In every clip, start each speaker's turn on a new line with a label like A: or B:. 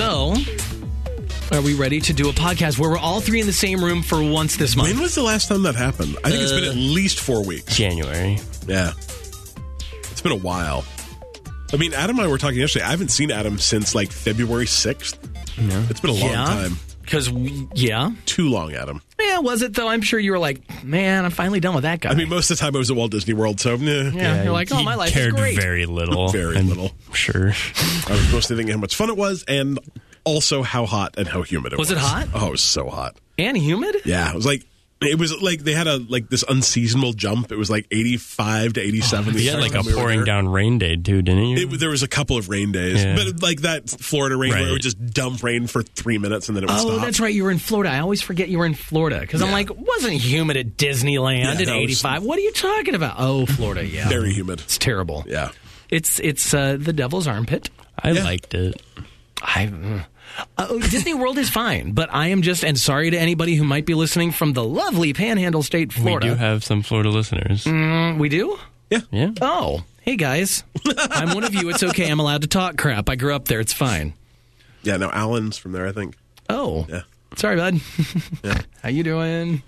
A: um, Are we ready to do a podcast where we're all three in the same room for once this month?
B: When was the last time that happened? I think it's been at least four weeks.
C: January.
B: Yeah. It's been a while. I mean, Adam and I were talking yesterday. I haven't seen Adam since like February 6th. No. It's been a long
A: Yeah.
B: time.
A: Because, we- yeah.
B: Too long, Adam.
A: Yeah, was it though? I'm sure you were like, man, I'm finally done with that guy.
B: I mean, most of the time I was at Walt Disney World, so eh,
A: yeah, you're like, oh,
C: he
A: my life is
C: cared
A: great.
C: very little.
B: Very
C: I'm
B: little.
C: Sure.
B: I was mostly thinking how much fun it was and also how hot and how humid it was.
A: Was it hot?
B: Oh, it was so hot.
A: and humid.
B: Yeah, it was like it was like they had a like this unseasonable jump. It was like eighty five to eighty seven.
C: You had like a pouring down rain day too, didn't you?
B: It, there was a couple of rain days,
C: Yeah.
B: but like that Florida rain where it
C: Right.
B: would just dump rain for three minutes and then it would
A: Oh,
B: stop.
A: that's right. You were in Florida. I always forget you were in Florida because I'm like, wasn't humid at Disneyland
B: Yeah,
A: in
B: no, it's-
A: '85? What are you talking about? Oh, Florida. Yeah,
B: Very humid.
A: it's terrible.
B: Yeah,
A: It's it's uh, the devil's armpit.
C: I liked it.
A: I mm. uh, Disney World is fine, but I am just and sorry to anybody who might be listening from the lovely Panhandle State, Florida. Mm.
C: We do have some Florida listeners.
A: We do?
C: Yeah.
A: Oh, hey guys, I'm one of you. It's okay. I'm allowed to talk crap. I grew up there. It's fine.
B: yeah. No, Alan's from there, I think.
A: Oh,
B: Yeah.
A: sorry, bud. How you doing?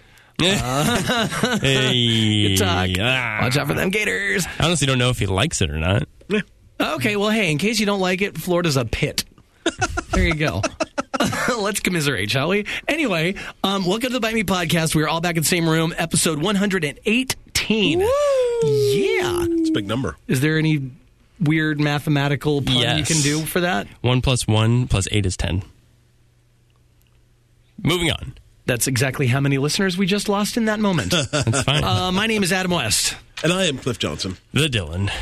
C: Hey.
A: Good talk.
C: ah.
A: Watch out for them gators.
C: I honestly don't know if he likes it or not.
A: Okay, well, hey, in case you don't like it, Florida's a pit. There you go. Let's commiserate, shall we? Anyway, um, welcome to the Bite Me podcast. We're all back in the same room, episode 118. Yeah.
B: It's a big number.
A: Is there any weird mathematical pun you
C: Yes.
A: can do for that?
C: One plus one plus eight is ten. Moving on.
A: That's exactly how many listeners we just lost in that moment.
C: That's fine.
A: uh, my name is Adam West.
B: And I am Cliff Johnson.
C: the Dylan.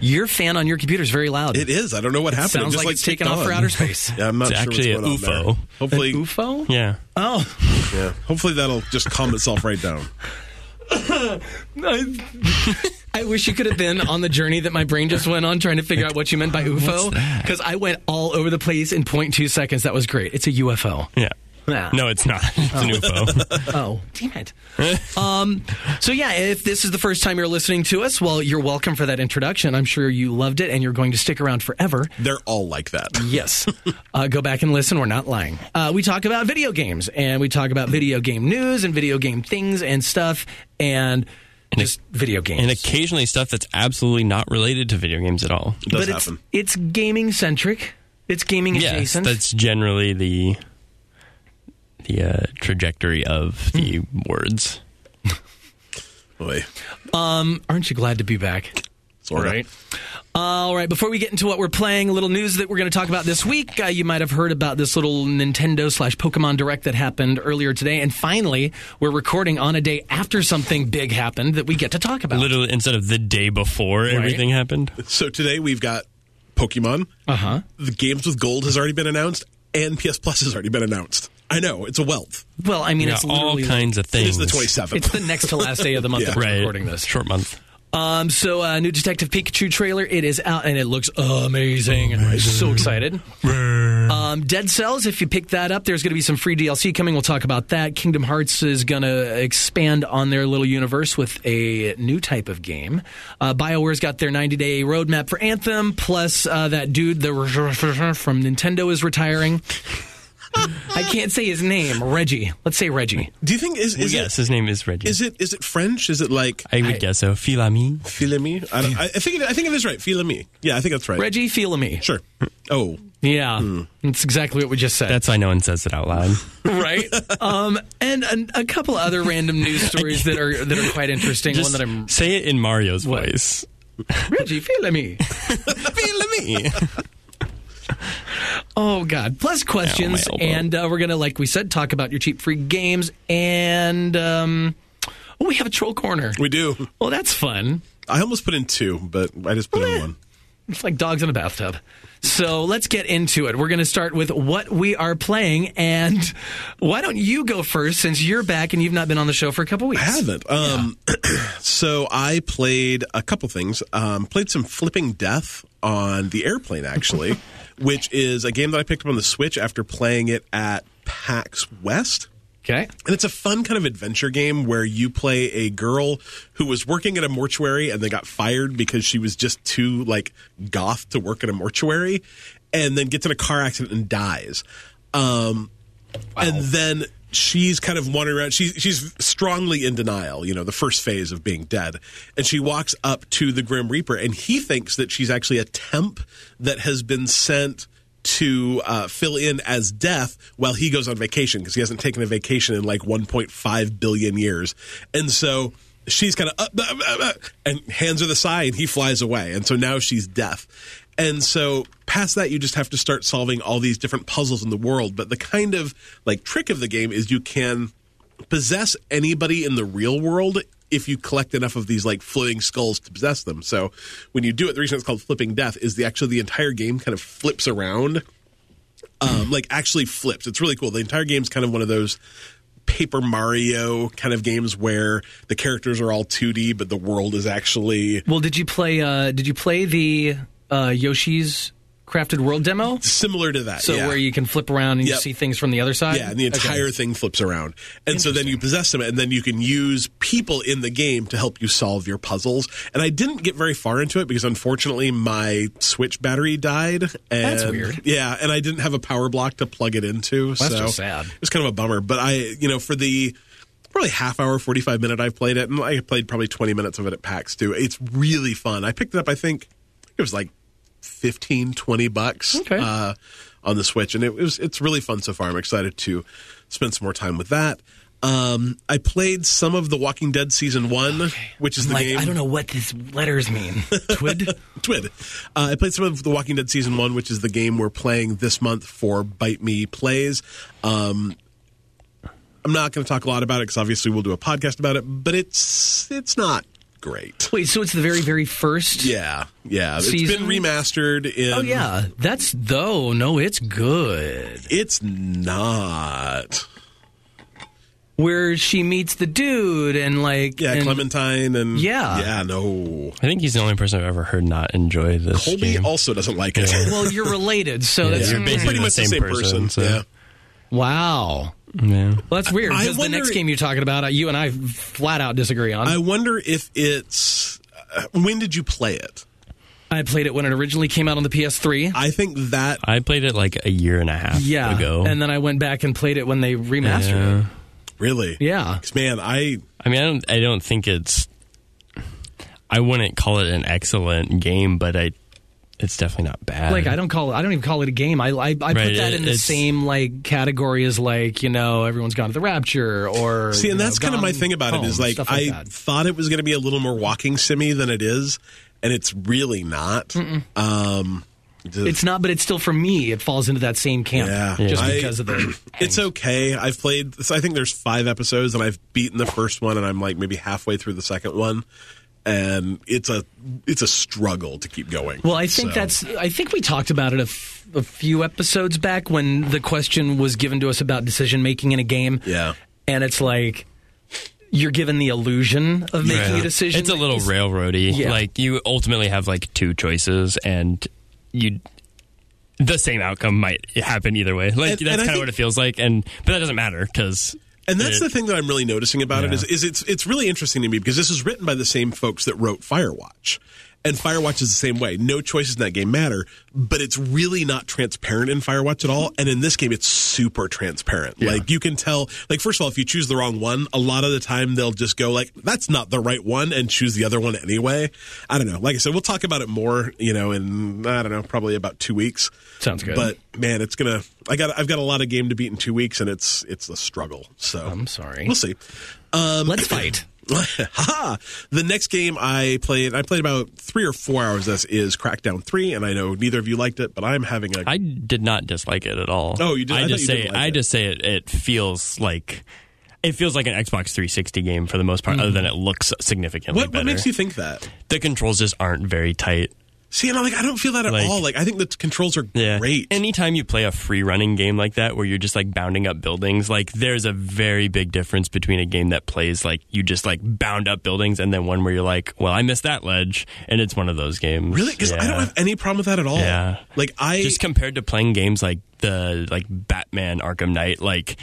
A: Your fan on your computer is very loud.
B: It is. I don't know what happened. It
A: Sounds
B: just,
A: like, it's taken
B: kicked
A: off for
B: on.
A: outer space.
B: Yeah, I'm not
C: It's
B: sure
C: actually
B: what's
C: an
B: going on
C: UFO.
B: there. Hopefully,
A: UFO?
C: Yeah.
A: Oh.
B: yeah. Hopefully that'll just calm itself right down.
A: I, I wish you could have been on the journey that my brain just went on trying to figure out what you meant by UFO. Because I went all over the place in 0.2 seconds. That was great. It's a UFO.
C: Yeah.
A: Yeah.
C: No, it's not. It's an UFO.
A: Oh, damn it. um, so, yeah, if this is the first time you're listening to us, well, you're welcome for that introduction. I'm sure you loved it and you're going to stick around forever.
B: They're all like that.
A: Yes. uh, go back and listen. We're not lying. Uh, we talk about video games and we talk about video game news and video game things and stuff and just video games.
C: and occasionally stuff that's absolutely not related to video games at all.
B: It does
A: but
B: happen.
A: it's it's gaming centric. It's gaming
C: Yes,
A: adjacent.
C: that's generally the the uh, trajectory of the
B: Hmm.
C: words.
B: Boy,
A: Aren't you glad to be back?
B: sort of.
A: All right. Before we get into what we're playing, a little news that we're going to talk about this week. Uh, you might have heard about this little Nintendo slash Pokemon Direct that happened earlier today, and finally, we're recording on a day after something big happened that we get to talk about.
C: Literally, instead of the day before everything happened.
B: So today we've got Pokemon.
A: Uh huh.
B: The games with gold has already been announced, and PS Plus has already been announced. I know it's a wealth.
A: Well, I mean,
C: Yeah,
A: it's
C: all
A: literally
C: kinds of
B: It
C: things.
B: is the twenty seventh.
A: It's the next to last day of the month that we're
C: Right.
A: recording this.
C: Short month.
A: Um, so uh, new Detective Pikachu trailer. It is out and it looks amazing. I'm so excited. Um, Dead Cells. If you pick that up, there's going to be some free DLC coming. We'll talk about that. Kingdom Hearts is going to expand on their little universe with a new type of game. Uh, Bioware's got their 90 day roadmap for Anthem. Plus uh, that dude the from Nintendo is retiring. I can't say his name. Reggie. Let's say Reggie.
B: Do you think is is
C: yes,
B: it,
C: his name is Reggie.
B: is it is it French? Is it like
C: I would guess so. Filami.
B: Filami? I, don't- I I think it, I think it is right. Filami. Yeah, I think that's right.
A: Reggie Filame.
B: Sure. Oh,
A: Yeah, that's exactly what we just said.
C: That's why no one says it out loud.
A: right? um, and, and a couple other random news stories that are that are quite interesting.
C: Just
A: One that I'm
C: say it in Mario's voice.
A: Reggie feeling me.
C: Filami.
A: Oh God! Plus questions,
C: elbow.
A: and uh, we're gonna, like we said, talk about your cheap free games, and um, oh, we have a troll corner.
B: we do.
A: Well, that's fun.
B: I almost put in two, but I just put in one.
A: It's like dogs in a bathtub. So let's get into it. We're going to start with what we are playing, and why don't you go first since you're back and you've not been on the show for a couple weeks?
B: I haven't. Um, so I played a couple things. Um, played some Flipping Death on the airplane, actually, which is a game that I picked up on the Switch after playing it at PAX West.
A: Okay.
B: And it's a fun kind of adventure game where you play a girl who was working at a mortuary and then got fired because she was just too like goth to work at a mortuary and then gets in a car accident and dies. Um and then she's kind of wandering around. She's she's strongly in denial. You know, the first phase of being dead, and she walks up to the Grim Reaper, and he thinks that she's actually a temp that has been sent to uh, fill in as death while he goes on vacation because he hasn't taken a vacation in like 1.5 billion years, and so. She's kind of uh, uh, uh, uh, and hands her the sigh, and he flies away. And so now she's death. And so past that, you just have to start solving all these different puzzles in the world. But the kind of like trick of the game is you can possess anybody in the real world if you collect enough of these like floating skulls to possess them. So when you do it, the reason it's called flipping death is the actually the entire game kind of flips around um, like actually flips. It's really cool. The entire game's kind of one of those paper Mario kind of games where the characters are all 2D, but the world is actually
A: Well, did you play? Uh, did you play the uh, Yoshi's Crafted World demo?
B: similar to that.
A: So
B: yeah.
A: where you can flip around and you
B: Yep.
A: see things from the other side.
B: Yeah, and the
A: Okay.
B: entire thing flips around. And so then you possess them, and then you can use people in the game to help you solve your puzzles. And I didn't get very far into it because unfortunately my Switch battery died. And,
A: That's weird.
B: Yeah, and I didn't have a power block to plug it into. so
A: just sad.
B: It's kind of a bummer. But I, you know, for the probably half hour, 45 minute I've played it, and I played probably 20 minutes of it at PAX too. It's really fun. I picked it up, I think it was like 15, 20 bucks
A: Okay.
B: uh, on the Switch, and it was it's really fun so far. I'm excited to spend some more time with that. Um, I played some of The Walking Dead season one, which is the
A: like
B: game.
A: I don't know what these letters mean. Twid.
B: Twid. Uh, I played some of The Walking Dead Season 1, which is the game we're playing this month for Bite Me Plays. Um, I'm not going to talk a lot about it because obviously we'll do a podcast about it, but it's it's not great.
A: Wait, so it's the very, very first.
B: Yeah, yeah. It's
A: Season?
B: been remastered in.
A: Oh yeah, that's though. No, it's good.
B: It's not.
A: Where she meets the dude and like
B: Yeah,
A: and-
B: Clementine and.
A: Yeah.
B: Yeah, no.
C: I think he's the only person I've ever heard not enjoy this
B: Colby
C: game.
B: also doesn't like it.
A: Well, you're related, so that's
C: You're basically
B: Pretty
C: the
B: much
C: same person, so-
B: Yeah.
A: wow.
C: Yeah.
A: Well, that's weird.
B: I
A: Because the
B: wonder-
A: next game you're talking about, uh, you and I flat out disagree on.
B: I wonder if it's. Uh, when did you play it?
A: I played it when it originally came out on the PS3.
B: I think that
C: I played it like a year and a half
A: yeah,
C: ago.
A: and then I went back and played it when they remastered
C: Yeah.
A: it.
B: Really?
A: Yeah.
B: 'Cause, man, I
C: I mean, I don't. I don't think it's. I wouldn't call it an excellent game, but I. It's definitely not bad.
A: Like I don't call it. I don't even call it a game. I I, I put
C: Right,
A: that
C: it-
A: in the
C: it's-
A: same like category as like you know everyone's gone to the rapture or
B: see, and
A: you know,
B: that's kind of
A: Gone
B: my thing about
A: Home,
B: it is like,
A: stuff
B: I
A: that.
B: thought it was going to be a little more walking simmy than it is, and it's really not. Um, the-
A: It's not, but it's still for me. It falls into that same camp,
B: Yeah.
A: just
B: Yeah.
A: because of the.
B: it's okay. I've played. I think there's five episodes, and I've beaten the first one, and I'm like maybe halfway through the second one, and it's a it's a struggle to keep going.
A: Well, I think
B: So-
A: that's. I think we talked about it a, f- a few episodes back when the question was given to us about decision making in a game.
B: yeah.
A: and it's like you're given the illusion of making
C: Yeah.
A: a decision.
C: It's a little railroady.
A: Yeah.
C: Like you ultimately have like two choices, and you the same outcome might happen either way. Like
B: And- and I
C: that's kind of
B: think-
C: what it feels like, and but that doesn't matter because
B: And that's the thing that I'm really noticing about it is, is it's it's really interesting to me because this is written by the same folks that wrote Firewatch. And Firewatch is the same way. No choices in that game matter, but it's really not transparent in Firewatch at all. And in this game, it's super transparent. Like you can tell. Like first of all, if you choose the wrong one, a lot of the time they'll just go like, "That's not the right one," and choose the other one anyway. I don't know. Like I said, we'll talk about it more. You know, in I don't know, probably about two weeks.
A: Sounds good.
B: But man, it's gonna. I got. I've got a lot of game to beat in two weeks, and it's it's a struggle. So
A: I'm sorry.
B: We'll see. Um,
A: Let's fight.
B: haha. the next game I played, I played about three or four hours. This is Crackdown Three, and I know neither of you liked it, but I'm having a.
C: I did not dislike it at all.
B: Oh, you did- I
C: I,
B: thought
C: just
B: you
C: say
B: didn't like
C: I
B: it.
C: just say it. It feels like it feels like an Xbox 360 game for the most
A: Mm-hmm.
C: part, other than it looks significantly
B: what,
C: better.
B: what makes you think that?
C: the controls just aren't very tight.
B: See, and I'm like, I don't feel that at
C: Like-
B: all. Like, I think the t- controls are
C: Yeah.
B: great.
C: Anytime you play a free running game like that where you're just like bounding up buildings, like there's a very big difference between a game that plays like you just like bound up buildings and then one where you're like, well, I missed that ledge. And it's one of those games.
B: really, because I
C: Yeah.
B: don't have any problem with that at all.
C: Yeah.
B: Like I
C: just compared to playing games like the like Batman Arkham Knight, like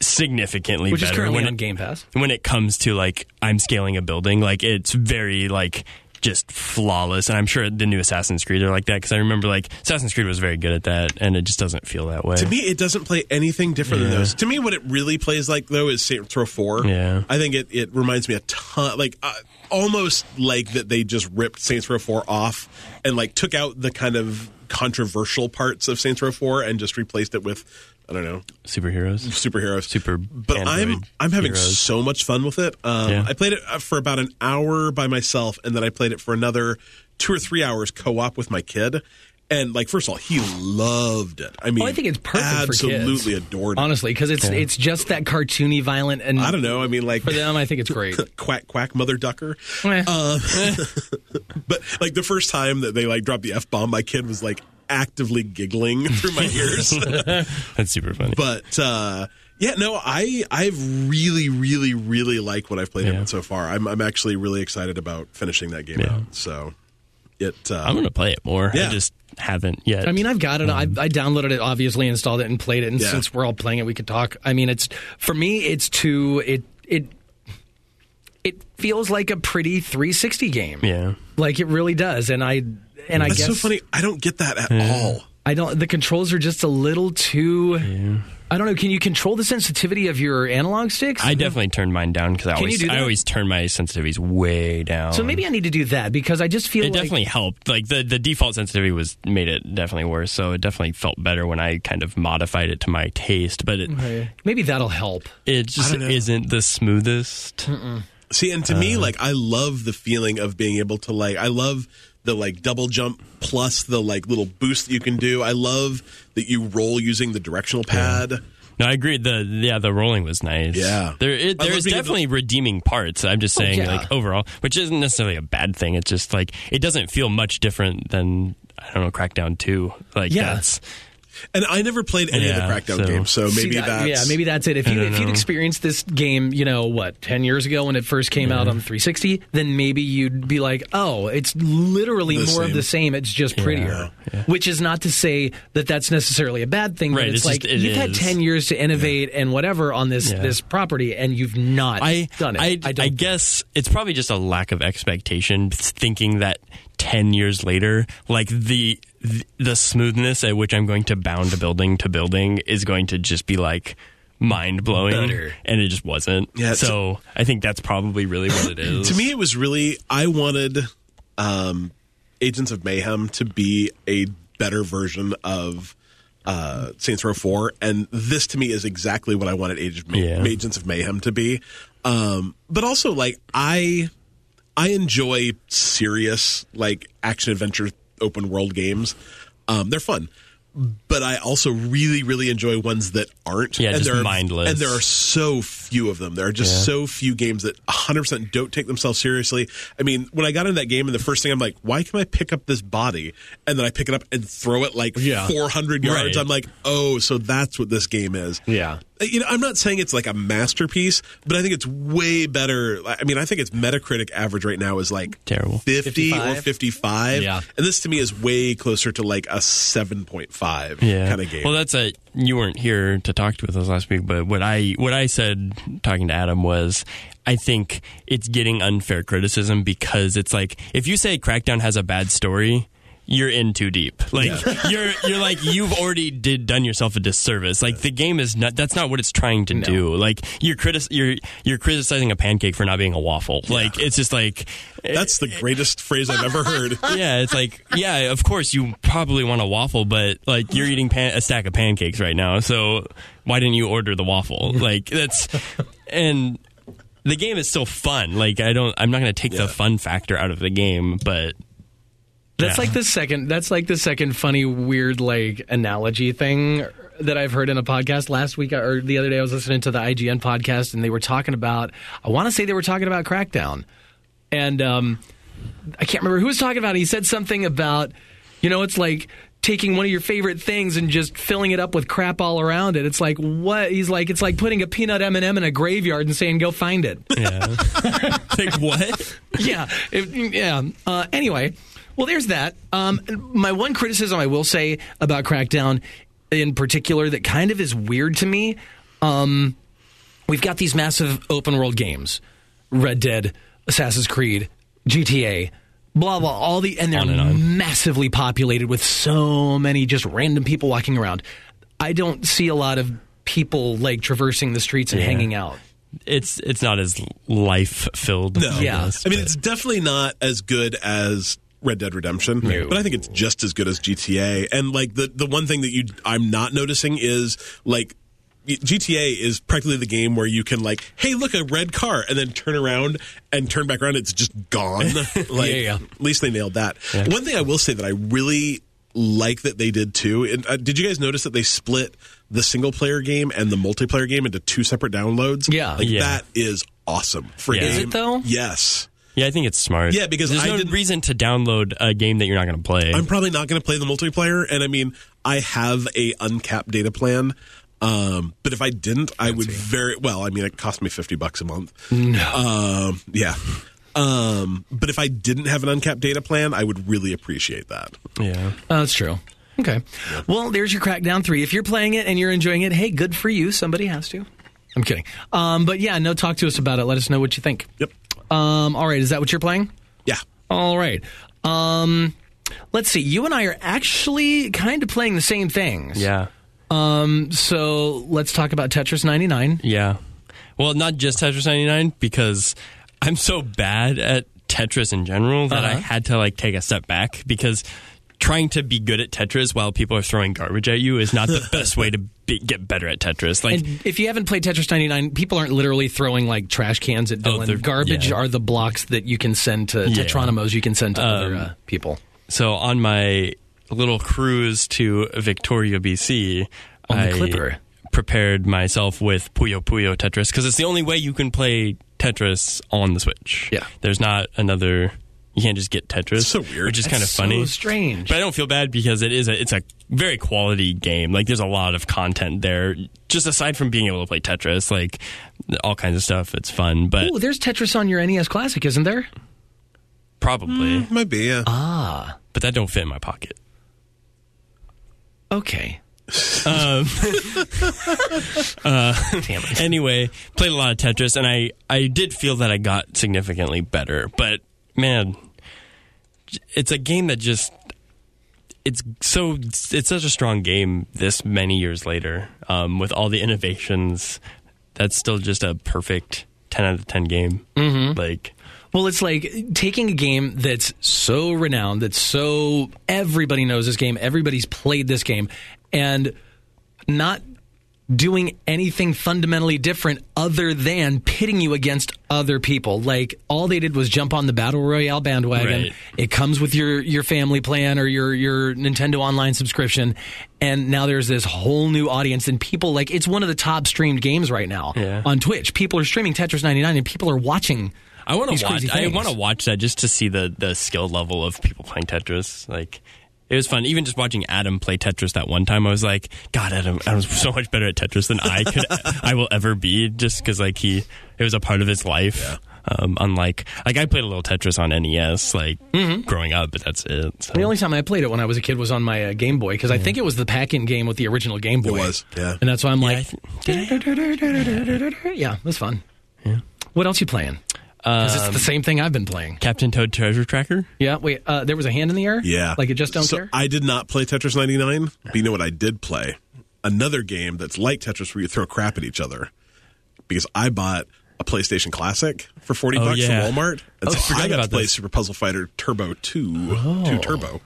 C: significantly
A: Which is
C: better
A: currently
C: when
A: on
C: it,
A: Game Pass.
C: when it comes to like I'm scaling a building, like it's very like just flawless. And I'm sure the new Assassin's Creed are like that because I remember like Assassin's Creed was very good at that, and it just doesn't feel that way.
B: To me, it doesn't play anything different than those. To me, what it really plays like though is Saints Row Four.
C: Yeah.
B: I think it, it reminds me a ton, like uh, almost like that they just ripped Saints Row Four off and like took out the kind of controversial parts of Saints Row Four and just replaced it with I don't know
C: Superheroes.
B: superheroes.
C: Super
B: but I'm
C: android
B: I'm having
C: heroes.
B: so much fun with it. Um,
C: Yeah.
B: I played it uh, for about an hour by myself, and then I played it for another two or three hours co-op with my kid. And like, first of all, he loved it. I mean,
A: Oh, I think it's perfect for kids.
B: Absolutely adored it.
A: Honestly, because it's it's just that cartoony, violent, and
B: I don't know. I mean, like
A: for them, I think it's great.
B: quack quack mother ducker.
A: Eh.
B: But like the first time that they like dropped the f bomb, my kid was like actively giggling through my ears.
C: That's super funny.
B: but uh, yeah, no, I I've really really really like what I've played
C: Yeah.
B: of it so far. I'm I'm actually really excited about finishing that game out. So it uh,
C: I'm gonna play it more.
B: Yeah.
C: I just haven't yet.
A: I mean, I've got it. I, I downloaded it, obviously installed it, and played it. And
B: Yeah.
A: since we're all playing it, we could talk. I mean, it's for me, it's too it it it feels like a pretty 360 game.
C: yeah.
A: like it really does. And I and I
B: that's
A: guess
B: so funny. I don't get that at all.
A: I don't. The controls are just a little too. I don't know. Can you control the sensitivity of your analog sticks?
C: I definitely turned mine down because I
A: you
C: always
A: do that?
C: I always turn my sensitivities way down.
A: so maybe I need to do that because I just feel
C: it
A: like
C: definitely helped. Like the, the default sensitivity was made it definitely worse. So it definitely felt better when I kind of modified it to my taste. But it
A: maybe that'll help.
C: it just
B: don't know.
C: isn't the smoothest.
B: See, and to me,
C: Uh.
B: like I love the feeling of being able to like I love the like double jump plus the like little boost that you can do. I love that you roll using the directional pad.
C: No, I agree. The yeah, the rolling was nice.
B: Yeah.
C: there it,
B: I love
C: there's
B: being able-
C: definitely redeeming parts. I'm just saying,
A: Oh, yeah.
C: like overall, which isn't necessarily a bad thing. It's just like it doesn't feel much different than I don't know, Crackdown Two. Like
A: Yeah.
C: that's
B: And I never played any
C: Yeah,
B: of the Crackdown
C: so-
B: games, so maybe
A: See, that-
B: that's
A: yeah, maybe that's it. If you
C: don't
A: if you'd
C: know.
A: experienced this game, you know what, ten years ago when it first came out on 360, then maybe you'd be like, oh, it's literally
B: The
A: more of
B: same.
A: the same. It's just prettier. Which is not to say that that's necessarily a bad thing.
C: Right,
A: but it's,
C: it's
A: like
C: just- it
A: you've had
C: is.
A: ten years to innovate and whatever on this
C: Yeah.
A: this property, and you've not
C: I
A: done it.
C: I, I,
A: don't
C: guess it's probably just a lack of expectation, thinking that ten years later, like the the, the smoothness at which I'm going to bound a building to building is going to just be like mind blowing,
A: Better.
C: and it just wasn't.
B: Yeah, it's-
C: so I think that's probably really what it is
B: to me it was really I wanted um Agents of Mayhem to be a better version of uh Saints Row 4 and this to me is exactly what I wanted Age of May-
C: Yeah.
B: Agents of Mayhem to be. Um but also like I I enjoy serious like action adventure open world games. Um they're fun. But I also really, really enjoy ones that aren't.
C: Yeah,
B: and
C: just
B: there are,
C: mindless.
B: And there are so few of them. There are just so few games that 100% don't take themselves seriously. I mean, when I got into that game, and the first thing I'm like, why can I pick up this body? And then I pick it up and throw it like
A: Yeah.
B: 400 yards.
C: Right.
B: I'm like, oh, so that's what this game is. Uh,
A: Yeah.
B: You know, I'm not saying it's like a masterpiece, but I think it's way better. I mean, I think its Metacritic average right now is like
C: Terrible.
B: 50 or
A: 55.
B: 55.
A: Yeah.
B: And this to me is way closer to like a 7.5
C: yeah.
B: kind of game.
C: Well, that's a you weren't here to talk with us last week, but what I what I said talking to Adam was I think it's getting unfair criticism because it's like if you say Crackdown has a bad story, you're in too deep. Like you're you're like you've already did done yourself a disservice. Like the game is not that's not what it's trying to do. Like you're critic you're you're criticizing a pancake for not being a waffle. Like it's just like
B: that's the greatest phrase I've ever heard.
C: yeah, it's like, yeah, of course you probably want a waffle, but like you're eating pan- a stack of pancakes right now, so why didn't you order the waffle? Like that's and the game is still fun. Like I don't, I'm not going to take the fun factor out of the game, but
A: That's like the second. That's like the second funny, weird, like analogy thing that I've heard in a podcast last week or the other day. I was listening to the IGN podcast, and they were talking about. I want to say they were talking about Crackdown, and um, I can't remember who was talking about. it. He said something about, you know, it's like taking one of your favorite things and just filling it up with crap all around it. It's like what he's like. It's like putting a peanut M and m in a graveyard and saying, "Go find it."
C: yeah, like what?
A: yeah, if- yeah. Uh, anyway, well, there's that. Um, my one criticism I will say about Crackdown, in particular, that kind of is weird to me. Um, we've got these massive open world games, Red Dead, Assassin's Creed, GTA. blah blah all the and they're
C: On and on.
A: massively populated with so many just random people walking around i don't see a lot of people like traversing the streets and hanging out
C: It's it's not as life filled.
B: No.
A: Yeah.
B: I mean, it's definitely not as good as Red Dead Redemption, but I think it's just as good as GTA. And like the the one thing that you I'm not noticing is like y- GTA is practically the game where you can like, hey, look a red car, and then turn around and turn back around. It's just gone. like,
A: yeah.
B: At least they nailed that. One thing I will say that I really like that they did too. And, uh, did you guys notice that they split the single player game and the multiplayer game into two separate downloads?
A: Yeah.
B: like
C: Yeah.
B: that is awesome for a
C: Yeah.
B: game.
C: Is
A: it, though?
B: Yes.
C: Yeah, I think it's smart.
B: Yeah, because
C: there's
B: I
C: no
B: didn't-
C: reason to download a game that you're not going to play.
B: I'm probably not going to play the multiplayer, and I mean, I have a uncapped data plan. Um, but if I didn't, I would very well. I mean, it cost me fifty bucks a month. No. Um, yeah. Um, but if I didn't have an uncapped data plan, I would really appreciate that.
C: yeah.
A: Uh, that's true okay well there's your crackdown 3 if you're playing it and you're enjoying it hey good for you somebody has to i'm kidding um, but yeah no talk to us about it let us know what you think
B: Yep.
A: um, all right is that what you're playing
B: Yeah.
A: All right. Um, let's see. You and I are actually kind of playing the same things. Um,
C: Yeah.
A: So let's talk about Tetris 99.
C: Yeah. Well, not just Tetris 99 because I'm so bad at Tetris in general that I
A: Uh-huh.
C: had to like take a step back because trying to be good at Tetris while people are throwing garbage at you is not the best way to be, get better at Tetris. Like
A: And if you haven't played Tetris 99, people aren't literally throwing like trash cans at Dylan.
C: they're-
A: Garbage
C: yeah.
A: are the blocks that you can send to
C: Yeah.
A: Tetronimos you can send to other uh, people.
C: so on my little cruise to Victoria, BC,
A: On the
C: I
A: Clipper.
C: prepared myself with Puyo Puyo Tetris because it's the only way you can play Tetris on the Switch.
A: Yeah.
C: there's not another. You can't just get Tetris.
B: so weird.
C: which is kind of
A: That's so
C: funny.
A: strange.
C: but I don't feel bad because it is a it's a very quality game. Like there's a lot of content there. Just aside from being able to play Tetris, like all kinds of stuff. It's fun, but
A: Oh, there's Tetris on your NES Classic, isn't there?
C: probably.
B: Might be. Yeah.
C: But that don't fit in my pocket.
A: Okay. Damn it.
C: anyway, played a lot of Tetris, and I I did feel that I got significantly better. But man, j- it's a game that just it's so it's such a strong game. This many years later, um, with all the innovations, that's still just a perfect ten out of ten game. Mm-hmm. Like
A: Well, it's like taking a game that's so renowned, that's so everybody knows this game, everybody's played this game, and not doing anything fundamentally different other than pitting you against other people. Like all they did was jump on the battle royale bandwagon.
C: Right.
A: It comes with your your family plan or your your Nintendo online subscription, and now there's this whole new audience and people like it's one of the top streamed games right now
C: Yeah.
A: on Twitch. People are streaming Tetris 99 and people are watching.
C: I want
A: these
C: to watch.
A: crazy
C: I
A: things.
C: want to watch that just to see the the skill level of people playing Tetris. Like. It was fun. Even just watching Adam play Tetris that one time, I was like, "God, Adam, Adam's so much better at Tetris than I could, I will ever be." Just because, like, he it was a part of his life. Um, unlike, like, I played a little Tetris on NES, like
B: Mm-hmm.
C: growing up, but that's it. So.
A: The only time I played it when I was a kid was on my uh, Game Boy because I think it was the pack-in game with the original Game Boy.
B: was, yeah.
A: And that's why I'm
C: I
A: like,
C: th-
A: yeah, it was fun. What else you playing? Because it's the same thing I've been playing.
C: Captain Toad Treasure Tracker.
A: Um, Yeah, wait, uh, there was a hand in the air.
B: Yeah.
A: like it just don't
B: so
A: care.
B: I did not play Tetris 99, but you know what I did play? Another game that's like Tetris where you throw crap at each other. Because I bought a PlayStation Classic for 40
C: Oh,
B: bucks
C: yeah.
B: from Walmart. And
C: Oh,
B: so
C: forgot
B: I got to
C: about
B: play
C: this. Oh.
B: Super Puzzle Fighter Turbo 2, 2 Turbo.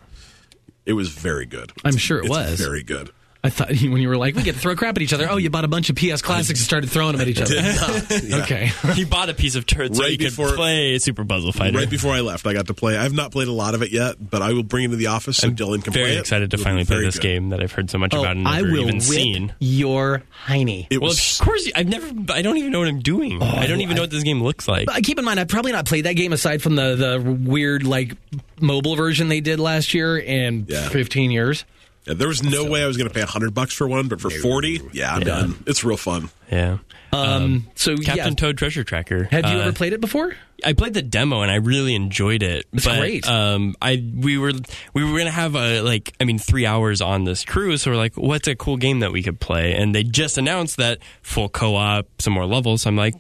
B: It was very good.
A: I'm sure it
B: It's
A: was.
B: Very good.
A: I thought when you were like, we get to throw crap at each other. Oh, you bought a bunch of PS classics and started throwing them at each other. Okay,
C: He bought a piece of turd so
B: Right
C: he could
B: before-
C: play Super Puzzle Fighter.
B: Right before I left, I got to play. I've not played a lot of it yet, but I will bring it to the office so Dylan can play it.
C: Very excited to
B: It'll be
C: finally play
B: very
C: this
B: good.
C: game that I've heard so much
A: oh,
C: about and never
A: I will
C: even
A: whip
C: seen.
A: your hiney.
B: It
C: Well,
B: was
C: of course, I've never. I don't even know what I'm doing.
A: Oh,
C: I don't even know what this game looks like.
A: But uh, keep in mind, I've probably not played that game aside from the the weird like mobile version they did last year in
B: Yeah.
A: 15 years.
B: Yeah, there was no way I was going to pay hundred bucks for one, but for forty, yeah, I'm done. It's real fun.
C: Yeah,
A: Um, so
C: Captain
A: yeah,
C: Toad Treasure Tracker.
A: have you
C: Uh,
A: ever played it before?
C: I played the demo and I really enjoyed it.
A: It's
C: but,
A: great.
C: Um, I we were we were gonna have a like I mean three hours on this cruise, so we're like, what's a cool game that we could play? And they just announced that full co op, some more levels. So I'm like,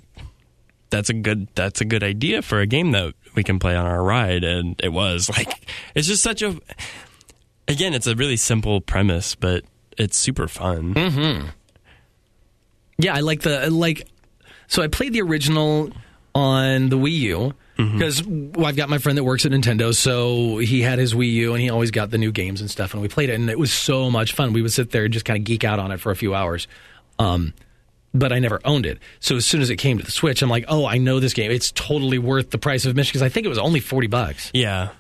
C: that's a good that's a good idea for a game that we can play on our ride, and it was like it's just such a. Again, it's a really simple premise, but it's super fun.
A: Hmm. Yeah, I like the I like. So I played the original on the Wii U because well, I've got my friend that works at Nintendo, so he had his Wii U and he always got the new games and stuff, and we played it, and it was so much fun. We would sit there and just kind of geek out on it for a few hours. Um, but I never owned it. So as soon as it came to the Switch, I'm like, oh, I know this game. It's totally worth the price of admission because I think it was only forty bucks,
C: Yeah,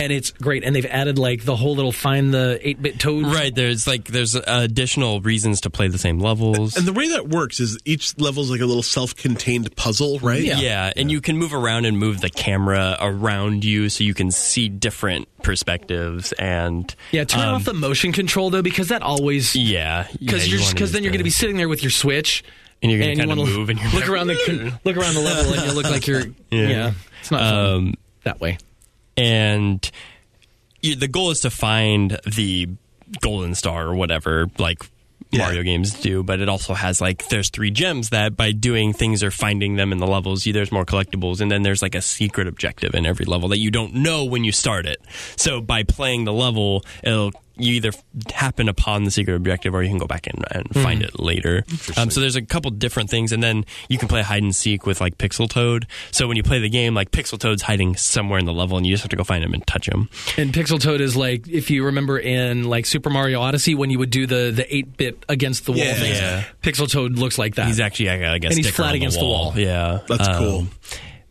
A: and it's great. And they've added like the whole little find the eight bit toad.
C: right. There's like there's additional reasons to play the same levels.
B: And the way that works is each level's like a little self-contained puzzle, right?
A: Yeah.
C: Yeah, and you can move around and move the camera around you so you can see different perspectives and
A: Yeah, turn off the motion control though because that always
C: Um, yeah,
A: because you're because then you're going to be sitting there with your switch
C: And you're gonna kinda
A: wanna
C: move and you're
A: look
C: like,
A: around the con- look around the level and you look like you're yeah. it's not fun
C: Um,
A: that way.
C: and you, the goal is to find the golden star or whatever like Mario games do, but it also has like there's three gems that by doing things or finding them in the levels, you, there's more collectibles, and then there's like a secret objective in every level that you don't know when you start it. So by playing the level, it'll you either happen upon the secret objective or you can go back and, and find it later. Um, so there's a couple different things, and then you can play hide and seek with like Pixel Toad. So when you play the game, like Pixel Toad's hiding somewhere in the level, and you just have to go find him and touch him.
A: And Pixel Toad is like if you remember in like Super Mario Odyssey when you would do the the eight bit against the wall
B: Yeah.
A: things,
C: Yeah.
A: Pixel Toad looks like that.
C: He's actually, I guess,
A: And he's flat against the wall.
C: Yeah,
B: That's
C: Um,
B: cool.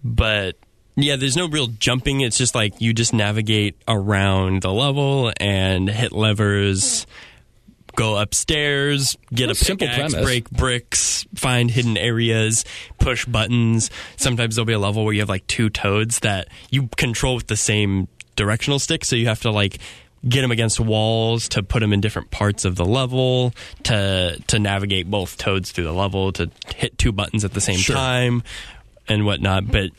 C: but yeah, there's no real jumping. It's just like you just navigate around the level and hit levers, go upstairs, get a
A: Simple
C: pickaxe,
A: premise.
C: break bricks, find hidden areas, push buttons. Sometimes there'll be a level where you have like two toads that you control with the same directional stick, so you have to like get them against walls to put them in different parts of the level to to navigate both toads through the level to hit two buttons at the same time and whatnot. But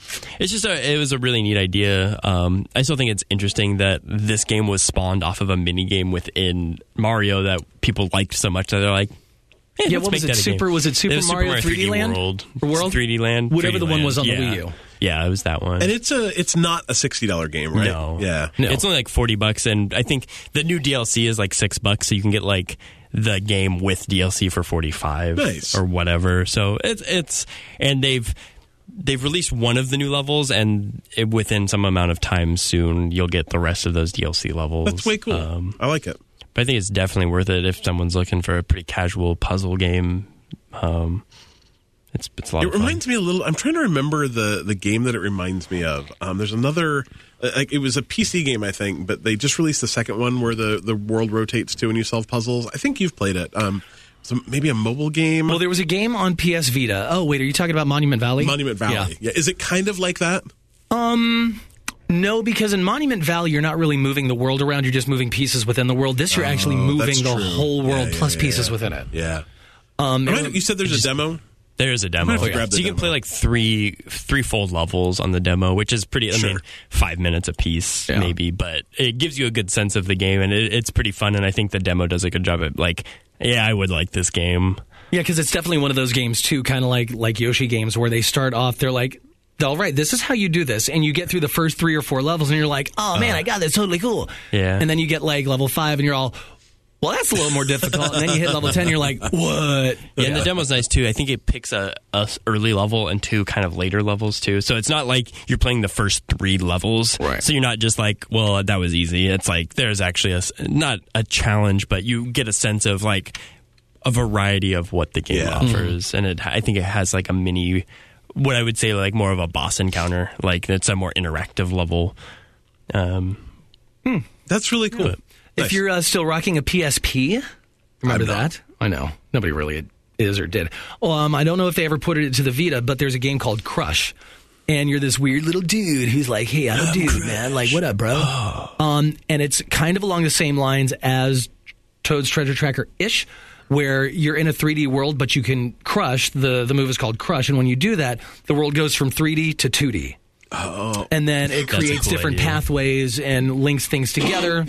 C: it's just a, it was a really neat idea. Um, I still think it's interesting that this game was spawned off of a mini game within Mario that people liked so much that they're like. eh,
A: Yeah,
C: let's
A: what was
C: make
A: it?
C: that a
A: Super-
C: game.
A: was it Super Mario 3D Land?
C: World,
A: Or World?
C: 3D Land,
A: Whatever
C: 3D
A: the one
C: Land.
A: was on the
C: yeah.
A: Wii U.
C: Yeah, it was that one.
B: And it's a it's not a sixty dollar game, right?
C: No.
B: Yeah.
A: No.
C: It's only like 40 bucks and I think the new DLC is like 6 bucks so you can get like the game with DLC for 45
B: Nice.
C: or whatever. So it's it's and they've they've released one of the new levels and it, within some amount of time soon you'll get the rest of those DLC levels.
B: That's way cool.
C: Um,
B: I like it.
C: but I think it's definitely worth it if someone's looking for a pretty casual puzzle game. Um it's it's a lot
B: It
C: of fun.
B: reminds me a little. I'm trying to remember the the game that it reminds me of. Um, there's another. uh, Like it was a PC game, I think, but they just released the second one where the the world rotates too and you solve puzzles. I think you've played it. Um, so maybe a mobile game.
A: Well, there was a game on PS Vita. Oh wait, are you talking about Monument Valley?
B: Monument Valley.
A: Yeah.
B: yeah. Is it kind of like that?
A: No, because in Monument Valley, you're not really moving the world around. You're just moving pieces within the world. This, you're actually
B: Oh, that's
A: moving the
B: true.
A: whole world
B: Yeah, yeah,
A: plus
B: yeah,
A: pieces
B: yeah.
A: within it.
B: Yeah.
A: Um,
B: Am I- you said there's a demo.
C: There is a demo.
B: have to grab the
C: So you can
B: demo.
C: play like three threefold levels on the demo, which is pretty. I mean,
B: Sure.
C: five minutes apiece,
A: Yeah.
C: maybe, but it gives you a good sense of the game, and it, it's pretty fun. And I think the demo does a good job at like, yeah, I would like this game.
A: Yeah, because it's definitely one of those games too, kind of like like Yoshi games, where they start off, they're like, "All right, this is how you do this," and you get through the first three or four levels, and you're like, "Oh man, I
B: Uh-huh.
A: got this, totally cool."
C: Yeah.
A: and then you get like level five, and you're all, "Well, that's a little more difficult." and then you hit level ten, and you're like, "What?"
C: Yeah, and the demo's nice too. I think it picks a, a s- early level and two kind of later levels too. So it's not like you're playing the first three levels.
A: Right.
C: So you're not just like, well, that was easy. It's like there's actually a s- not a challenge, but you get a sense of like a variety of what the game
B: Yeah.
C: offers, and it I think it has like a mini, what I would say like more of a boss encounter. Like it's a more interactive level. Um,
B: That's really cool.
A: If
B: Nice.
A: you're uh, still rocking a PSP, remember that? I know nobody really is or did. Um, I don't know if they ever put it to the Vita, but there's a game called Crush, and you're this weird little dude who's like, "Hey, I'm a dude, man. Like, what up, bro?"
C: Oh.
A: um, and it's kind of along the same lines as Toad's Treasure Tracker ish, where you're in a 3D world, but you can crush. the The move is called Crush, and when you do that, the world goes from 3D to 2D. Oh. And then it
C: a
A: creates
C: cool
A: different
C: idea.
A: pathways and links things together.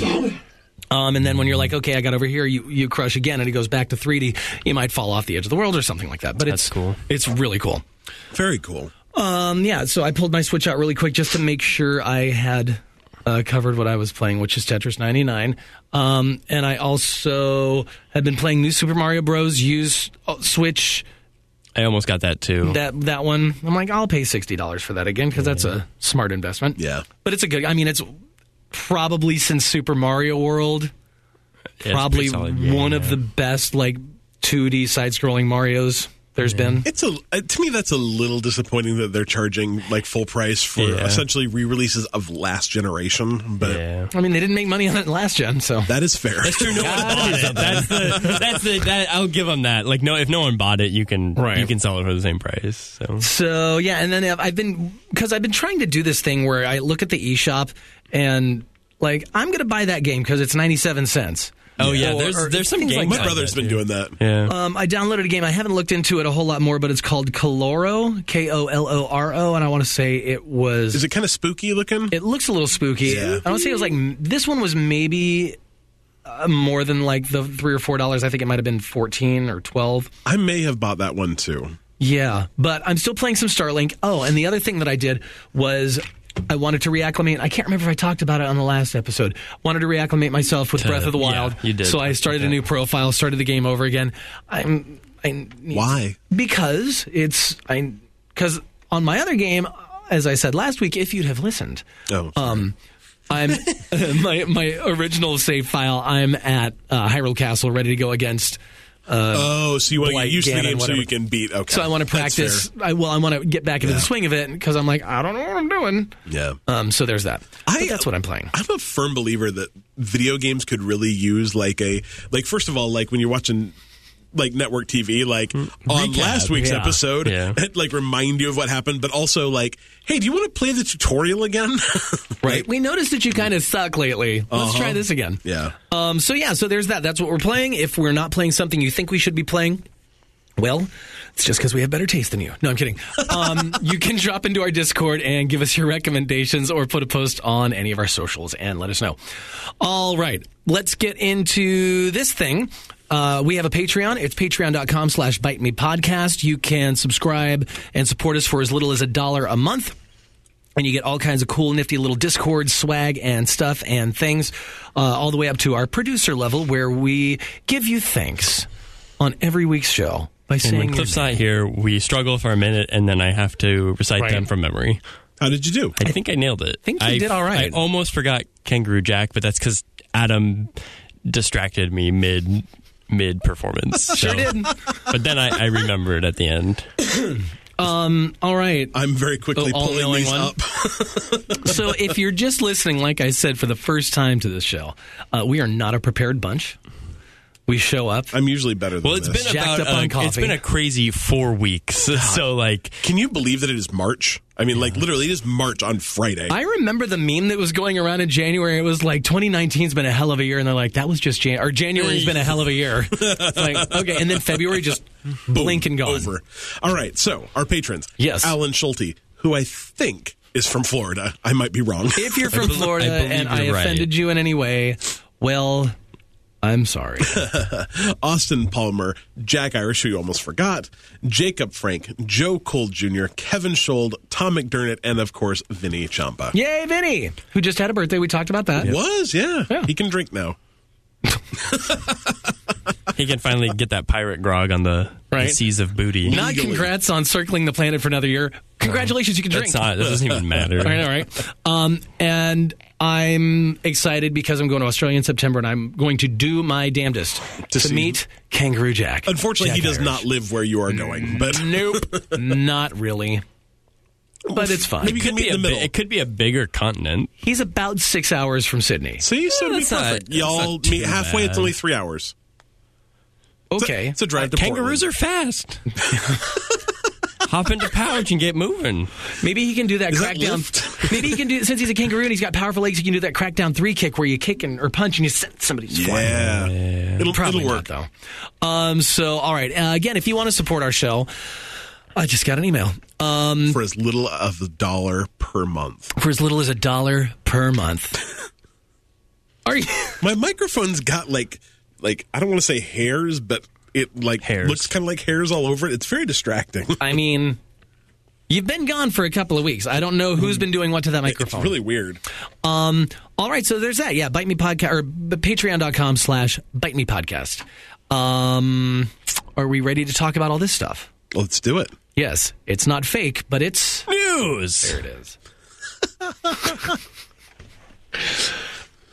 A: Um, and then when you're like, okay, I got over here, you, you crush again, and it goes back to 3D. You might fall off the edge of the world or something like that. But
C: That's
A: it's
C: cool.
A: It's really cool.
B: Very cool.
A: Um, yeah, so I pulled my Switch out really quick just to make sure I had uh, covered what I was playing, which is Tetris 99. Um, and I also had been playing New Super Mario Bros. Use uh, Switch
C: I almost got that too.
A: that that one. I'm like, I'll pay sixty dollars for that again because that's a smart investment.
B: Yeah.
A: but it's a good. I mean, it's probably since Super Mario World,
C: It's a
A: probably
C: pretty solid game,
A: one of
C: yeah.
A: the best like 2D side-scrolling Mario's there's been.
B: It's a uh, to me that's a little disappointing that they're charging like full price for
C: Yeah.
B: essentially re-releases of last generation, but
C: Yeah.
A: I mean, they didn't make money on it last gen, so
B: that is fair. That's true.
C: that's the that's the that I'll give them that. Like no, if no one bought it, you can
A: Right.
C: you can sell it for the same price. So
A: So yeah, and then I've- I've been because I've been trying to do this thing where I look at the eShop and like I'm gonna buy that game because it's 97 cents.
C: oh yeah,
A: Or-
C: there's
A: or
C: there's some
A: things
C: games.
A: like
B: My
C: like
B: brother's
C: that, Uh,
B: been
C: too.
B: doing that.
C: Yeah.
A: Um, I downloaded a game. I haven't looked into it a whole lot more, but it's called Koloro, K O L O R O, and I want to say it was.
B: Is it kind of spooky looking?
A: It looks a little spooky.
B: Yeah.
A: I want to say it was like this one was maybe uh, more than like the three or four dollars. I think it might have been fourteen or twelve.
B: I may have bought that one too.
A: Yeah, but I'm still playing some Starlink. Oh, and the other thing that I did was I wanted to reacclimate. I can't remember if I talked about it on the last episode. Wanted to reacclimate myself with Breath of the
C: yeah,
A: Wild.
C: you did
A: So I
C: talk
A: started
C: about
A: a new
C: that.
A: profile, started the game over again. I'm I need-
B: Why?
A: because it's I because on my other game, as I said last week, if you'd have listened,
B: Oh,
A: um, I'm my my original save file. I'm at uh, Hyrule Castle, ready to go against.
B: oh, so you want to
A: Blight,
B: get used to the
A: Ganon,
B: game so
A: whatever.
B: you can beat? Okay,
A: So I want to
B: That's
A: practice.
B: fair.
A: I well, I want to get back into the
B: Yeah.
A: swing of it because I'm like, I don't know what I'm doing.
B: Yeah.
A: Um. So there's that. But
B: I-
A: that's what I'm playing.
B: I'm a firm believer that video games could really use like a like first of all like when you're watching like network TV like
A: Mm,
B: on
C: Recap,
B: last week's
C: yeah.
B: episode
C: Yeah.
B: it, like remind you of what happened but also like hey do you want to play the tutorial again
A: Right. Uh-huh. We noticed that you kind of suck lately. Let's try this again.
B: yeah
A: Um. So yeah. So there's that. That's what we're playing. If we're not playing something you think we should be playing. Well, it's just because we have better taste than you. No, I'm kidding. Um, you can drop into our Discord and give us your recommendations or put a post on any of our socials and let us know. All right, let's get into this thing. Uh, we have a Patreon. It's patreon.com slash bite me podcast. You can subscribe and support us for as little as a dollar a month. And you get all kinds of cool, nifty little Discord swag and stuff and things, uh, all the way up to our producer level, where we give you thanks on every week's show by
C: And when
A: saying your
C: Cliff's not here, we struggle for a minute, and then I have to recite
A: Right.
C: them from memory.
B: how did you do
C: I think I nailed it.
A: think you
C: I
A: did all right.
C: I almost forgot Kangaroo Jack, but that's because Adam distracted me mid mid performance. sure
A: did.
C: But then I, I remembered at the end.
A: All right.
B: I'm very quickly
A: Oh, all
B: pulling
A: knowing
B: these
A: one?
B: up
A: So if you're just listening, like I said, for the first time to this show, uh, we are not a prepared bunch. We show up.
B: I'm usually better than
C: Well, it's
B: this.
C: been
A: Jacked
C: about
A: up on
C: a, it's
A: coffee.
C: been a crazy four weeks. So like
B: can you believe that it is March I mean like literally it is March on Friday
A: I remember the meme that was going around in January. It was like 2019's been a hell of a year, and they're like, "That was just Jan," or January's been a hell of a year. It's like, okay, and then February just blink and gone.
B: over all right so our patrons
A: Yes.
B: Alan Schulte who I think is from Florida I might be wrong
A: If you're from
C: bel- I
A: Florida
C: believe
A: and I
C: you're right.
A: offended you in any way, well, I'm sorry.
B: Austin Palmer, Jack Irish, who you almost forgot, Jacob Frank, Joe Cole Jr., Kevin Schold, Tom McDermott, and of course, Vinny Champa.
A: Yay, Vinny, who just had a birthday. We talked about that.
B: Was, yeah.
A: Yeah.
B: He can drink now.
C: he can finally get that pirate grog on the, the
A: Right.
C: seas of booty.
A: Not
B: Legally.
A: congrats on circling the planet for another year. Congratulations, you can drink.
C: that's not. That doesn't even matter.
A: All right, all right. Um, and I'm excited because I'm going to Australia in September, and I'm going to do my damnedest to,
B: see-
A: meet Kangaroo Jack.
B: Unfortunately,
A: Jack
B: he does
A: Irish. Mm.
B: not live where you are going, but
A: Nope, not really. But it's fine.
B: Maybe-
C: It could,
B: Meet
C: be
B: in
C: a,
B: the
C: bi-
B: middle.
C: it could be a bigger continent.
A: He's about six hours from Sydney.
B: see, so it'd be
C: that's not-
B: perfect.
C: that's
B: Y'all
C: not
B: meet
C: too
B: halfway. It's
C: bad.
B: only three hours. It's a-
A: Okay, Uh,
B: it's a drive to
C: Kangaroos
B: Portland.
C: are fast. Hop into pouch and get moving.
A: maybe he can do that
B: Is that
A: crackdown.
B: lift?
A: maybe he can do since he's a kangaroo and he's got powerful legs. He can do that crackdown three kick where you kick and or punch and you set somebody's flying.
B: Yeah, it'll,
A: Probably
B: it'll work.
A: not, though. Um, so, all right. Uh, again, if you want to support our show, I just got an email.
B: for as little of a dollar per month.
A: for as little as a dollar per month. Are you?
B: My microphone's got like, like I don't want to say hairs, but it like
C: Hairs.
B: looks kind of like hairs all over it. It's very distracting.
A: I mean, You've been gone for a couple of weeks. I don't know who's been doing what to that
B: It's
A: microphone.
B: really weird.
A: All right, so there's that. Yeah, Bite Me Podcast or b- patreon.com slash Bite Me Podcast. Um, are we ready to talk about all this stuff?
B: Let's do it.
A: Yes, it's not fake, but it's.
C: News.
A: There it is.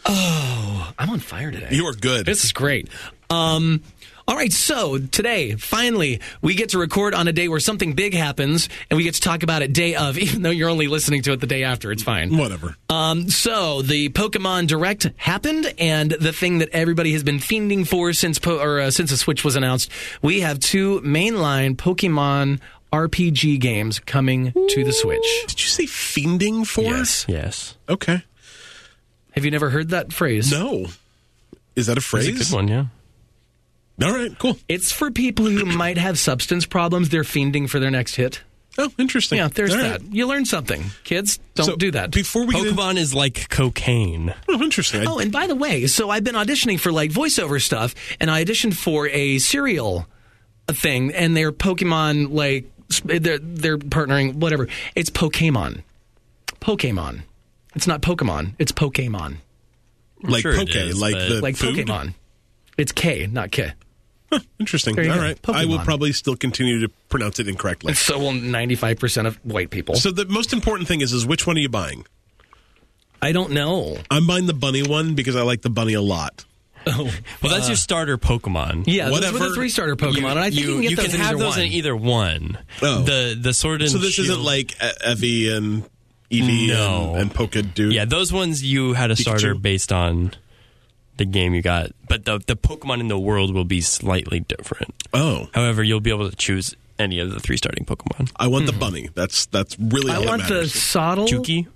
A: oh, I'm on fire today.
B: You are good.
A: This is great. Um, all right, so today, finally, we get to record on a day where something big happens, and we get to talk about it day of, even though you're only listening to it the day after. It's fine.
B: Whatever.
A: Um, so the Pokemon Direct happened, and the thing that everybody has been fiending for since po- or uh, since the Switch was announced, we have two mainline Pokemon RPG games coming to the Switch.
B: Did you say fiending for?
C: Yes.
B: Okay.
A: Have you never heard that phrase?
B: No. Is that a
C: It's
B: phrase?
C: a good one, yeah.
B: All right. Cool.
A: It's for people who might have substance problems. They're fiending for their next hit.
B: Oh, interesting.
A: Yeah, there's
B: All right.
A: that. You learn something. Kids, don't
B: So,
A: do that.
B: Before we get in-
C: Pokemon is like cocaine.
B: oh, interesting. I-
A: oh, and by the way, so I've been auditioning for like voiceover stuff, and I auditioned for a serial thing, and they're Pokemon, like, sp- they're, they're partnering, whatever. It's Pokemon. Pokemon. It's not Pokemon, it's Pokemon.
B: like
C: sure it
B: poke,
C: is,
B: like
C: but-
B: the
A: Like
B: food?
A: Pokemon. It's K, not K.
B: Interesting.
A: There
B: All
A: you
B: right.
A: go.
B: I will
A: Pokemon.
B: probably still continue to pronounce it incorrectly.
A: So will 95% of white people.
B: So the most important thing is, is which one are you buying?
A: I don't know.
B: I'm buying the bunny one because I like the bunny a lot.
C: Well, that's your starter Pokemon.
A: Uh, Yeah, those were
B: Whatever.
A: the three starter Pokemon, and I think you, can get those in
C: have
A: either
C: those
A: one.
C: in e- either one.
B: Oh.
C: The the sword and
B: So this
C: shield.
B: isn't like E- Evie and Evie
C: No.
B: and, and Polka Dude.
C: yeah, those ones you had a starter based on the game you got, but the the Pokemon in the world will be slightly different.
B: Oh,
C: However, you'll be able to choose any of the three starting Pokemon.
B: I want the bunny. That's that's really
A: I
B: all
A: want
B: that
A: the
B: matters.
A: Soddle.
C: Juki,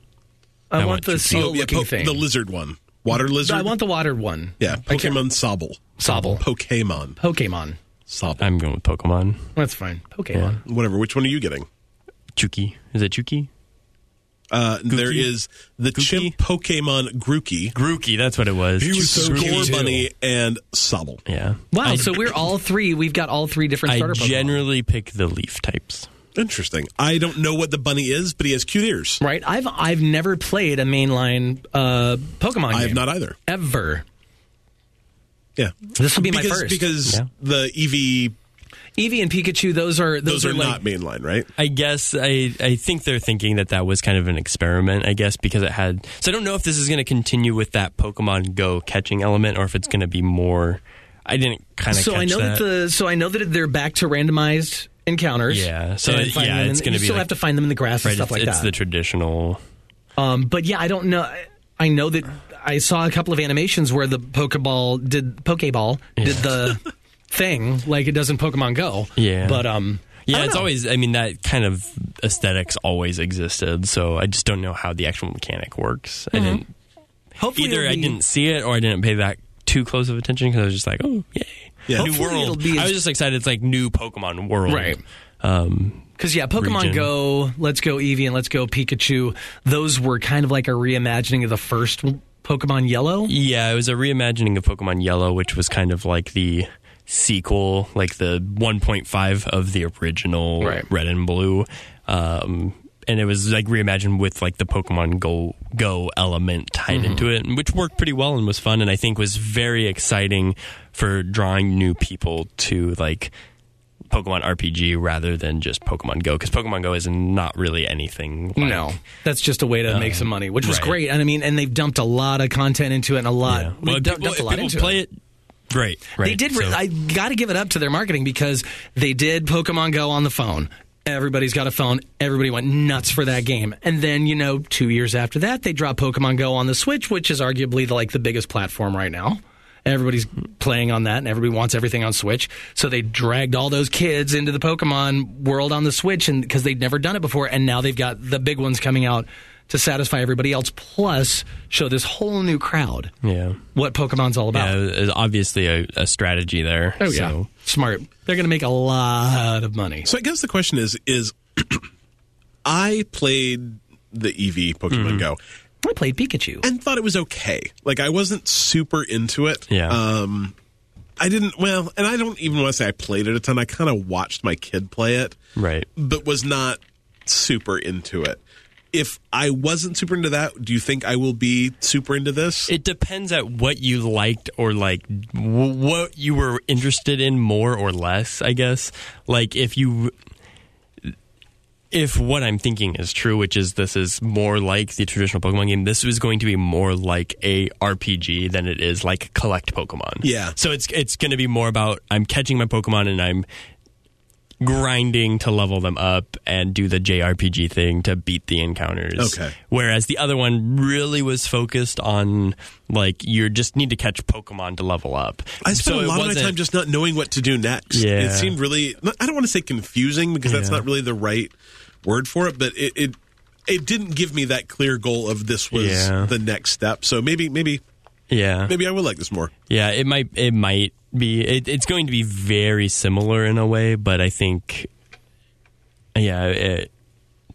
A: I,
C: I
A: want,
C: want
A: the
C: Juki.
A: seal
B: Oh, yeah,
A: looking
B: po-
A: thing.
B: the lizard one, water lizard.
A: I want the watered one.
B: yeah, Pokemon Sobble.
A: Sobble.
B: Pokemon
A: Pokemon.
B: Sobble.
C: I'm going with Pokemon.
A: That's fine. Pokemon.
B: Whatever. Which one are you getting?
C: Juki, is it Juki?
B: Uh, there is the chimp Pokemon Grookey.
C: Grookey, that's what it was.
B: He was
C: Juki.
B: so
A: Grookey too.
B: Bunny and Sobble.
C: Yeah.
A: Wow,
C: I,
A: so we're all three. We've got all three different
C: I
A: starter Pokemon.
C: generally pick the leaf types.
B: Interesting. I don't know what the bunny is, but he has cute ears.
A: right? I've I've never played a mainline uh, Pokemon
B: I have
A: game.
B: not either.
A: Ever.
B: Yeah,
A: This will be my
B: because
A: first.
B: because
C: Yeah.
B: the Eevee
A: Eevee and Pikachu, those are those,
B: those, are,
A: like,
B: not mainline, right?
C: I guess I, I think they're thinking that that was kind of an experiment, I guess, because it had. So I don't know if this is going to continue with that Pokemon Go catching element or if it's going to be more. I didn't kind of
A: So
C: catch
A: I know that.
C: that.
A: the so I know that they're back to randomized encounters.
C: Yeah, so
A: And
C: it-
A: find
C: yeah,
A: them in-
C: it's gonna
A: you
C: be
A: still
C: like-
A: have to find them in the grass
C: right,
A: and stuff
C: it's,
A: like
C: it's
A: that.
C: the traditional.
A: Um, but yeah, I don't know. I- I know that I saw a couple of animations where the Pokeball did Pokeball did the thing like it does in Pokemon Go.
C: Yeah.
A: but um, I
C: Yeah,
A: don't
C: it's
A: know.
C: always. I mean, that kind of aesthetics always existed. So I just don't know how the actual mechanic works.
A: Mm-hmm.
C: I didn't
A: hopefully
C: either.
A: it'll
C: I
A: be-
C: didn't see it, or I didn't pay that too close of attention because I was just like, oh, yay,
B: Yeah.
C: new
A: Hopefully it'll
C: world.
A: be as-
C: I was just excited. It's like new Pokemon world,
A: Right.
C: Um,
A: Because yeah, Pokemon
C: region.
A: Go, Let's Go Eevee, and Let's Go Pikachu. Those were kind of like a reimagining of the first Pokemon Yellow.
C: Yeah, it was a reimagining of Pokemon Yellow, which was kind of like the sequel, like the 1.5 of the original
A: Right.
C: Red and Blue. Um, and it was like reimagined with like the Pokemon Go Go element tied
A: Mm-hmm.
C: into it, which worked pretty well and was fun, and I think was very exciting for drawing new people to like Pokemon RPG rather than just Pokemon Go because Pokemon Go is not really anything. Like,
A: no, that's just a way to make some money, which was
C: Uh, right.
A: great. And I mean, and they've dumped a lot of content into it, and a lot.
C: yeah.
A: they
C: Well, if
A: dumped
C: people,
A: a
C: if
A: lot
C: people
A: into
C: play
A: it.
C: it, great. right.
A: They did. Re-
C: so-
A: I got to give it up to their marketing because they did Pokemon Go on the phone. Everybody's got a phone. Everybody went nuts for that game. And then, you know, two years after that, they dropped Pokemon Go on the Switch, which is arguably the, like the biggest platform right now. Everybody's playing on that, and everybody wants everything on Switch. So they dragged all those kids into the Pokemon world on the Switch, and because they'd never done it before, and now they've got the big ones coming out to satisfy everybody else, plus show this whole new crowd
C: yeah.
A: what Pokemon's all about.
C: Yeah, there's Uh, obviously a, a strategy there.
A: Oh yeah,
C: So,
A: smart. They're going to make a lot of money.
B: So I guess the question is: is I played the Eevee
C: Mm-hmm.
B: Pokemon Go
A: I played Pikachu.
B: and thought it was okay. Like I wasn't super into it.
C: yeah.
B: Um, I didn't. Well, and I don't even want to say I played it a ton. I kind of watched my kid play it,
C: right.
B: but was not super into it. If I wasn't super into that, do you think I will be super into this?
C: It depends at what you liked or like w- what you were interested in more or less, I guess. Like if you if what I'm thinking is true, which is this is more like the traditional Pokemon game, this is going to be more like a RPG than it is like collect Pokemon.
B: Yeah.
C: So it's it's going to be more about I'm catching my Pokemon and I'm grinding to level them up and do the JRPG thing to beat the encounters.
B: Okay.
C: Whereas the other one really was focused on like you just need to catch Pokemon to level up.
B: I spent
C: So
B: a
C: it
B: lot of my
C: wasn't-
B: time just not knowing what to do next.
C: Yeah.
B: It seemed really, I don't want to say confusing because that's
C: Yeah.
B: not really the right word for it, but it, it, it didn't give me that clear goal of this was
C: Yeah.
B: the next step. So maybe, maybe,
C: yeah.
B: maybe I will like this more.
C: Yeah, it might it might be it, it's going to be very similar in a way, but I think yeah, it,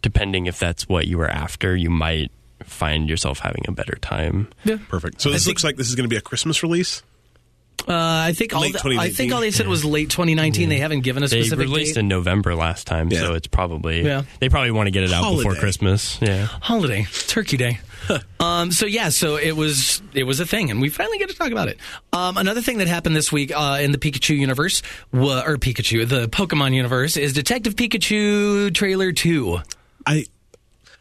C: depending if that's what you were after, you might find yourself having a better time.
B: Perfect. So this looks like this is going to be a Christmas release.
A: Uh, I think all
B: Late
A: the, I think
B: 2019.
A: all they said was late 2019. They haven't given a
C: They
A: specific
C: released
A: date.
C: in November last time, so
B: Yeah.
C: it's probably
A: Yeah.
C: they probably want to get it out before
B: Holiday.
C: Christmas. Yeah.
A: holiday, Turkey Day. um, so yeah, so it was it was a thing, and we finally get to talk about it. Um, another thing that happened this week uh, in the Pikachu universe, wa- or Pikachu, the Pokemon universe, is Detective Pikachu trailer two.
B: I,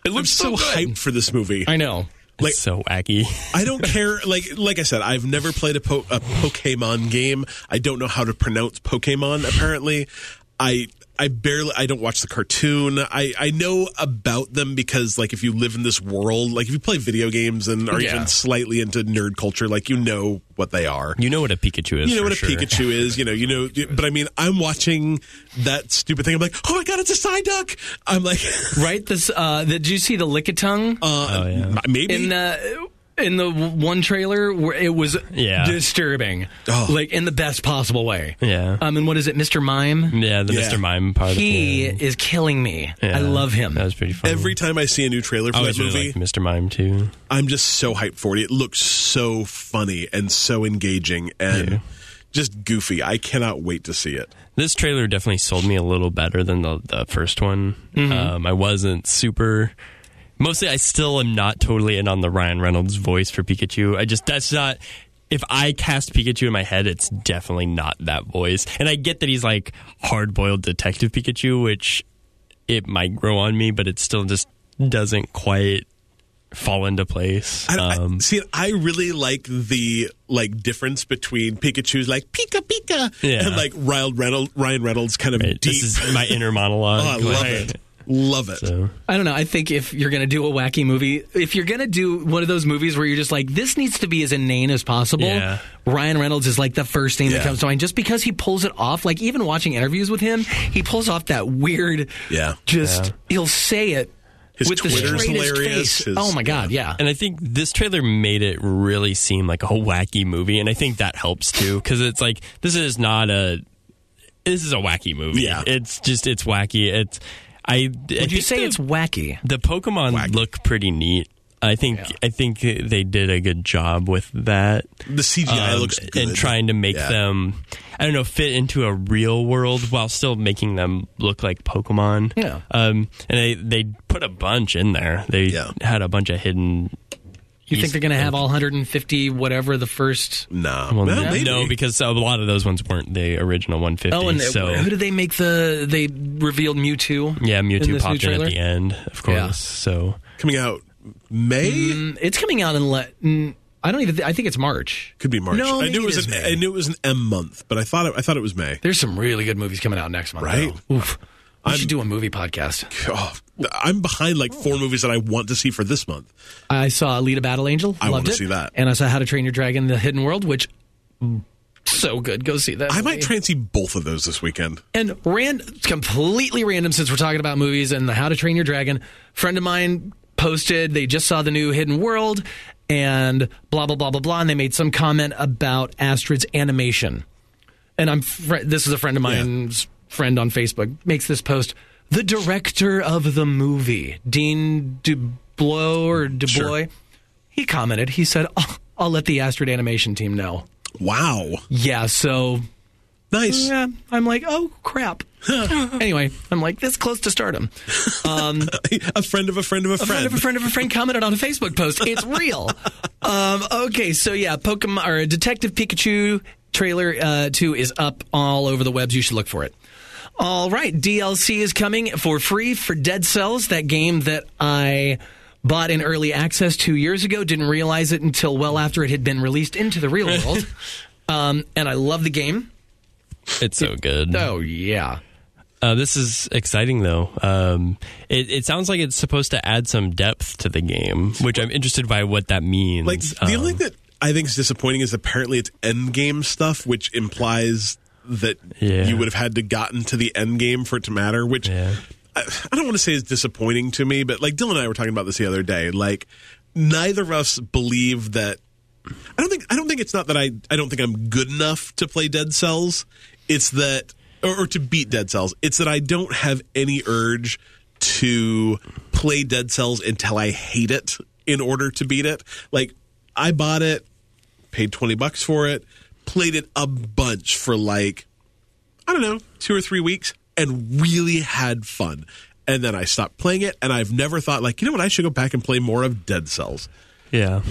B: it looks so,
A: so good.
B: hyped for this movie.
A: I know.
C: It's
B: Like-
C: so wacky.
B: I don't care. Like like I said, I've never played a, po- a Pokemon game. I don't know how to pronounce Pokemon. Apparently, I I barely. I don't watch the cartoon. I I know about them because like if you live in this world, like if you play video games and are
A: Yeah.
B: even slightly into nerd culture, like you know what they are.
C: You know what a Pikachu is.
B: You know
C: for
B: what a
C: sure.
B: Pikachu is, you know, you know, but I mean, I'm watching that stupid thing. I'm like, oh my god, it's a Psyduck! I'm like,
A: Right? This uh, the, did you see the Lickitung
B: uh,
C: Oh, yeah.
B: maybe
A: in the in the w- one trailer where it was
C: Yeah.
A: disturbing,
B: Oh.
A: like in the best possible way.
C: Yeah.
A: Um, and what is it, Mr. Mime?
C: Yeah, the
B: Yeah.
C: Mr. Mime part
A: He
C: of
A: is killing me.
C: yeah.
A: I love him.
C: That was pretty fun.
B: every time I see a new trailer for
C: I
B: that
C: always
B: movie,
C: Oh, really like Mr. Mime too.
B: I'm just so hyped for it. It looks so funny and so engaging and just goofy. I cannot wait to see it.
C: This trailer definitely sold me a little better than the, the first one.
B: Mm-hmm.
C: Um, I wasn't super. Mostly, I still am not totally in on the Ryan Reynolds voice for Pikachu. I just, that's not. If I cast Pikachu in my head, it's definitely not that voice. And I get that he's like hard boiled Detective Pikachu, which it might grow on me, but it still just doesn't quite fall into place. Um,
B: I, I- see, I really like the like difference between Pikachu's like Pika Pika
C: Yeah.
B: and like Ryan Reynolds, Ryan Reynolds kind of
C: Right.
B: deep.
C: This is my inner monologue.
B: oh, I love
C: Like,
B: it. Love it.
C: So.
A: I don't know. I think if you're going to do a wacky movie, if you're going to do one of those movies where you're just like, this needs to be as inane as possible,
C: Yeah.
A: Ryan Reynolds is like the first thing that
B: Yeah.
A: comes to mind just because he pulls it off. Like, even watching interviews with him, he pulls off that weird,
B: Yeah.
A: just,
C: Yeah.
A: he'll say it
B: His
A: with the
B: Twitter's
A: straightest
B: hilarious.
A: face.
B: His-
A: oh my God, yeah.
C: And I think this trailer made it really seem like a whole wacky movie, and I think that helps too because it's like this is not a this is a wacky movie.
B: Yeah.
C: it's just it's wacky. It's I
A: Would you say it's wacky?
C: the Pokemon look pretty neat. I think
A: Yeah.
C: I think they did a good job with that.
B: The CGI
C: um,
B: looks good.
C: and trying to make
B: Yeah.
C: them I don't know fit into a real world while still making them look like Pokemon.
A: Yeah.
C: Um, and they they put a bunch in there. They
B: Yeah.
C: had a bunch of hidden.
A: You think they're going to have all 150, whatever the first.
B: Nah.
C: Well,
B: Well,
C: no,
B: maybe.
C: no, because a lot of those ones weren't the original 150.
A: Oh, and they-
C: so
A: who did they make the. They revealed Mewtwo?
C: yeah,
A: this new
C: Mewtwo popped in
A: trailer?
C: at the end, of course.
A: Yeah.
C: So
B: coming out May.
A: It's coming out in. Le- mm, I don't even. Th- I think it's March.
B: Could be March.
A: No,
B: I knew
A: maybe
B: it
A: it
B: was
A: is
B: an,
A: May.
B: I knew it was an M month, but I thought it, I thought it was May.
A: There's some really good movies coming out next month.
B: Right?
A: though. Oof. We should do a movie podcast.
B: Oh, I'm behind like four movies that I want to see for this month.
A: I saw Alita Battle Angel.
B: I
A: loved
B: wanna
A: it.
B: see that.
A: And I saw How to Train Your Dragon: The Hidden World, which mm, so good. Go see that.
B: I might
A: movie.
B: try and see both of those this weekend.
A: And ran completely random since we're talking about movies and the How to Train Your Dragon. Friend of mine posted they just saw the new Hidden World and blah blah blah blah blah, and they made some comment about Astrid's animation. And I'm fr- this is a friend of mine's friend on Facebook makes this post. The director of the movie, Dean DuBlow or DuBloy, he commented. He said, "Oh, "I'll let the Astrid animation team know."
B: Wow.
A: Yeah, so
B: Nice.
A: Yeah, I'm like, oh crap. anyway, I'm like this close to stardom.
B: a friend of a friend of a,
A: A friend of a friend of a friend commented on a Facebook post. It's real. um, okay, so yeah, Pokemon or Detective Pikachu trailer uh, two is up all over the webs. You should look for it. All right, DLC is coming for free for Dead Cells, that game that I bought in early access two years ago. Didn't realize it until well after it had been released into the real world. um, and I love the game.
C: It's so good.
A: Oh yeah.
C: Uh, this is exciting, though. Um, it, it sounds like it's supposed to add some depth to the game, which I'm interested by what that means.
B: Like the
C: Um,
B: only thing that I think is disappointing is apparently it's end game stuff, which implies that
C: Yeah.
B: you would have had to gotten to the end game for it to matter. Which
C: Yeah.
B: I, I don't want to say is disappointing to me, but like Dylan and I were talking about this the other day. Like neither of us believe that. I don't think I don't think it's not that I I don't think I'm good enough to play Dead Cells. It's that or, or to beat Dead Cells. It's that I don't have any urge to play Dead Cells until I hate it in order to beat it. Like I bought it, paid 20 bucks for it, played it a bunch for like I don't know, two or three weeks and really had fun. And then I stopped playing it and I've never thought like, you know what, I should go back and play more of Dead Cells.
C: Yeah.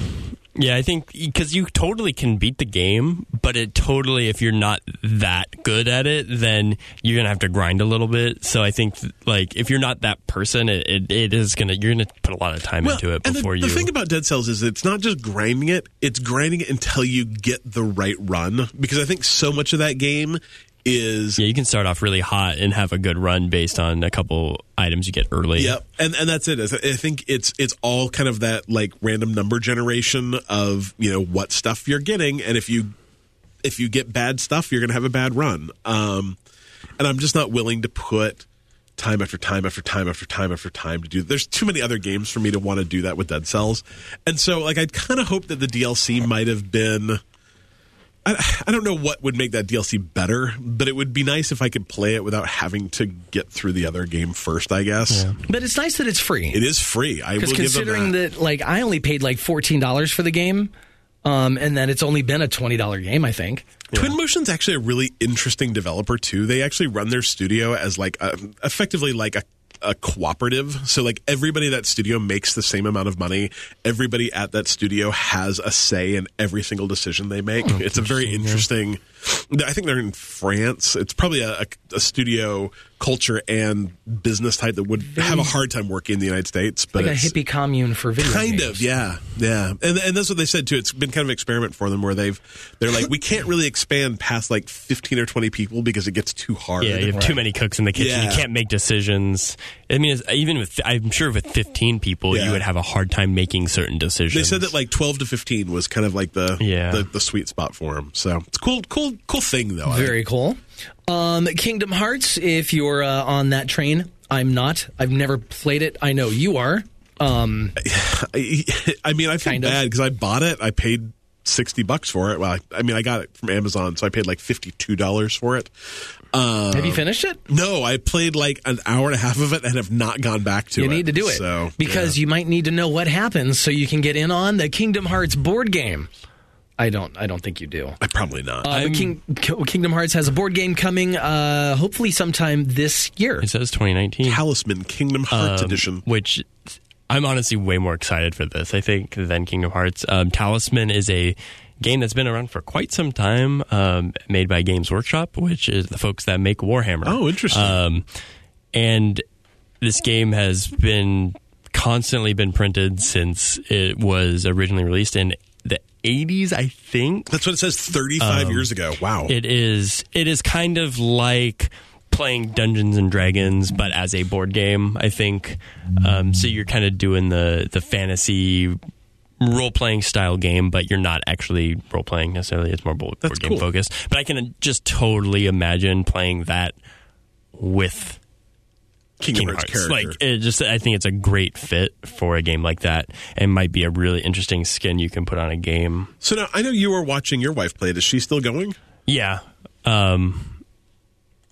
C: Yeah, I think because you totally can beat the game, but it totally, if you're not that good at it, then you're going to have to grind a little bit. So I think, like, if you're not that person, it, it, it is going to, you're going to put a lot of time into it
B: and the,
C: before
B: the
C: you.
B: thing about Dead Cells is it's not just grinding it, it's grinding it until you get the right run. Because I think so much of that game is
C: yeah, you can start off really hot and have a good run based on a couple items you get early.
B: Yep, and and that's it. I th- I think it's it's all kind of that like random number generation of you know what stuff you're getting, and if you if you get bad stuff, you're going to have a bad run. Um, and I'm just not willing to put time after time after time after time after time to do. There's too many other games for me to want to do that with Dead Cells, and so like I kind of hope that the DLC might have been. I, I don't know what would make that DLC better, but it would be nice if I could play it without having to get through the other game first. I guess.
A: But it's nice that it's free.
B: It is free. I will
A: Because
B: give them
A: considering
B: that.
A: that. like, I only paid like fourteen dollars for the game, um, and then it's only been a twenty dollar game, I think.
B: Twin Motion's actually a really interesting developer too. They actually run their studio as like a, effectively like a a cooperative. So like everybody at that studio makes the same amount of money. Everybody at that studio has a say in every single decision they make. it's a very Oh, interesting. I think they're in France. It's probably a, a, a studio culture and business type that would have a hard time working in the United States. But
A: Like a
B: it's-
A: hippie commune for video
B: kind
A: games.
B: of yeah yeah and and that's what they said too it's been kind of an experiment for them where they've they're like we can't really expand past like 15 or 20 people because it gets too hard
C: Yeah, you have too many cooks in the kitchen.
B: Yeah.
C: You can't make decisions. I mean, it's, even with I'm sure with 15 people,
B: Yeah.
C: you would have a hard time making certain decisions.
B: they said that like 12 to 15 was kind of like the
C: Yeah.
B: the, the sweet spot for them so it's cool cool cool thing though I-
A: Very cool. Um, Kingdom Hearts. If you're uh, on that train, I'm not. I've never played it. I know you are. Um,
B: I, I mean i feel
A: Kind of.
B: bad because i bought it i paid 60 bucks for it well I, I mean i got it from amazon so i paid like $52 for it um,
A: have you finished it?
B: no i played like an hour and a half of it and have not gone back to
A: You
B: it
A: need to do it
B: so
A: because you might need to know what happens so you can get in on the Kingdom Hearts board game. I don't. I don't think you do.
B: I probably not.
A: Uh, but King, Kingdom Hearts has a board game coming, uh, hopefully sometime this year.
C: it says 2019.
B: Talisman Kingdom Hearts
C: Mm. um,
B: Edition.
C: Which I'm honestly way more excited for this, I think, than Kingdom Hearts. Um, Talisman is a game that's been around for quite some time, um, made by Games Workshop, which is the folks that make Warhammer.
B: Oh, interesting.
C: Um, and this game has been constantly been printed since it was originally released in the 80s, I think.
B: That's what it says 35 years ago. Wow.
C: um, It is. It is kind of like playing Dungeons and Dragons, but as a board game. I think. Um, so you're kind of doing the the fantasy role playing style game, but you're not actually role playing necessarily. It's more bo- board,
B: That's
C: game
B: cool.
C: focused. But I can just totally imagine playing that with
B: Kingdom,
C: Kingdom
B: Hearts,
C: Hearts.
B: character.
C: Like it just, I think it's a great fit for a game like that, and might be a really interesting skin you can put on a game.
B: so now I know you were watching your wife play it. Is she still going?
C: Yeah. Um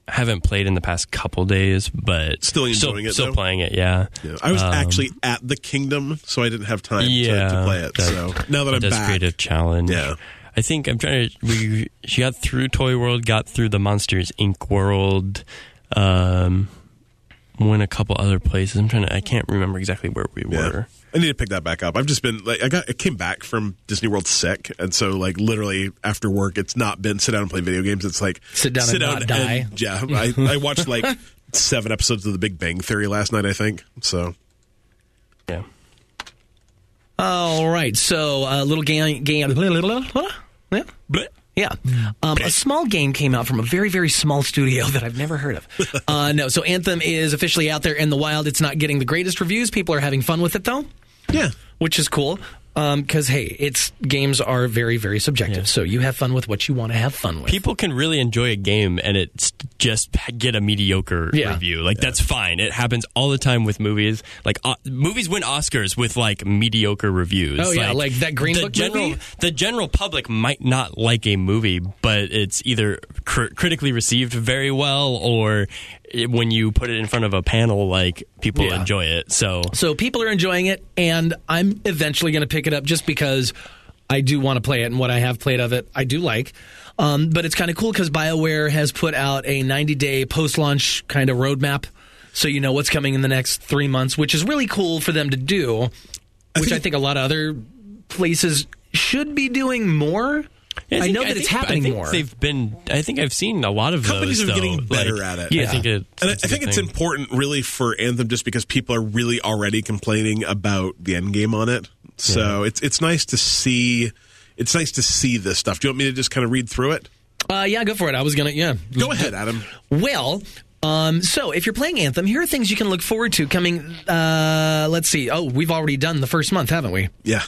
C: haven't played in the past couple days, but
B: Still enjoying
C: still,
B: it,
C: Still
B: though?
C: playing it, yeah.
B: I was
C: Um,
B: actually at the Kingdom, so I didn't have time to-
C: yeah,
B: to, play it.
C: that-
B: so now that I'm
C: does
B: back,
C: create a challenge.
B: Yeah.
C: I I think I'm trying to. We she got through Toy World, got through the Monsters Inc. world, um, went a couple other places. I'm trying to. I can't remember exactly where we
B: Yeah.
C: were.
B: I need to pick that back up. I've just been like I got I came back from Disney World sick, and so like literally after work, it's not been sit down and play video games. It's like
A: Sit down and not
B: and- yeah, I, I watched like seven episodes of The Big Bang Theory last night. I think so.
C: Yeah.
A: All right, so a little game, game, yeah,
C: But
A: yeah. Um, a small game came out from a very, very small studio that I've never heard of. Uh, no, so Anthem is officially out there in the wild. It's not getting the greatest reviews. People are having fun with it though,
B: Yeah,
A: which is cool. Because hey, it's games are very, very subjective. So you have fun with what you want to have fun with.
C: people can really enjoy a game and it's just get a mediocre
A: Yeah.
C: review. Like that's fine. It happens all the time with movies. Like uh, movies win Oscars with like mediocre reviews.
A: Oh, yeah, like that Green
C: the
A: Book
C: general,
A: movie?
C: The general public might not like a movie, but it's either cr- critically received very well or it, when you put it in front of a panel, like people
A: Yeah.
C: enjoy it. So
A: So people are enjoying it, and I'm eventually going to pick it up just because I do want to play it, and what I have played of it, I do like. Um, but it's kind of cool because BioWare has put out a 90 day post launch kind of roadmap, so you know what's coming in the next three months, which is really cool for them to do, which I think,
B: think-
A: a lot of other places should be doing more. I,
C: think-
A: know that it's
C: think-
A: happening
C: I think
A: more.
C: They've been. I think I've seen a lot of
B: Companies
C: those,
B: are
C: though.
B: getting better
C: Like,
B: at it.
C: I
A: Yeah.
C: think it,
B: and I, I
C: a
B: think
C: good
B: it's
C: thing.
B: important really for Anthem just because people are really already complaining about the end game on it. So it's it's nice to see. It's nice to see this stuff. Do you want me to just kind of read through it?
A: Uh, yeah, go for it. I was gonna, yeah,
B: Go ahead, Adam.
A: Well, um, so if you're playing Anthem, here are things you can look forward to coming. Uh, let's see. Oh, we've already done the first month, haven't we?
B: Yeah.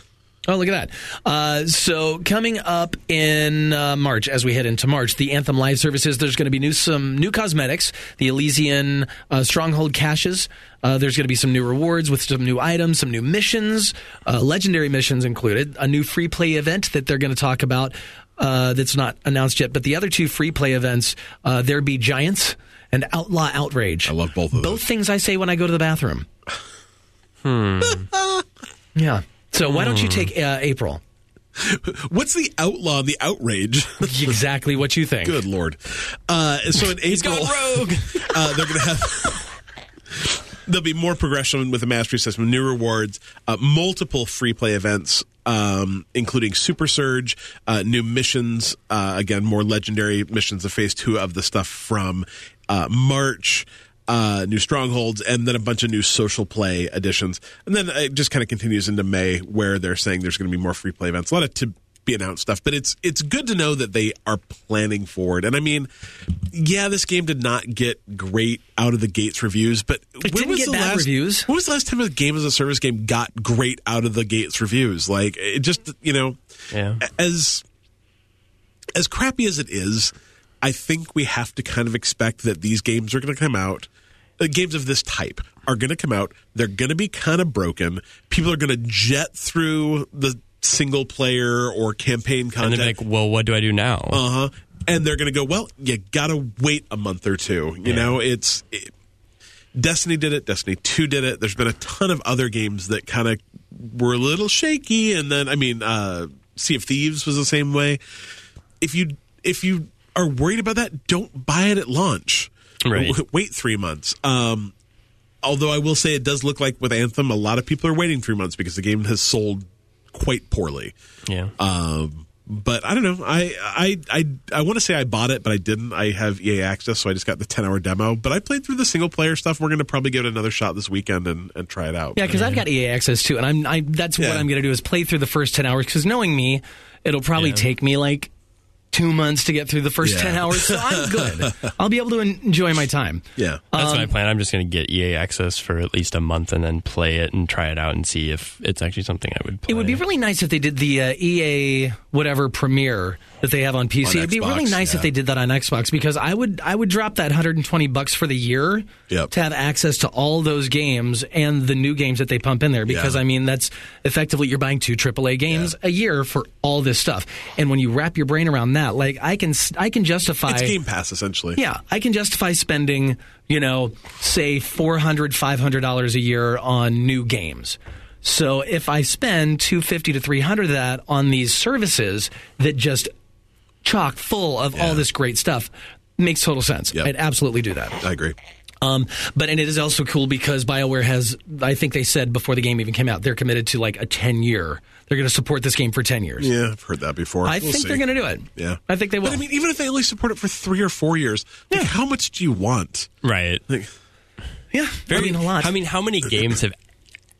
A: Oh, look at that. Uh, so coming up in uh, March, as we head into March, the Anthem Live services. There's going to be new some new cosmetics, the Elysian uh, Stronghold caches. Uh, there's going to be some new rewards with some new items, some new missions, uh, legendary missions included. A new free play event that they're going to talk about uh, that's not announced yet. But the other two free play events, uh, there be giants and outlaw outrage.
B: I love both of them.
A: Both things I say when I go to the bathroom. Hmm. yeah. So why don't you take uh, April?
B: What's the outlaw and the outrage?
A: Exactly what you think.
B: Good lord. Uh, so in April,
C: rogue.
B: uh, they're going to have. There'll be more progression with the mastery system, new rewards, uh, multiple free play events, um, including Super Surge, uh, new missions, uh, again, more legendary missions of Phase 2 of the stuff from uh, March, uh, new strongholds, and then a bunch of new social play additions. And then it just kind of continues into May where they're saying there's going to be more free play events. A lot of to be announced stuff, but it's it's good to know that they are planning forward. And I mean, yeah, this game did not get great out of the gates reviews, but
A: It didn't get bad
B: last,
A: reviews.
B: When was the last time a game as a service game got great out of the gates reviews? Like it just you know,
C: Yeah.
B: as as crappy as it is, I think we have to kind of expect that these games are going to come out. uh, games of this type are going to come out. They're going to be kind of broken. People are going to jet through the single player or campaign
C: And
B: content.
C: they're like, well, what do I do now?
B: Uh huh. And they're going to go, well, you got to wait a month or two. You know, it's. It, Destiny did it. Destiny 2 did it. There's been a ton of other games that kind of were a little shaky. And then, I mean, uh, Sea of Thieves was the same way. If you if you are worried about that, don't buy it at launch.
C: Right.
B: W- Wait three months. Um, although I will say it does look like with Anthem, a lot of people are waiting three months because the game has sold quite poorly.
C: yeah.
B: Um, but I don't know. I I I, I want to say I bought it, but I didn't. I have EA access, so I just got the ten hour demo. But I played through the single player stuff. We're going to probably give it another shot this weekend and, and try it out.
A: Yeah, because I've got EA access too, and I'm I, that's what
B: Yeah.
A: I'm going to do is play through the first ten hours. Because knowing me, it'll probably take me like two months to get through the first
B: Yeah.
A: ten hours. So I'm good. I'll be able to en- enjoy my time.
B: yeah.
A: Uh,
C: That's my plan. I'm just going to get EA access for at least a month and then play it and try it out and see if it's actually something I would play.
A: It would be really nice if they did the uh, EA whatever premiere that they have on PC.
B: On
A: It'd be really
B: Xbox,
A: nice
B: yeah.
A: if they did that on Xbox because I would I would drop that 120 bucks for the year
B: Yep.
A: to have access to all those games and the new games that they pump in there because
B: Yeah.
A: I mean that's effectively you're buying two AAA games a year for all this stuff. And when you wrap your brain around that, like I can s- I can justify
B: it's Game Pass essentially.
A: yeah, I can justify spending, you know, say $400, $500 a year on new games. So if I spend 250 to 300 of that on these services that just chock full of all this great stuff, makes total sense.
B: Yep.
A: I'd absolutely do that.
B: I agree.
A: Um, but and it is also cool because BioWare has, I think they said before the game even came out, they're committed to like a 10 year. They're going to support this game for 10 years.
B: Yeah, I've heard that before.
A: I think they're going to do it.
B: Yeah.
A: I think they will.
B: But I mean, even if they only support it for three or four years, like, how much do you want?
C: Right.
B: Like,
A: yeah, I mean a lot.
C: I mean, how many games have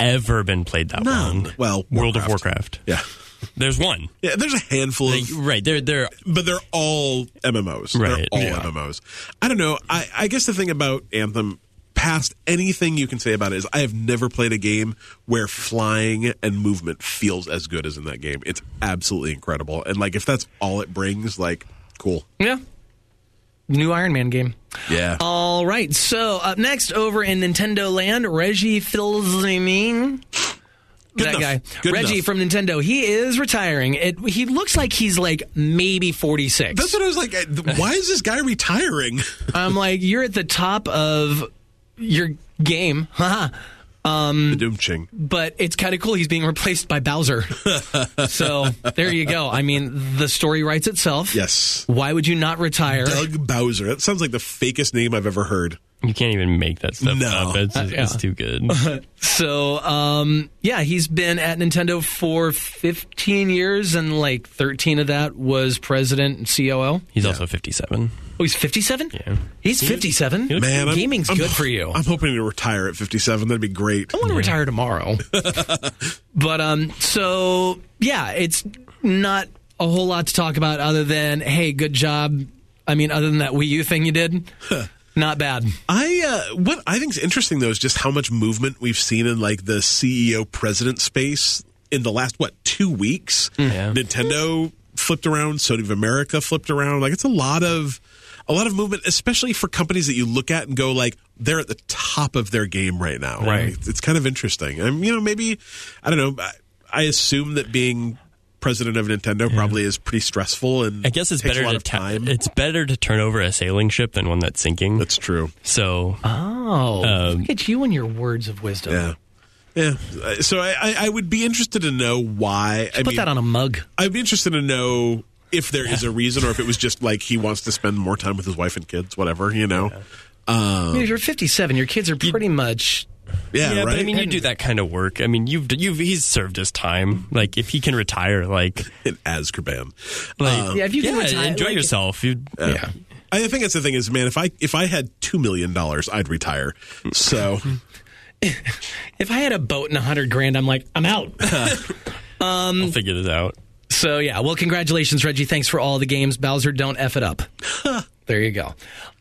C: ever been played that
B: None.
C: long?
B: Well,
C: World of
B: Warcraft.
C: Warcraft.
B: yeah,
C: There's one.
B: yeah. There's a handful
C: Like,
B: of
C: right. They're they're
B: but they're all MMOs. They're
C: Right,
B: all
C: yeah.
B: MMOs. I don't know. I, I guess the thing about Anthem, past anything you can say about it, is I have never played a game where flying and movement feels as good as in that game. It's absolutely incredible. And like, if that's all it brings, like, cool.
A: yeah, new Iron Man game.
B: Yeah.
A: All right. So up next, over in Nintendo Land, Reggie Fils-Aimé. That
B: enough.
A: guy,
B: Good
A: Reggie
B: enough.
A: from Nintendo, he is retiring. It, he looks like he's like maybe forty six.
B: that's what I was like. I- th- Why is this guy retiring?
A: I'm like, you're at the top of your game, haha.
B: The Doom Ching.
A: but it's kind of cool. He's being replaced by Bowser. so there you go. I mean, the story writes itself.
B: Yes.
A: Why would you not retire?
B: Doug Bowser. That sounds like the fakest name I've ever heard.
C: you can't even make that stuff
B: No.
C: up. It's, just-
A: yeah.
C: it's too good.
A: So, um, yeah, he's been at Nintendo for 15 years, and like 13 of that was president and COO.
C: He's also 57.
A: Oh, he's 57?
C: Yeah.
A: He's 57?
B: Man, I'm-
A: Gaming's
B: I'm-
A: good for you.
B: I'm hoping to retire at 57. That'd be great.
A: I want to retire tomorrow. but um, so yeah, it's not a whole lot to talk about other than hey, good job. I mean, other than that Wii U thing you did, not bad.
B: I uh, what I think is interesting though is just how much movement we've seen in like the CEO president space in the last what two weeks.
C: Yeah.
B: Nintendo flipped around, Sony of America flipped around. Like it's a lot of a lot of movement, especially for companies that you look at and go like they're at the top of their game right now.
C: Right.
B: It's, it's kind of interesting. Um, you know, maybe I don't know. I, I assume that being president of Nintendo probably is pretty stressful and
C: I guess it's
B: takes a
C: better
B: lot
C: to
B: of
C: ta-
B: time.
C: it's better to turn over a sailing ship than one that's sinking.
B: That's true.
C: so
A: Oh, look at you and your words of wisdom.
B: Yeah. Yeah. So I, I, I would be interested to know why. I
A: Put
B: mean,
A: that on a mug.
B: I'd be interested to know if there is a reason or if it was just like he wants to spend more time with his wife and kids, whatever, you know? Oh.
A: I mean, if you're 57, your kids are pretty much.
B: Yeah,
C: yeah,
B: right?
C: but I mean, you do that kind of work. I mean, you've you've he's served his time. Like if he can retire, like
B: in Azkaban.
C: like
A: Um, Yeah, if you can
C: yeah,
A: retire,
C: enjoy
A: like-
C: yourself. You,
A: Yeah.
B: Uh, I think that's the thing is, man, if I if I had two million dollars, I'd retire. So
A: If I had a boat and 100 grand, I'm like, I'm out. Mm.
C: I'll figure this out.
A: So yeah, well, congratulations, Reggie. Thanks for all the games. Bowser, don't f it up. there you go.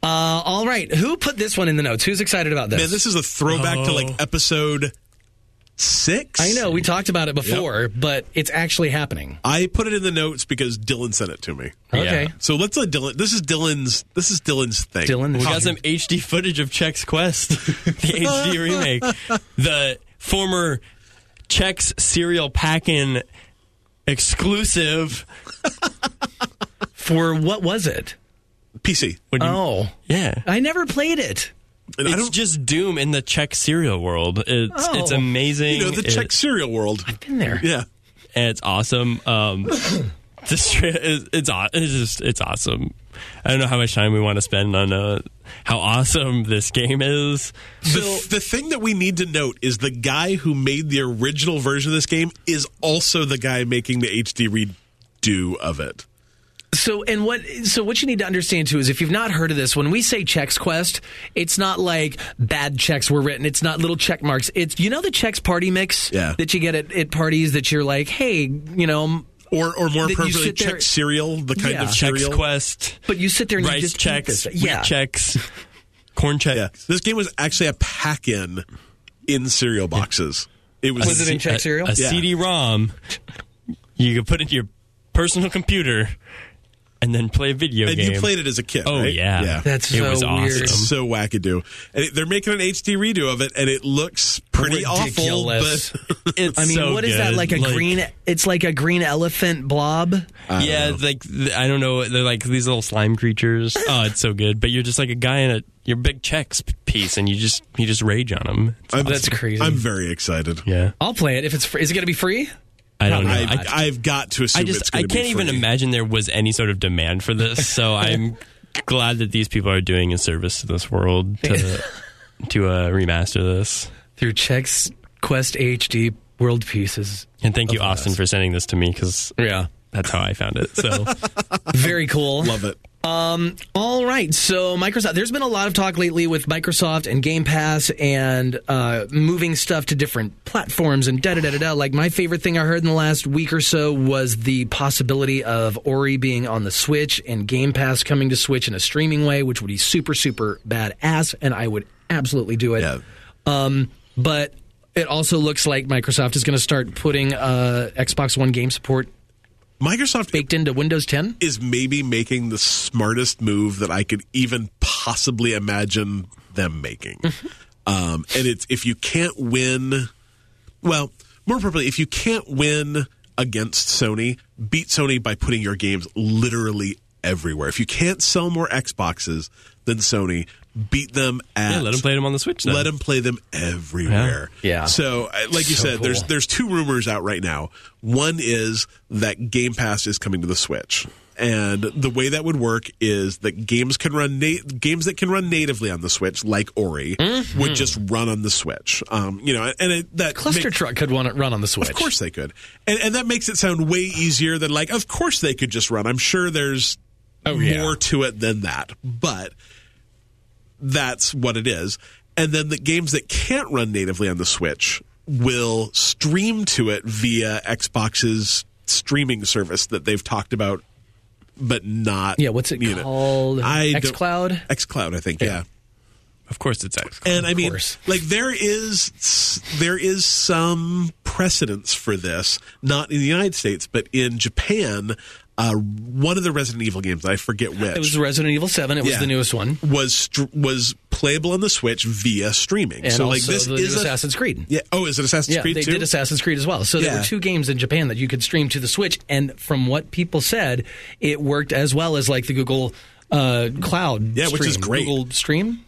A: Uh, all right, who put this one in the notes? Who's excited about this?
B: man, this is a throwback to like episode six.
A: I know we talked about it before, but it's actually happening.
B: I put it in the notes because Dylan sent it to me.
A: Okay,
C: Yeah.
B: So let's let Dylan this is Dylan's this is Dylan's thing.
A: Dylan,
C: We
A: this
C: got
A: is-
C: some HD footage of Chex Quest, the HD remake, the former Chex cereal packin exclusive.
A: for what was it?
B: PC.
C: When you-
A: Oh,
C: yeah,
A: I never played it.
B: And I
C: it's
B: don't
C: just Doom in the Czech cereal world. It's
A: Oh.
C: it's amazing.
B: you know the
C: It-
B: Czech cereal world.
A: Been there.
B: Yeah,
C: and it's awesome. Um, this tra- is- it's aw- it's just it's awesome. I don't know how much time we want to spend on uh, how awesome this game is.
B: the, the thing that we need to note is the guy who made the original version of this game is also the guy making the HD redo of it.
A: So and what so what you need to understand too is if you've not heard of this, when we say checks quest, it's not like bad checks were written. It's not little check marks. It's you know the checks party mix
B: Yeah.
A: that you get at, at parties that you're like, hey, you know,
B: Or, or more
A: That you
B: appropriately,
A: sit there-
B: Czech cereal, the kind
A: Yeah.
B: of
A: Czech
B: cereal.
C: Chex Quest,
A: but you sit there and you
C: rice
A: just eat
C: checks,
A: this.
C: wheat
A: yeah.
C: checks, corn checks.
B: Yeah, this game was actually a pack-in in cereal boxes. It was,
A: Was it in Czech
C: a,
A: cereal?
C: A
B: Yeah.
C: CD-ROM you could put into your personal computer, and then play a video
B: And
C: game.
B: you played it as a kid.
C: Oh
B: right?
C: yeah,
B: yeah.
A: That's
C: it
A: so
C: was awesome.
A: weird.
B: It's so wackadoo. And it- they're making an HD redo of it, and it looks pretty
A: Ridiculous.
B: awful. But
C: It's
A: I mean,
C: so
A: what is that?
C: good.
A: Like a green? It's like a green elephant blob.
C: yeah, it's like th- I don't know. They're like these little slime creatures. Oh, it's so good. But you're just like a guy in a your big checks p- piece, and you just you just rage on them.
B: I'm-
A: That's crazy.
B: I'm very excited.
C: yeah,
A: I'll play it if it's. Free. Is it going to be free?
C: I don't know. Oh, I,
B: I, I've got to assume
C: I
B: it's
C: just I
B: gonna be
C: can't even
B: free.
C: imagine there was any sort of demand for this. So I'm glad that these people are doing a service to this world to to uh, remaster this.
A: Through checks, Quest HD World Pieces.
C: And thank you, Austin, for sending this to me because
A: Yeah,
C: that's how I found it. So
A: very cool.
B: Love it.
A: All right, so Microsoft. There's been a lot of talk lately with Microsoft and Game Pass and uh, moving stuff to different platforms and da da da da da. Like my favorite thing I heard in the last week or so was the possibility of Ori being on the Switch and Game Pass coming to Switch in a streaming way, which would be super super badass, and I would absolutely do it.
B: Yeah.
A: Um, but it also looks like Microsoft is going to start putting uh, Xbox One game support
B: Microsoft
A: baked into Windows 10.
B: is maybe making the smartest move that I could even possibly imagine them making.
C: Mm-hmm.
B: um, and it's if you can't win, well, more properly, if you can't win against Sony, beat Sony by putting your games literally everywhere. If you can't sell more Xboxes than Sony, beat them at
C: yeah, let them play them on the Switch. Then.
B: let them play them everywhere.
A: Yeah. Yeah.
B: So, uh, like you
A: So
B: said, there's
A: cool.
B: there's two rumors out right now. One is that Game Pass is coming to the Switch, and the way that would work is that games can run na- games that can run natively on the Switch, like Ori,
A: Mm-hmm.
B: would just run on the Switch. Um, you know, and it, that
A: Cluster
B: makes-
A: Truck could want it run on the Switch.
B: of course they could, and, and that makes it sound way easier than like. Of course they could just run. I'm sure there's
A: Oh, yeah.
B: more to it than that, but that's what it is. And then the games that can't run natively on the Switch will stream to it via Xbox's streaming service that they've talked about, but not.
A: Yeah, what's it
B: you know.
A: called?
B: I don't-
A: XCloud?
B: XCloud, I think. yeah.
C: Of course, it's Xbox.
B: And I mean,
A: course.
B: like there is there is some precedence for this, not in the United States, but in Japan. Uh, one of the Resident Evil games, I forget which,
A: It was Resident Evil 7. It was
B: Yeah.
A: the newest one.
B: was str- was playable on the Switch via streaming.
A: And
B: so
A: also
B: like this
A: the
B: is
A: new
B: a-
A: Assassin's Creed.
B: Yeah. Oh, is it Assassin's
A: Yeah,
B: Creed
A: they
B: too?
A: did Assassin's Creed as well. So there
B: Yeah.
A: were two games in Japan that you could stream to the Switch, and from what people said, it worked as well as like the Google uh, Cloud.
B: Yeah, which is
A: stream.
B: great.
A: Google Stream.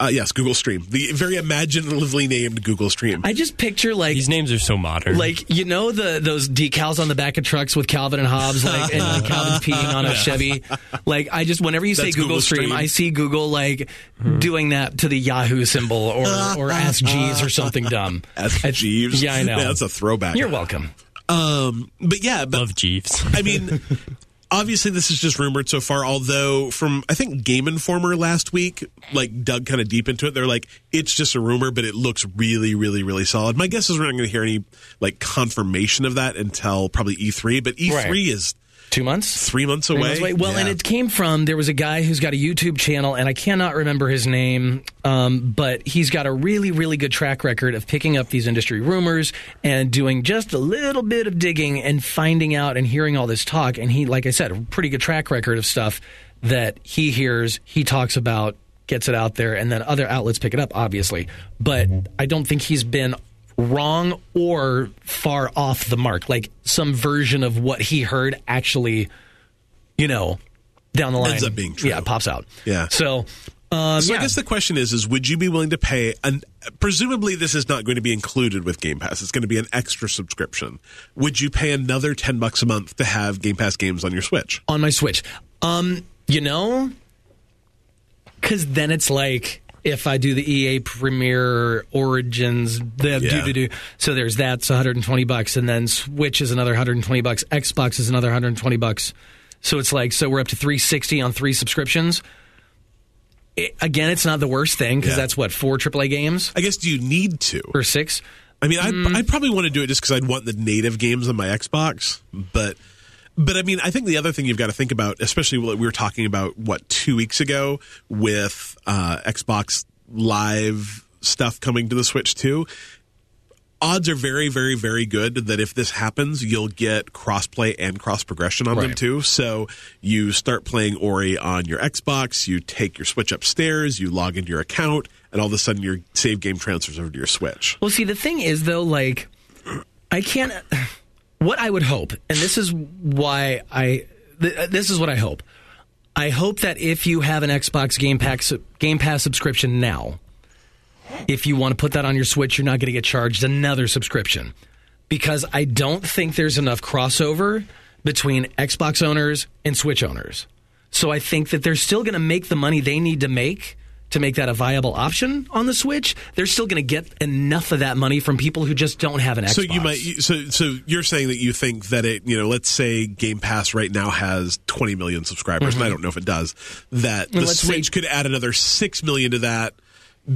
B: uh, yes, Google Stream, the very imaginatively named Google Stream.
A: I just picture like
C: These names are so modern.
A: Like you know the those decals on the back of trucks with Calvin and Hobbes, like and like Calvin's peeing on a Chevy. Like I just whenever you say
B: That's
A: Google,
B: Google
A: Stream,
B: Stream. Mm-hmm.
A: I see Google like doing that to the Yahoo symbol or or Ask Jeeves or something dumb.
B: Ask
A: I-
B: Jeeves.
A: Yeah, I know.
B: that's a throwback.
A: You're welcome.
B: Um, but yeah, but
C: love Jeeves.
B: I mean, obviously this is just rumored so far. Although from I think Game Informer last week, like dug kind of deep into it, they're like it's just a rumor, but it looks really, really, really solid. My guess is we're not going to hear any like confirmation of that until probably E3. But E3
A: Right.
B: is
A: Two months.
B: three months away.
A: Three months away. Well, and
B: Yeah.
A: it came from there was a guy who's got a YouTube channel, and I cannot remember his name, um, but he's got a really, really good track record of picking up these industry rumors and doing just a little bit of digging and finding out and hearing all this talk. And he, like I said, a pretty good track record of stuff that he hears, he talks about, gets it out there, and then other outlets pick it up, obviously. But I don't think he's been wrong or far off the mark. Like some version of what he heard actually you know, down the line
B: Ends up being true.
A: Yeah, it pops out.
B: Yeah.
A: So, um,
B: So
A: yeah.
B: I guess the question is: Is would you be willing to pay? An, presumably, this is not going to be included with Game Pass. It's going to be an extra subscription. Would you pay another ten bucks a month to have Game Pass games on your Switch?
A: on my Switch, um, you know, because then it's like if I do the EA Premiere Origins, the
B: Yeah.
A: do do do. So there's that's 120 bucks, and then Switch is another 120 bucks. Xbox is another 120 bucks. So it's like so we're up to 360 on three subscriptions. It- again, it's not the worst thing because
B: Yeah.
A: that's what four AAA games
B: I guess do you need to?
A: or six.
B: I mean, I'd, I'd probably want to do it just because I'd want the native games on my Xbox. But, but I mean, I think the other thing you've got to think about, especially what we were talking about, what two weeks ago with uh, Xbox Live stuff coming to the Switch too. odds are very, very, very good that if this happens, you'll get crossplay and cross progression on them
A: Right.
B: too. So you start playing Ori on your Xbox, you take your Switch upstairs, you log into your account, and all of a sudden your save game transfers over to your Switch.
A: Well, see, the thing is, though, like, I can't. What I would hope, and this is why I. Th- this is what I hope. I hope that if you have an Xbox Game Pass, Game Pass subscription now, if you want to put that on your Switch, you're not going to get charged another subscription. Because I don't think there's enough crossover between Xbox owners and Switch owners. So I think that they're still going to make the money they need to make to make that a viable option on the Switch. They're still going to get enough of that money from people who just don't have an Xbox.
B: So you might so so you're saying that you think that it you know let's say Game Pass right now has 20 million subscribers and I don't know if it does that the
A: And Mm-hmm. let's say-
B: Switch could add another 6 million to that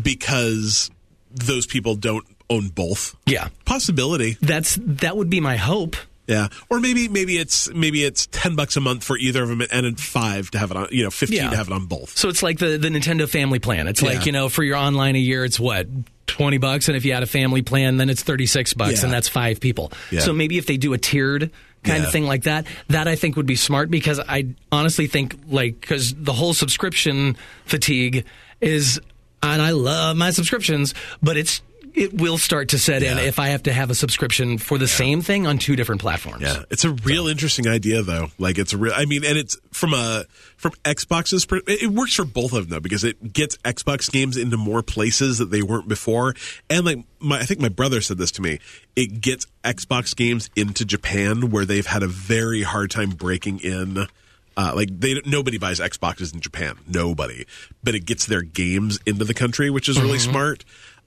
B: because those people don't own both.
A: Yeah.
B: Possibility.
A: That's that would be my hope.
B: Yeah, or maybe maybe it's maybe it's ten bucks a month for either of them, and then five to have it on, you know, fifteen
A: Yeah.
B: to have it on both.
A: So it's like the, the Nintendo family plan. It's like,
B: Yeah.
A: you know, for your online a year, it's what, 20 bucks? And if you had a family plan, then it's 36 bucks,
B: Yeah.
A: and that's five people.
B: Yeah.
A: So maybe if they do a tiered kind
B: Yeah.
A: of thing like that, that I think would be smart because I honestly think, like, because the whole subscription fatigue is, and I love my subscriptions, but it's, it will start to set in
B: Yeah.
A: if I have to have a subscription for the same thing on two different platforms.
B: Yeah, it's a real interesting idea, though. Like it's a real. I mean, and it's from a from Xbox's. per- It it works for both of them though because it gets Xbox games into more places that they weren't before. And like my, I think my brother said this to me. It gets Xbox games into Japan where they've had a very hard time breaking in. Uh, like they nobody buys Xboxes in Japan, nobody. But it gets their games into the country, which is really smart.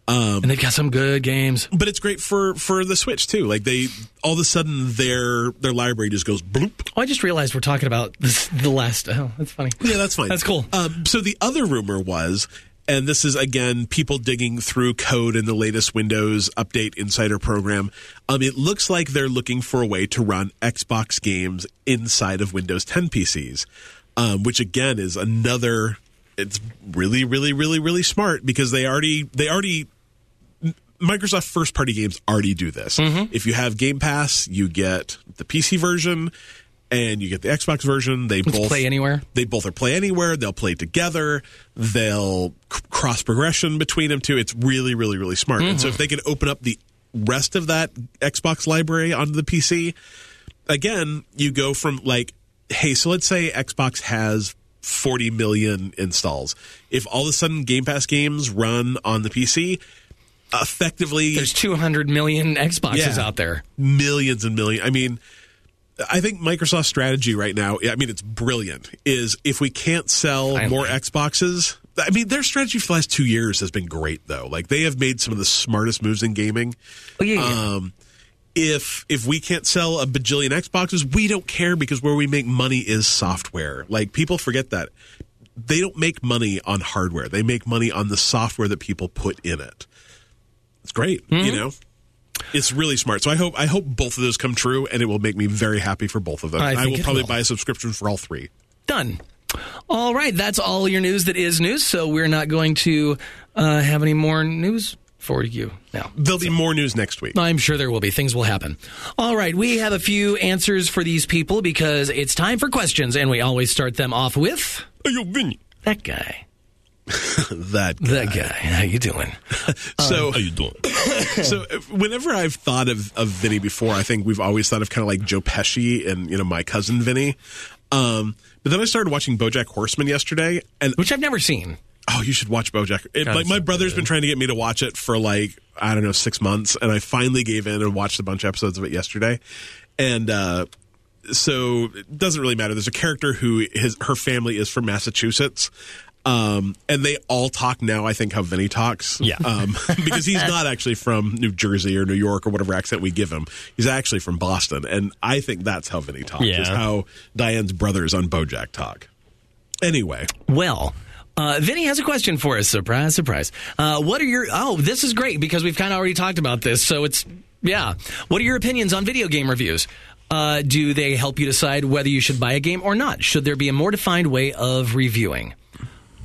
A: And they've got some good games.
B: but it's great for for the Switch too. Like they all of a sudden their their library just goes bloop.
A: Oh, I just realized we're talking about this, the last. Oh, that's funny.
B: Yeah, that's fine.
A: That's cool.
B: Um, so the other rumor was. And this is again people digging through code in the latest Windows Update Insider program. Um, it looks like they're looking for a way to run Xbox games inside of Windows 10 PCs, um, which again is another. It's really, really, really, really smart because they already they already Microsoft first party games already do this.
A: Mm-hmm.
B: If you have Game Pass, you get the PC version and you get the Xbox version. They both
A: play anywhere.
B: They both are play anywhere. They'll play together. They'll c- cross progression between them too. It's really, really, really smart. And so if they can open up the rest of that Xbox library onto the PC, again, you go from like, hey, so let's say Xbox has 40 million installs. If all of a sudden Game Pass games run on the PC, effectively
A: There's 200 million Xboxes
B: Yeah.
A: out there.
B: millions and millions. I mean, I think Microsoft's strategy right now, I mean, it's brilliant, is if we can't sell
A: Finally.
B: more Xboxes. I mean, their strategy for the last two years has been great, though. Like, they have made some of the smartest moves in gaming.
A: Oh, yeah,
B: Um, if if we can't sell a bajillion Xboxes, we don't care because where we make money is software. Like people forget that they don't make money on hardware; they make money on the software that people put in it. It's great,
A: Mm-hmm.
B: you know. It's really smart. So I hope I hope both of those come true, and it will make me very happy for both of them.
A: I
B: I,
A: think
B: will
A: it
B: probably
A: will.
B: buy a subscription for all three.
A: Done. All right, that's all your news that is news. So we're not going to uh, have any more news for you now.
B: There'll be more news next week.
A: I'm sure there will be. Things will happen. All right, we have a few answers for these people because it's time for questions, and we always start them off with
C: Yo, Vinny.
A: that guy.
B: That
A: That guy. How you doing?
B: so
C: How you doing?
B: so if- whenever I've thought of, of Vinny before, I think we've always thought of kind of like Joe Pesci and you know my cousin Vinny. Um, but then I started watching BoJack Horseman yesterday, and
A: Which I've never seen.
B: oh, you should watch BoJack. It,
A: God,
B: like
A: it's
B: my
A: so
B: brother's been trying to get me to watch it for like I don't know six months, and I finally gave in and watched a bunch of episodes of it yesterday. And uh, so it doesn't really matter. There's a character who his her family is from Massachusetts. Um, and they all talk now. I think how Vinny talks,
C: Yeah.
B: um, because he's not actually from New Jersey or New York or whatever accent we give him. He's actually from Boston, and I think that's how Vinny talks. Is
C: Yeah.
B: how Diane's brothers on BoJack talk. Anyway,
A: Well, uh, Vinny has a question for us. Surprise, surprise. Uh, what are your. Oh, this is great because we've kind of already talked about this. So it's. Yeah. What are your opinions on video game reviews? Uh, do they help you decide whether you should buy a game or not? Should there be a more defined way of reviewing?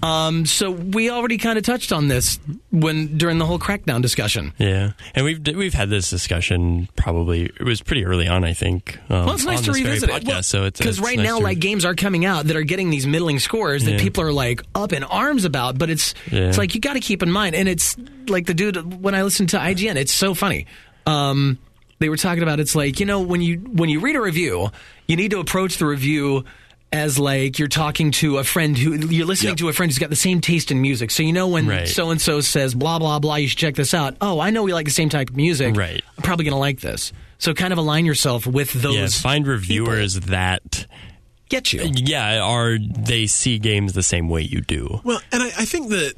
A: Um, so we already kind of touched on this when during the whole crackdown discussion.
C: Yeah, and we've we've had this discussion probably. It was pretty early on, I think. Um,
A: Well, it's nice
C: on
A: to
C: this very
A: revisit it.
C: podcast,
A: Well,
C: so it's it's
A: right
C: nice
A: now,
C: to-
A: like games are coming out that are getting these middling scores that
C: Yeah.
A: people are like up in arms about. But it's
C: Yeah.
A: it's like you got to keep in mind, and it's like the dude when I listen to IGN, it's so funny. Um, they were talking about it's like you know when you when you read a review, you need to approach the review as like you're talking to a friend who you're listening
B: Yep.
A: to a friend who's got the same taste in music. So you know when
C: Right.
A: so and so says blah blah blah, you should check this out. Oh, I know we like the same type of music.
C: Right.
A: I'm probably gonna like this. So kind of align yourself with those
C: yeah, find reviewers that
A: get you.
C: yeah are they see games the same way you do.
B: Well, and I, I think that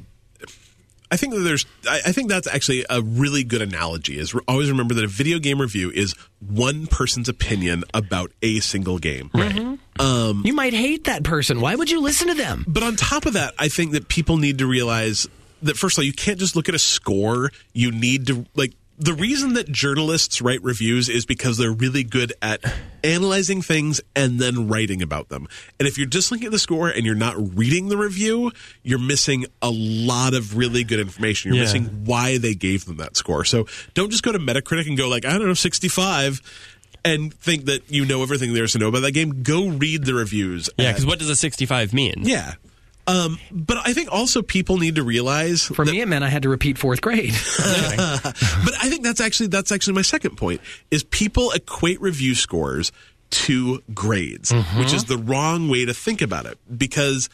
B: I think that there's I, I think that's actually a really good analogy. Is re- always remember that a video game review is one person's opinion about a single game. Right.
A: You might hate that person. Why would you listen to them?
B: But on top of that, I think that people need to realize that first of all, you can't just look at a score. You need to like the reason that journalists write reviews is because they're really good at analyzing things and then writing about them. And if you're just looking at the score and you're not reading the review, you're missing a lot of really good information. You're
C: Yeah.
B: missing why they gave them that score. So don't just go to Metacritic and go like, I don't know, 65 and think that you know everything there is to know about that game. Go read the reviews.
C: Yeah,
B: and-
C: because what does a sixty-five mean?
B: yeah. Um, but I think also people need to realize
A: For
B: that-
A: me, it meant I had to repeat fourth grade.
B: but I think that's actually that's actually my second point is people equate review scores to grades, which is the wrong way to think about it because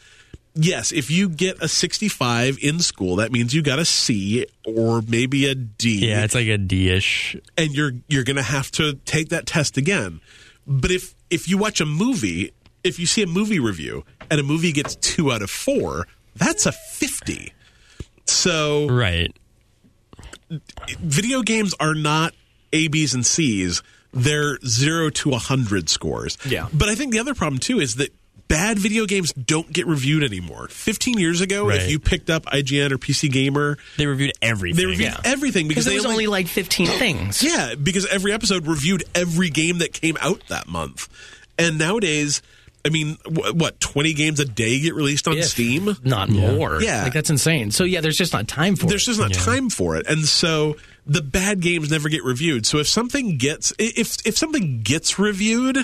B: yes, if you get a 65 in school, that means you got a C or maybe a D
C: Yeah, it's like a D-ish.
B: and you're you're going to have to take that test again. But if if you watch a movie, if you see a movie review and a movie gets 2 out of 4, that's a 50. So
C: Right.
B: video games are not A, B's, and C's. They're zero to 100 scores.
A: Yeah.
B: But I think the other problem, too, is that bad video games don't get reviewed anymore. 15 years ago, if
C: Right.
B: you picked up IGN or PC Gamer,
C: They reviewed everything.
B: they reviewed everything because
A: Because it
B: they
A: was only like 15 things.
B: yeah, because every episode reviewed every game that came out that month. And nowadays, I mean, wh- what, 20 games a day get released on
A: If
B: Steam?
A: Not more.
B: Yeah.
A: Like, that's insane. So, yeah, there's just not time for
B: there's
A: it.
B: just not time for it and so the bad games never get reviewed so if something gets i- if if something gets reviewed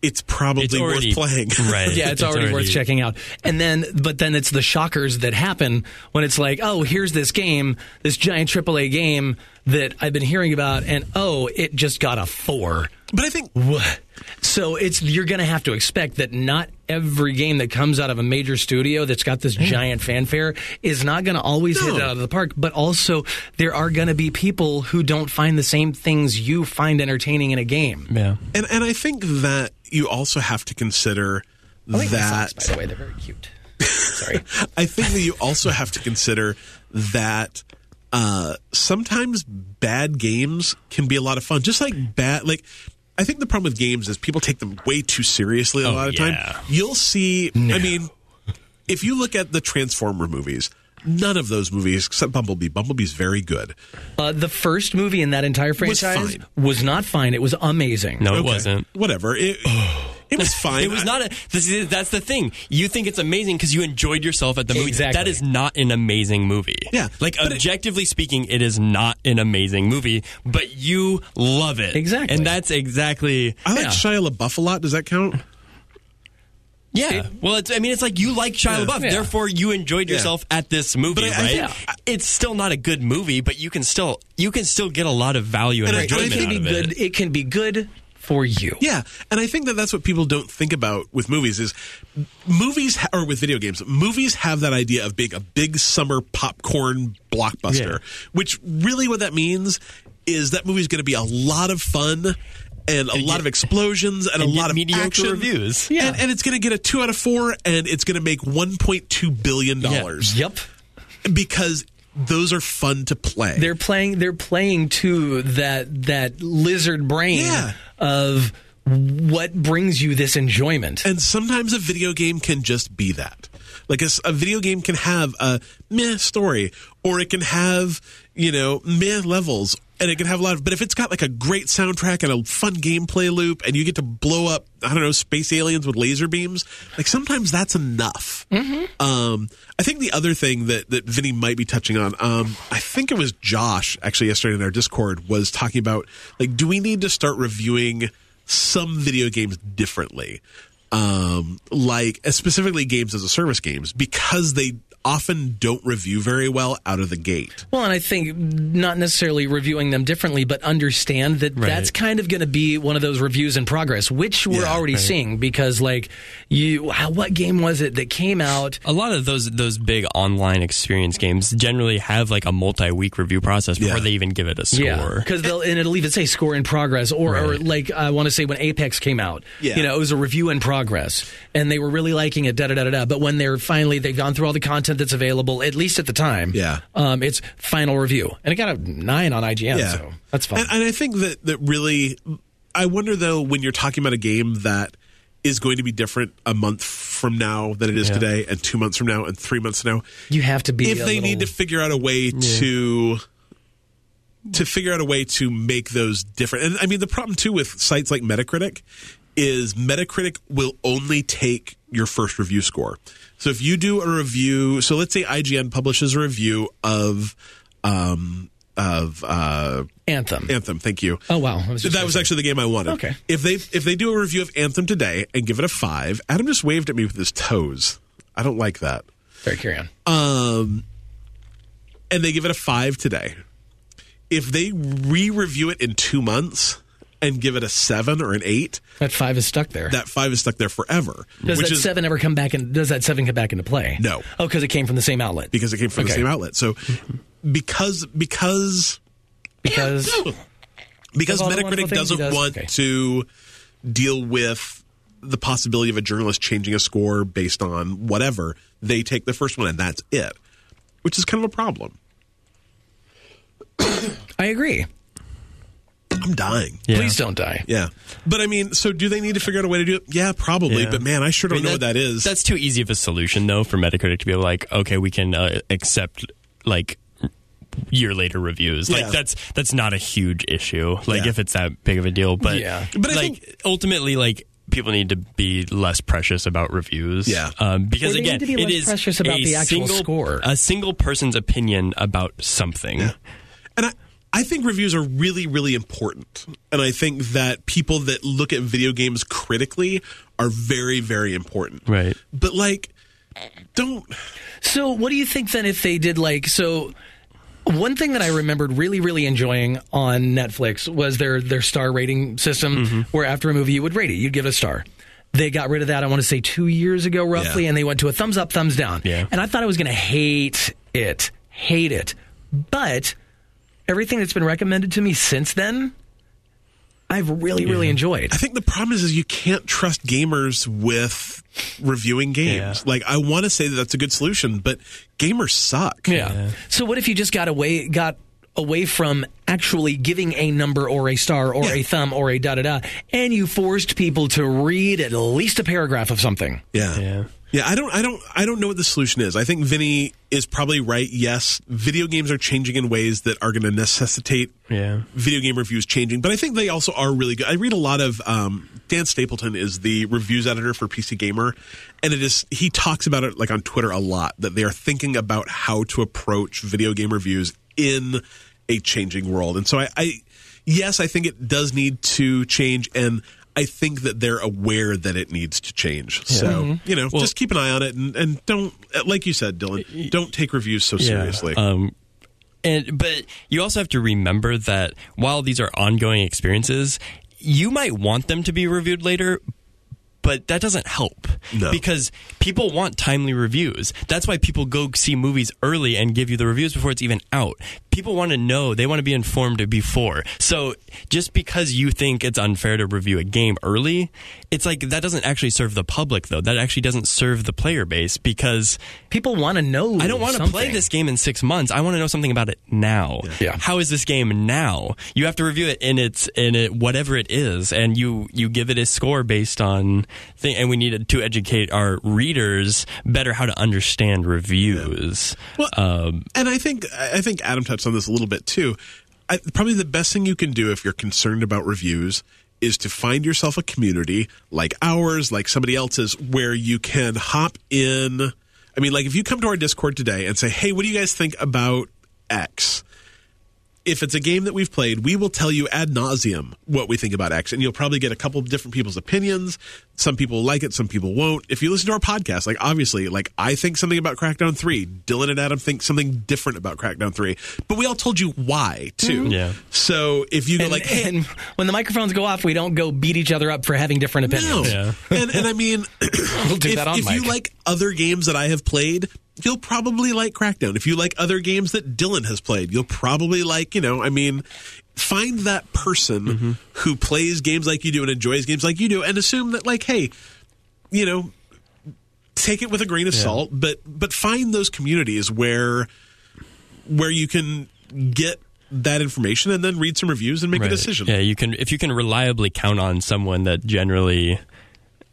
B: it's probably
C: It's
B: worth
C: already
B: playing
C: Right.
A: Yeah, it's, already, worth checking out. And then, but then it's the shockers that happen when it's like, oh, here's this game, this giant AAA game that I've been hearing about, and oh, it just got a four.
B: but i think
A: What? So it's you're going to have to expect that not every game that comes out of a major studio that's got this giant fanfare is not going to always hit
B: No.
A: it out of the park. But also, there are going to be people who don't find the same things you find entertaining in a game.
C: Yeah.
B: and and i think that you also have to consider that
A: by the way, they're very cute. Sorry.
B: I think that you also have to consider that uh, sometimes bad games can be a lot of fun. Just like bad, like I think the problem with games is people take them way too seriously a lot of
C: Oh, yeah.
B: time. You'll see. I mean, if you look at the Transformer movies, none of those movies except Bumblebee. Bumblebee's very good.
A: Uh, the first movie in that entire
B: Was
A: franchise was,
B: fine.
A: not fine. It was amazing.
C: No, it
B: Okay.
C: wasn't.
B: Whatever. It, it was fine.
C: It was
B: I-
C: not a. This is, that's the thing. You think it's amazing because you enjoyed yourself at the movie.
A: Exactly.
C: That is not an amazing movie.
B: Yeah,
C: Like
B: but it-
C: objectively speaking, it is not an amazing movie. But you love it
A: Exactly.
C: and that's exactly.
B: I like
C: yeah.
B: Shia LaBeouf a lot. Does that count?
C: Yeah. well, it's, I mean, it's like you like Shia LaBeouf,
A: Yeah.
C: therefore you enjoyed yourself at this movie,
B: But I- I
C: right?
B: think-
C: Yeah. It's still not a good movie, but you can still you can still get a lot of value and,
B: And I-
A: it
C: enjoyment
A: can
C: out
A: be
C: of
A: good.
C: it.
A: It can be good for you.
B: Yeah, and I think that that's what people don't think about with movies is movies ha- or with video games. Movies have that idea of being a big summer popcorn blockbuster, which really what that means is that movie's going to be a lot of fun and a lot of explosions and, a
C: get
B: lot of
C: mediocre
B: action.
C: reviews.
A: Yeah.
B: And, and it's going to get a two out of four, and it's going to make one point two billion dollars
A: Yep.
B: because those are fun to play.
A: They're playing. They're playing to that that lizard brain
B: Yeah.
A: of what brings you this enjoyment.
B: And sometimes a video game can just be that. Like a, s- a video game can have a meh story, or it can have, you know, meh levels, and it can have a lot of. But if it's got like a great soundtrack and a fun gameplay loop, and you get to blow up, I don't know, space aliens with laser beams, like sometimes that's enough. Um, I think the other thing that that Vinny might be touching on, um, I think it was Josh actually yesterday in our Discord was talking about like, do we need to start reviewing some video games differently? Um, like uh, specifically games as a service games because they often don't review very well out of the gate.
A: Well, and I think not necessarily reviewing them differently, but understand that
C: Right.
A: that's kind of going to be one of those reviews in progress, which we're
B: Yeah,
A: already
C: right.
A: seeing because, like, you, how, what game was it that came out?
C: A lot of those those big online experience games generally have like a multi week review process before
B: Yeah.
C: they even give it a score.
A: Yeah, because they'll and it'll even say score in progress, or, or
C: Right.
A: like I want to say when Apex came out,
B: Yeah.
A: you know, it was a review in progress, and they were really liking it, da da da da. da. But when they're finally they've gone through all the content that's available, at least at the time,
B: Yeah.
A: um, it's final review, and it got a nine on IGN, so that's fine.
B: And, and I think that that really, I wonder though when you're talking about a game that is going to be different a month from now than it is today, and two months from now, and three months from now,
A: you have to be
B: if
A: a
B: they need to
A: little-
B: figure out a way to to figure out a way to make those different. And I mean, the problem too with sites like Metacritic is Metacritic will only take your first review score. So if you do a review, so let's say IGN publishes a review of um, of uh,
A: Anthem.
B: Anthem. Thank you.
A: Oh wow, I
B: that was actually the game I wanted.
A: Okay.
B: If they if they do a review of Anthem today and give it a five, Adam just waved at me with his toes. I don't like that.
A: Sorry, carry on.
B: Um, and they give it a five today. If they re-review it in two months and give it a seven or an eight,
A: that five is stuck there.
B: that five is stuck there forever.
A: does
B: which
A: that
B: is
A: seven ever come back? In, does that seven come back into play?
B: No.
A: Oh, because it came from the same outlet.
B: because it came from the
A: Okay.
B: same outlet. So because because
A: Because
B: because
A: all the wonderful things
B: Metacritic
A: he
B: doesn't
A: does.
B: want
A: Okay.
B: to deal with the possibility of a journalist changing a score based on whatever, they take the first one and that's it, which is kind of a problem.
A: I agree.
B: I'm dying.
C: Yeah.
A: Please don't die.
B: Yeah. But I mean, so do they need to figure out a way to do it? Yeah, probably.
C: Yeah.
B: But man, I sure don't
C: I mean,
B: know what that is.
C: That's too easy of a solution, though, for Metacritic to be like, okay, we can uh, accept like year later reviews.
B: Yeah.
C: Like that's that's not a huge issue. Like
B: Yeah.
C: if it's that big of a deal, but
A: Yeah.
B: But I
C: like ultimately, like people need to be less precious about reviews.
B: Yeah.
C: um,
A: Or
C: because
A: they
C: again,
A: need to be
C: it
A: less
C: is
A: precious about
C: a
A: the actual
C: single,
A: score.
C: a single person's opinion about something.
B: and I, I think reviews are really, really important. And I think that people that look at video games critically are very, very important.
C: Right.
B: But like, don't.
A: So, what do you think then if they did like so? One thing that I remembered really, really enjoying on Netflix was their their star rating system, where after a movie you would rate it, you'd give it a star. They got rid of that, I want to say two years ago, roughly,
B: Yeah.
A: and they went to a thumbs up, thumbs down.
C: Yeah.
A: And I thought I was going to hate it, hate it, but everything that's been recommended to me since then, I've really, really enjoyed.
B: I think the problem is, is you can't trust gamers with reviewing games.
C: Yeah.
B: Like, I want to say that that's a good solution, but gamers suck.
A: Yeah. So what if you just got away got away from actually giving a number or a star or
B: Yeah.
A: a thumb or a da da da, and you forced people to read at least a paragraph of something?
B: Yeah.
C: Yeah.
B: Yeah, I don't I don't I don't know what the solution is. I think Vinny is probably right. Yes, video games are changing in ways that are going to necessitate
C: Yeah.
B: video game reviews changing, but I think they also are really good. I read a lot of um, Dan Stapleton is the reviews editor for PC Gamer, and it is he talks about it like on Twitter a lot that they are thinking about how to approach video game reviews in a changing world, and so I, I yes, I think it does need to change and. I think that they're aware that it needs to change. So, you know, just keep an eye on it and, and don't, like you said, Dylan, don't take reviews so seriously.
C: Um, and but you also have to remember that while these are ongoing experiences, you might want them to be reviewed later. But that doesn't help
B: No.
C: because people want timely reviews. That's why people go see movies early and give you the reviews before it's even out. People want to know, they want to be informed before. So just because you think it's unfair to review a game early, it's like that doesn't actually serve the public, though. That actually doesn't serve the player base because
A: People want to know.
C: I don't want to
A: something.
C: play this game in six months. I want to know something about it now.
A: Yeah.
C: How is this game now? You have to review it in its in it whatever it is, and you you give it a score based on thing. And we needed to educate our readers better how to understand reviews.
B: Well, and I think I think Adam touched on this a little bit too. I, probably the best thing you can do if you're concerned about reviews is to find yourself a community like ours, like somebody else's, where you can hop in. I mean, like if you come to our Discord today and say, "Hey, what do you guys think about X?" If it's a game that we've played, we will tell you ad nauseum what we think about X, and you'll probably get a couple of different people's opinions. Some people like it, some people won't. If you listen to our podcast, like obviously, like I think something about Crackdown Three, Dylan and Adam think something different about Crackdown Three, but we all told you why too.
C: Mm-hmm. Yeah.
B: So if you go
A: And,
B: like, "Hey,
A: and when the microphones go off, we don't go beat each other up for having different
B: No.
A: opinions.
C: Yeah.
B: and, and I mean,
A: We'll do
B: if,
A: that on
B: if
A: mic.
B: you like other games that I have played, you'll probably like Crackdown. If you like other games that Dylan has played, you'll probably like, you know, I mean, find that person
A: Mm-hmm.
B: who plays games like you do and enjoys games like you do and assume that, like, hey, you know, take it with a grain of salt, but but find those communities where where you can get that information and then read some reviews and make a
C: Right.
B: decision.
C: Yeah, you can if you can reliably count on someone that generally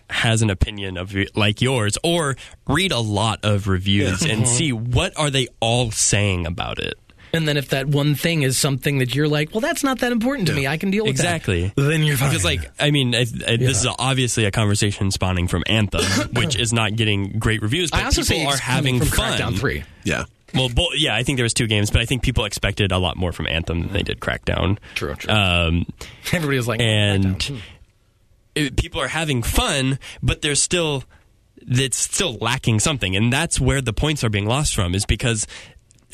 C: has an opinion of y- like yours, or read a lot of reviews and see what are they all saying about it.
A: And then if that one thing is something that you're like, well, that's not that important to me. I can deal with
C: Exactly.
A: that. Then you're fine.
C: Because, like, I mean, I, I, this is obviously a conversation spawning from Anthem, which is not getting great reviews, but
A: I also
C: people
A: say
C: are
A: it's
C: having
A: coming from
C: fun.
A: Crackdown Three.
B: yeah.
C: Well, bo- yeah, I think there was two games, but I think people expected a lot more from Anthem than they did Crackdown.
A: True, true.
C: Um,
A: Everybody was like,
C: and it, people are having fun, but there's still it's still lacking something, and that's where the points are being lost from is because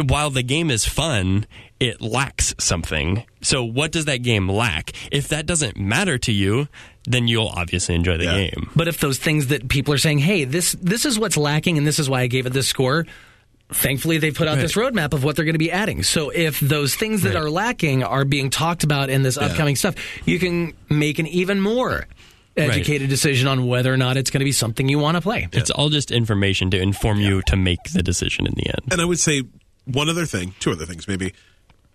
C: while the game is fun, it lacks something. So what does that game lack? If that doesn't matter to you, then you'll obviously enjoy the
B: Yeah.
C: game.
A: But if those things that people are saying, hey, this this is what's lacking, and this is why I gave it this score. Thankfully, they put out this roadmap of what they're going to be adding. So if those things that are lacking are being talked about in this upcoming stuff, you can make an even more educated decision on whether or not it's going to be something you want to play.
C: It's all just information to inform you to make the decision in the end.
B: And I would say one other thing, two other things maybe.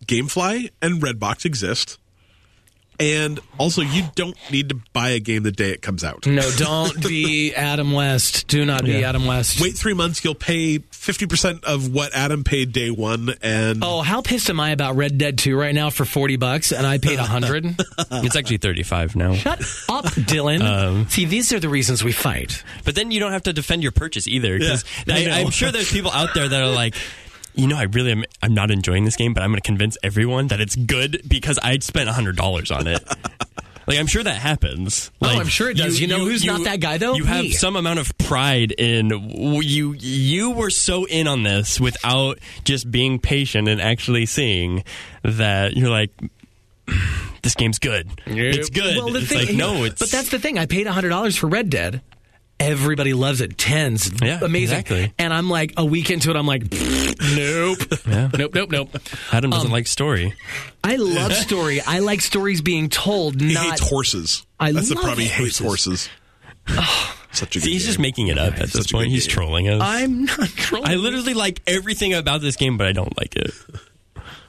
B: GameFly and Redbox exist. And also, you don't need to buy a game the day it comes out.
A: No, don't be Adam West. Do not be Adam West.
B: Wait three months, you'll pay 50% of what Adam paid day one. And
A: Oh, how pissed am I about Red Dead 2 right now for 40 bucks and I paid 100?
C: It's actually 35 now.
A: Shut up, Dylan. See, these are the reasons we fight.
C: But then you don't have to defend your purchase either. 'cause
B: Yeah, I know.
C: I, I'm sure there's people out there that are like, you know, I really am. I'm not enjoying this game, but I'm going to convince everyone that it's good because I spent hundred dollars on it. Like I'm sure that happens. Like,
A: Oh, I'm sure it does. You know who's not that guy, though?
C: You have
A: Me.
C: some amount of pride in w- you. You were so in on this without just being patient and actually seeing that you're like, this game's good. It's good.
A: Well, the
C: it's
A: thing,
C: like no, it's
A: but that's the thing. I paid hundred dollars for Red Dead. Everybody loves it. Tens,
C: Yeah,
A: amazing.
C: exactly.
A: And I'm like a week into it, I'm like, nope, nope, nope, nope.
C: Adam doesn't
A: um,
C: like story.
A: I love story. I like stories being told.
B: he
A: not
B: hates horses.
A: I
B: That's the
A: love
B: problem. He hates
A: horses.
B: horses. Such a good
C: He's just
B: game.
C: making it up at this
B: such a
C: point.
B: good
C: He's
B: game.
C: trolling us.
A: I'm not trolling.
C: I literally like everything about this game, but I don't like it.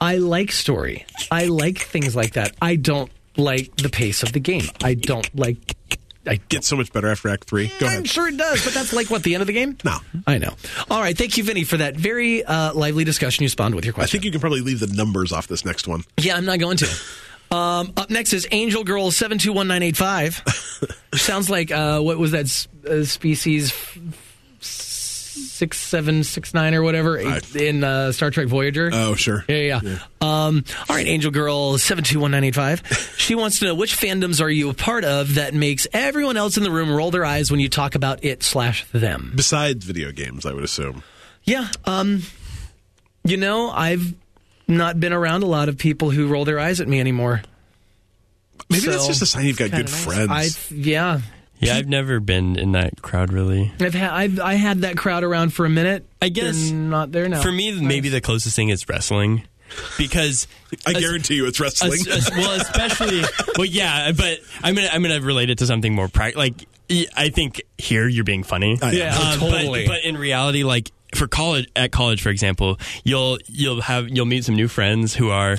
A: I like story. I like things like that. I don't like the pace of the game. I don't like. I
B: Gets so much better after Act 3. Go
A: I'm
B: ahead.
A: sure it does, but that's like what the end of the game.
B: No.
A: I know. All right, thank you, Vinny, for that very uh, lively discussion you spawned with your
B: I
A: question.
B: think you can probably leave the numbers off this next one.
A: Yeah, I'm not going to. Um, up next is Angel Girl seven two one nine eight five. Sounds like uh, what was that s- uh, species f- six seven six nine or whatever in uh, Star Trek Voyager.
B: Oh, sure.
A: yeah, yeah. yeah. Um, all right, Angel Girl seven two one nine eight five. She wants to know which fandoms are you a part of that makes everyone else in the room roll their eyes when you talk about it slash them.
B: Besides video games, I would assume.
A: Yeah. Um, you know, I've not been around a lot of people who roll their eyes at me anymore.
B: Maybe that's
A: So,
B: just a sign you've got good
A: kinda nice.
B: friends.
A: I yeah.
C: Yeah, I've never been in that crowd really.
A: I've had I've, I had that crowd around for a minute.
C: I guess-
A: They're not there now.
C: For me, maybe the closest thing is wrestling, because
B: I guarantee you it's
C: es-
B: wrestling.
C: es- well, especially well, yeah. But I'm gonna I'm gonna relate it to something more practical. Like y- I think here you're being funny.
B: I am.
A: Yeah,
C: Um, but-
A: totally.
C: But, in reality, like for college, at college, for example, you'll you'll have you'll meet some new friends who are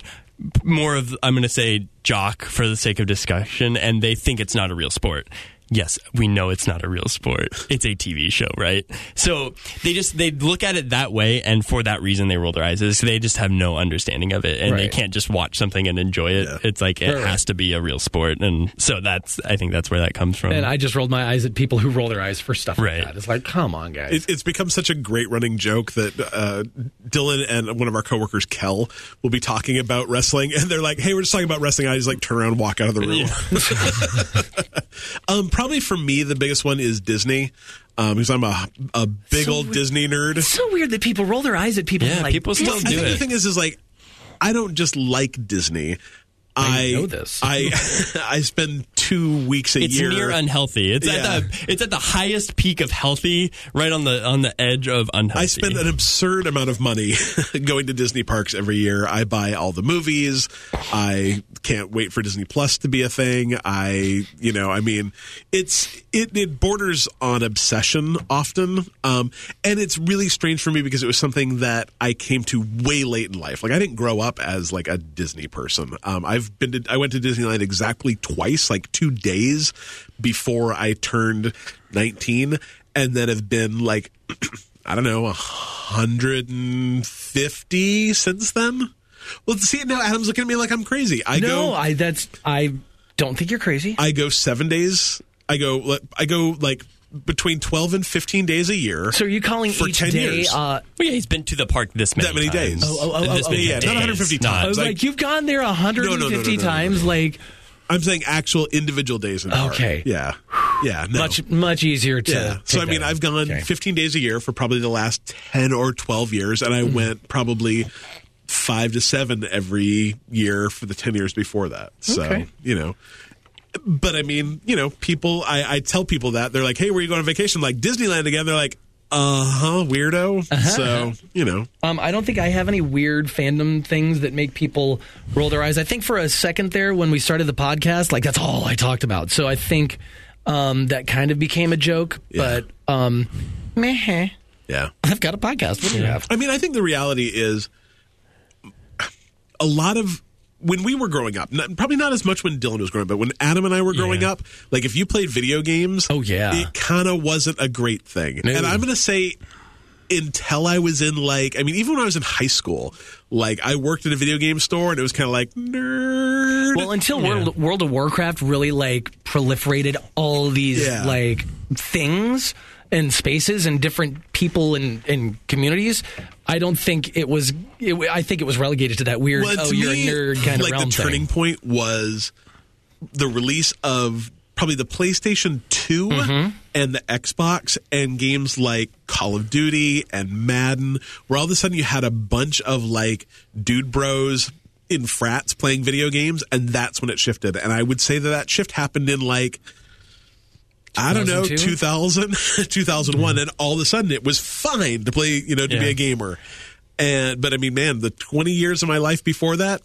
C: more of I'm going to say jock for the sake of discussion, and they think it's not a real sport. yes, we know it's not a real sport. It's a TV show, right? So they just they look at it that way, and for that reason, they roll their eyes. It's- they just have no understanding of it, and they
A: Right.
C: can't just watch something and enjoy it.
B: Yeah.
C: It's like it
A: Right, right.
C: has to be a real sport, and so that's I think that's where that comes from.
A: And I just rolled my eyes at people who roll their eyes for stuff
C: Right.
A: like that. It's like, come on, guys.
B: It, it's become such a great running joke that uh, Dylan and one of our coworkers, Kel, will be talking about wrestling, and they're like, "Hey, we're just talking about wrestling." I just like turn around, and walk out of the room. um, probably for me, the biggest one is Disney, um, because I'm a a big
A: So
B: old
A: we-
B: Disney nerd.
A: it's so weird that people roll their eyes at people.
C: Yeah,
A: like,
C: people still
A: "This
B: I
C: do
B: think
C: it.
B: the thing is, is like, I don't just like Disney. I,
A: know this.
B: I I spend two weeks a
C: it's
B: year.
C: near unhealthy. It's
B: Yeah.
C: at the it's at the highest peak of healthy, right on the on the edge of unhealthy.
B: I spend an absurd amount of money going to Disney parks every year. I buy all the movies. I can't wait for Disney Plus to be a thing. I, you know, I mean, it's it, it borders on obsession often, um, and it's really strange for me because it was something that I came to way late in life. Like I didn't grow up as like a Disney person. Um, I've been to, I went to Disneyland exactly twice, like two days before I turned nineteen. And then have been like I don't know, 150 since then. Well, see now, Adam's looking at me like I'm crazy. I
A: No,
B: go, I,
A: I that's I don't think you're crazy.
B: go seven days. I go, I go like between 12 and 15 days a year.
A: so are you calling
B: For
A: each
B: 10
A: day?
B: years.
A: Uh,
C: Well, yeah, he's been to the park this many
B: That many
C: times.
B: days. Oh,
A: oh, oh,
C: This
A: oh,
C: many
A: yeah,
B: not 150
C: days.
A: I
B: times.
A: was
B: It's
A: like,
B: like-
A: you've gone there
B: no,
A: 150
B: no, no, no, no, no.
A: times. Like
B: I'm saying actual individual days in the park.
A: Okay.
B: Yeah. Yeah. No.
A: much much easier to.
B: yeah.
A: take
B: So I mean,
A: that.
B: I've gone
A: Okay.
B: 15 days a year for probably the last 10 or 12 years, and I
A: Mm-hmm.
B: went probably five to seven every year for the 10 years before that. So
A: Okay.
B: you know, but I mean, you know, people. I, I tell people that they're like, "Hey, where are you going on vacation?" Like Disneyland again. They're like, "Uh huh, weirdo."
A: Uh-huh.
B: So you know,
A: Um, I don't think I have any weird fandom things that make people roll their eyes. I think for a second there, when we started the podcast, like that's all I talked about. So I think um, that kind of became a joke.
B: Yeah.
A: But um, meh,
B: yeah.
A: I've got a podcast. What do you have?
B: I mean, I think the reality is a lot of when we were growing up, not, probably not as much when Dylan was growing up, but when Adam and I were growing
C: Yeah.
B: up, like if you played video games,
A: Oh, yeah.
B: it kind of wasn't a great thing.
A: No.
B: And I'm going to say until I was in like, I mean, even when I was in high school, like I worked at a video game store and it was kind of like nerd.
A: Well, until World, World of Warcraft really like proliferated all these
B: Yeah.
A: like things and spaces and different people and, and communities, I don't think it was. It, w- I think it was relegated to that weird.
B: Well,
A: oh,
B: to
A: you're
B: me,
A: a nerd kind
B: like
A: of realm
B: the turning
A: thing.
B: point was the release of probably the PlayStation 2
A: Mm-hmm.
B: and the Xbox and games like Call of Duty and Madden, where all of a sudden you had a bunch of like dude bros in frats playing video games, and that's when it shifted. And I would say that that shift happened in like. I don't know, 2000, 2001, and all of a sudden it was fine to play, you know, to be
C: Yeah.
B: a gamer. And but I mean, man, the 20 years of my life before that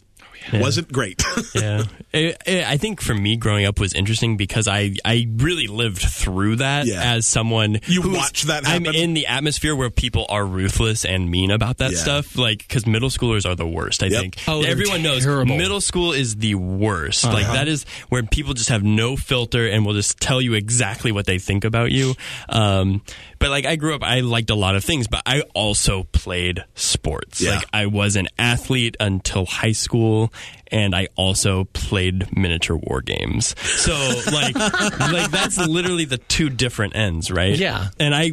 B: wasn't great.
C: yeah, I- I I think for me, growing up was interesting because I I really lived through that
B: Yeah.
C: as someone
B: You
C: who's-
B: watch that
C: I'm
B: happen?
C: in the atmosphere where people are ruthless and mean about that
B: Yeah.
C: stuff. Like because middle schoolers are the worst. I
B: Yep.
C: think
A: Oh, they're
C: everyone knows
A: terrible.
C: middle school is the worst. Like that is where people just have no filter and will just tell you exactly what they think about you. Um, but like I grew up, I liked a lot of things, but I also played sports.
B: Yeah.
C: Like I was an athlete until high school, and I also played miniature war games. So like, like that's literally the two different ends, right?
A: Yeah.
C: And I,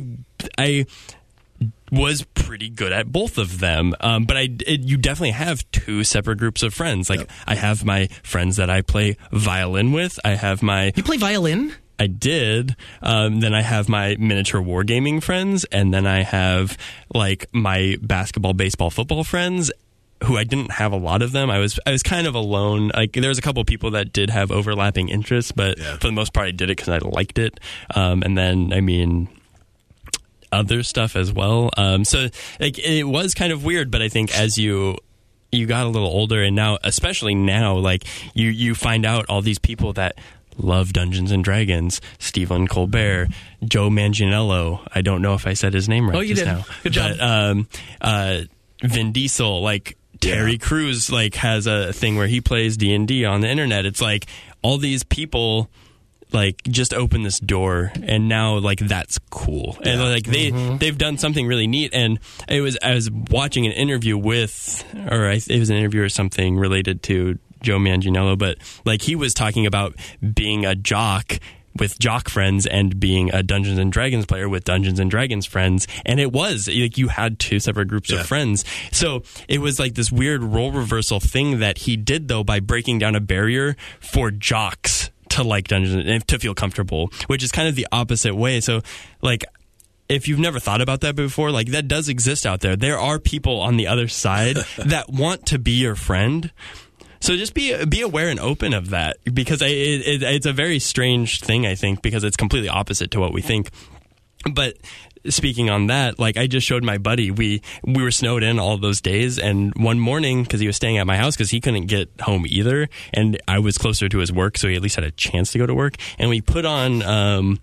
C: I was pretty good at both of them. Um, but I, it, you definitely have two separate groups of friends. Like I have my friends that I play violin with. I have my
A: You play violin?
C: I did. Um, then I have my miniature wargaming friends, and then I have like my basketball, baseball, football friends. Who I didn't have a lot of them. I was I was kind of alone. Like there was a couple people that did have overlapping interests, but
B: Yeah.
C: for the most part, I did it because I liked it. Um, and then I mean, other stuff as well. Um, so like it was kind of weird, but I think as you you got a little older and now especially now like you you find out all these people that love Dungeons and Dragons, Stephen Colbert, Joe Manganiello. I don't know if I said his name right
A: Oh, you
C: just
A: did.
C: now.
A: Good job.
C: But, um uh Vin Diesel like Terry Crews like has a thing where he plays D&D on the internet. It's like all these people like just open this door and now like that's cool and like they they've done something really neat and it was i was watching an interview with or I, it was an interview or something related to joe manganiello but like he was talking about being a jock with jock friends and being a dungeons and dragons player with dungeons and dragons friends and it was like you had two separate groups
B: Yeah.
C: of friends so it was like this weird role reversal thing that he did though by breaking down a barrier for jocks to like dungeons and to feel comfortable which is kind of the opposite way so like if you've never thought about that before, like that does exist out there. There are people on the other side that want to be your friend. So just be be aware and open of that because I, it, it, it's a very strange thing I think because it's completely opposite to what we think. But speaking on that, like I just showed my buddy, we we were snowed in all those days, and one morning because he was staying at my house because he couldn't get home either, and I was closer to his work, so he at least had a chance to go to work, and we put on. Um,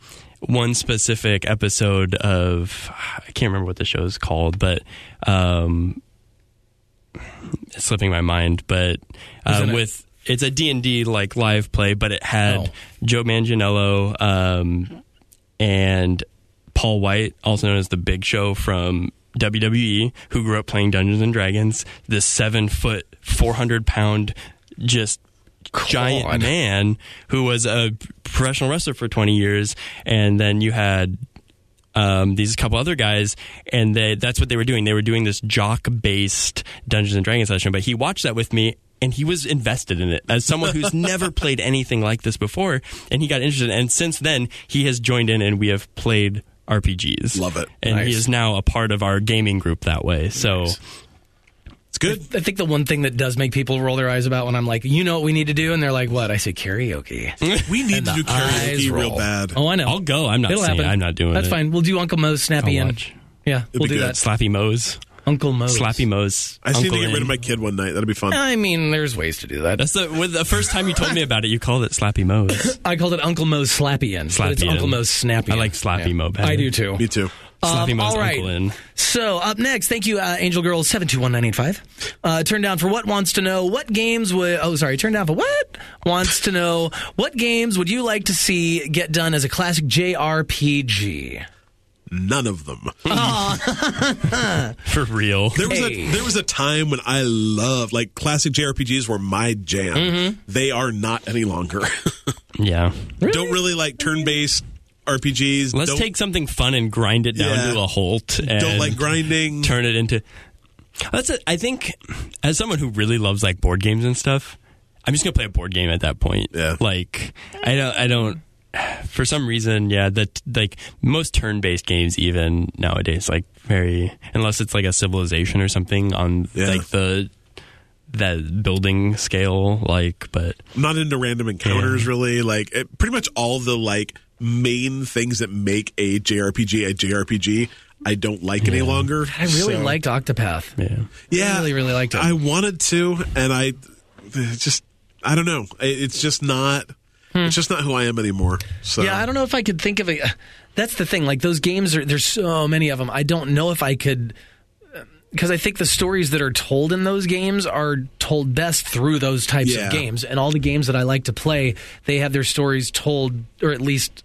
C: one specific episode of I can't remember what the show is called, but um, it's slipping my mind. But uh,
A: Isn't it-
C: with it's a D and D like live play, but it had
A: Oh.
C: Joe Manganiello, um, and Paul White, also known as the Big Show from WWE, who grew up playing Dungeons and Dragons, this seven foot, 400 pound, just giant man who was a professional wrestler for 20 years. And then you had. Um, these couple other guys, and they, that's what they were doing. They were doing this jock based Dungeons and Dragons session, but he watched that with me and he was invested in it as someone who's never played anything like this before and he got interested and since then he has joined in and we have played RPGs.
B: Love it.
C: And he
A: Nice.
C: is now a part of our gaming group that way. So
B: It's good.
A: I think the one thing that does make people roll their eyes about when I'm like, you know what we need to do, and they're like, what? I say karaoke.
B: We need
A: And
B: to
A: the
B: do
A: eyes
B: karaoke real
A: roll.
B: bad.
A: Oh, I know.
C: I'll go. I'm not
A: It'll
C: saying
A: happen.
C: I'm not doing
A: That's
C: it.
A: fine. We'll do Uncle Moe's Snappy
C: I'll
A: and
C: watch.
A: yeah, we'll
B: be
A: do
B: good.
A: that.
C: Slappy Moe's.
A: Uncle Moe's.
C: Slappy Moe's.
B: I just need to get
C: Uncle
B: rid
C: Ann.
B: of my kid one night. That'd be fun.
A: I mean, there's ways to do that.
C: That's the, with the first time you told me about it, you called it Slappy Moe's.
A: I called it Uncle Moe's Slappy End. but it's
C: Slappy End.
A: Uncle Moe's Snappy.
C: I like
A: End.
C: Slappy Moe better.
A: I do too.
B: Me too.
C: Slappy
A: Um,
C: Moe's
A: all right.
C: Uncle Ann.
A: So up next, thank you, uh, Angel Girls seven two one nine eight five. Uh, turn down for what wants to know what games would. Oh, sorry, turn down for what wants to know what games would you like to see get done as a classic JRPG?
B: None of them.
C: For real.
B: There was
A: Hey.
B: a there was a time when I loved like classic JRPGs were my jam. They are not any longer.
C: yeah.
B: Don't really like turn based RPGs.
C: Let's
B: Don't-
C: take something fun and grind it down
B: Yeah.
C: to a halt. And
B: don't like grinding.
C: turn it into. That's it. I think as someone who really loves like board games and stuff, I'm just gonna play a board game at that point.
B: Yeah.
C: Like I don't. I don't. For some reason, yeah, that like most turn-based games even nowadays, like very unless it's like a civilization or something on
B: Yeah.
C: like the that building scale, like. But
B: I'm not into random encounters really. Like it, pretty much all the like main things that make a JRPG a JRPG. I don't like any longer.
A: I really
B: so-
A: liked Octopath.
C: yeah,
B: Yeah,
A: I really, really liked it.
B: I wanted to, and I it just I don't know. It- It's just not. It's just not who I am anymore. So
A: Hmm. Yeah, I don't know if I could think of a. That's the thing. Like those games are. There's so many of them. I don't know if I could. Because I think the stories that are told in those games are told best through those types
B: Yeah.
A: of games, and all the games that I like to play, they have their stories told, or at least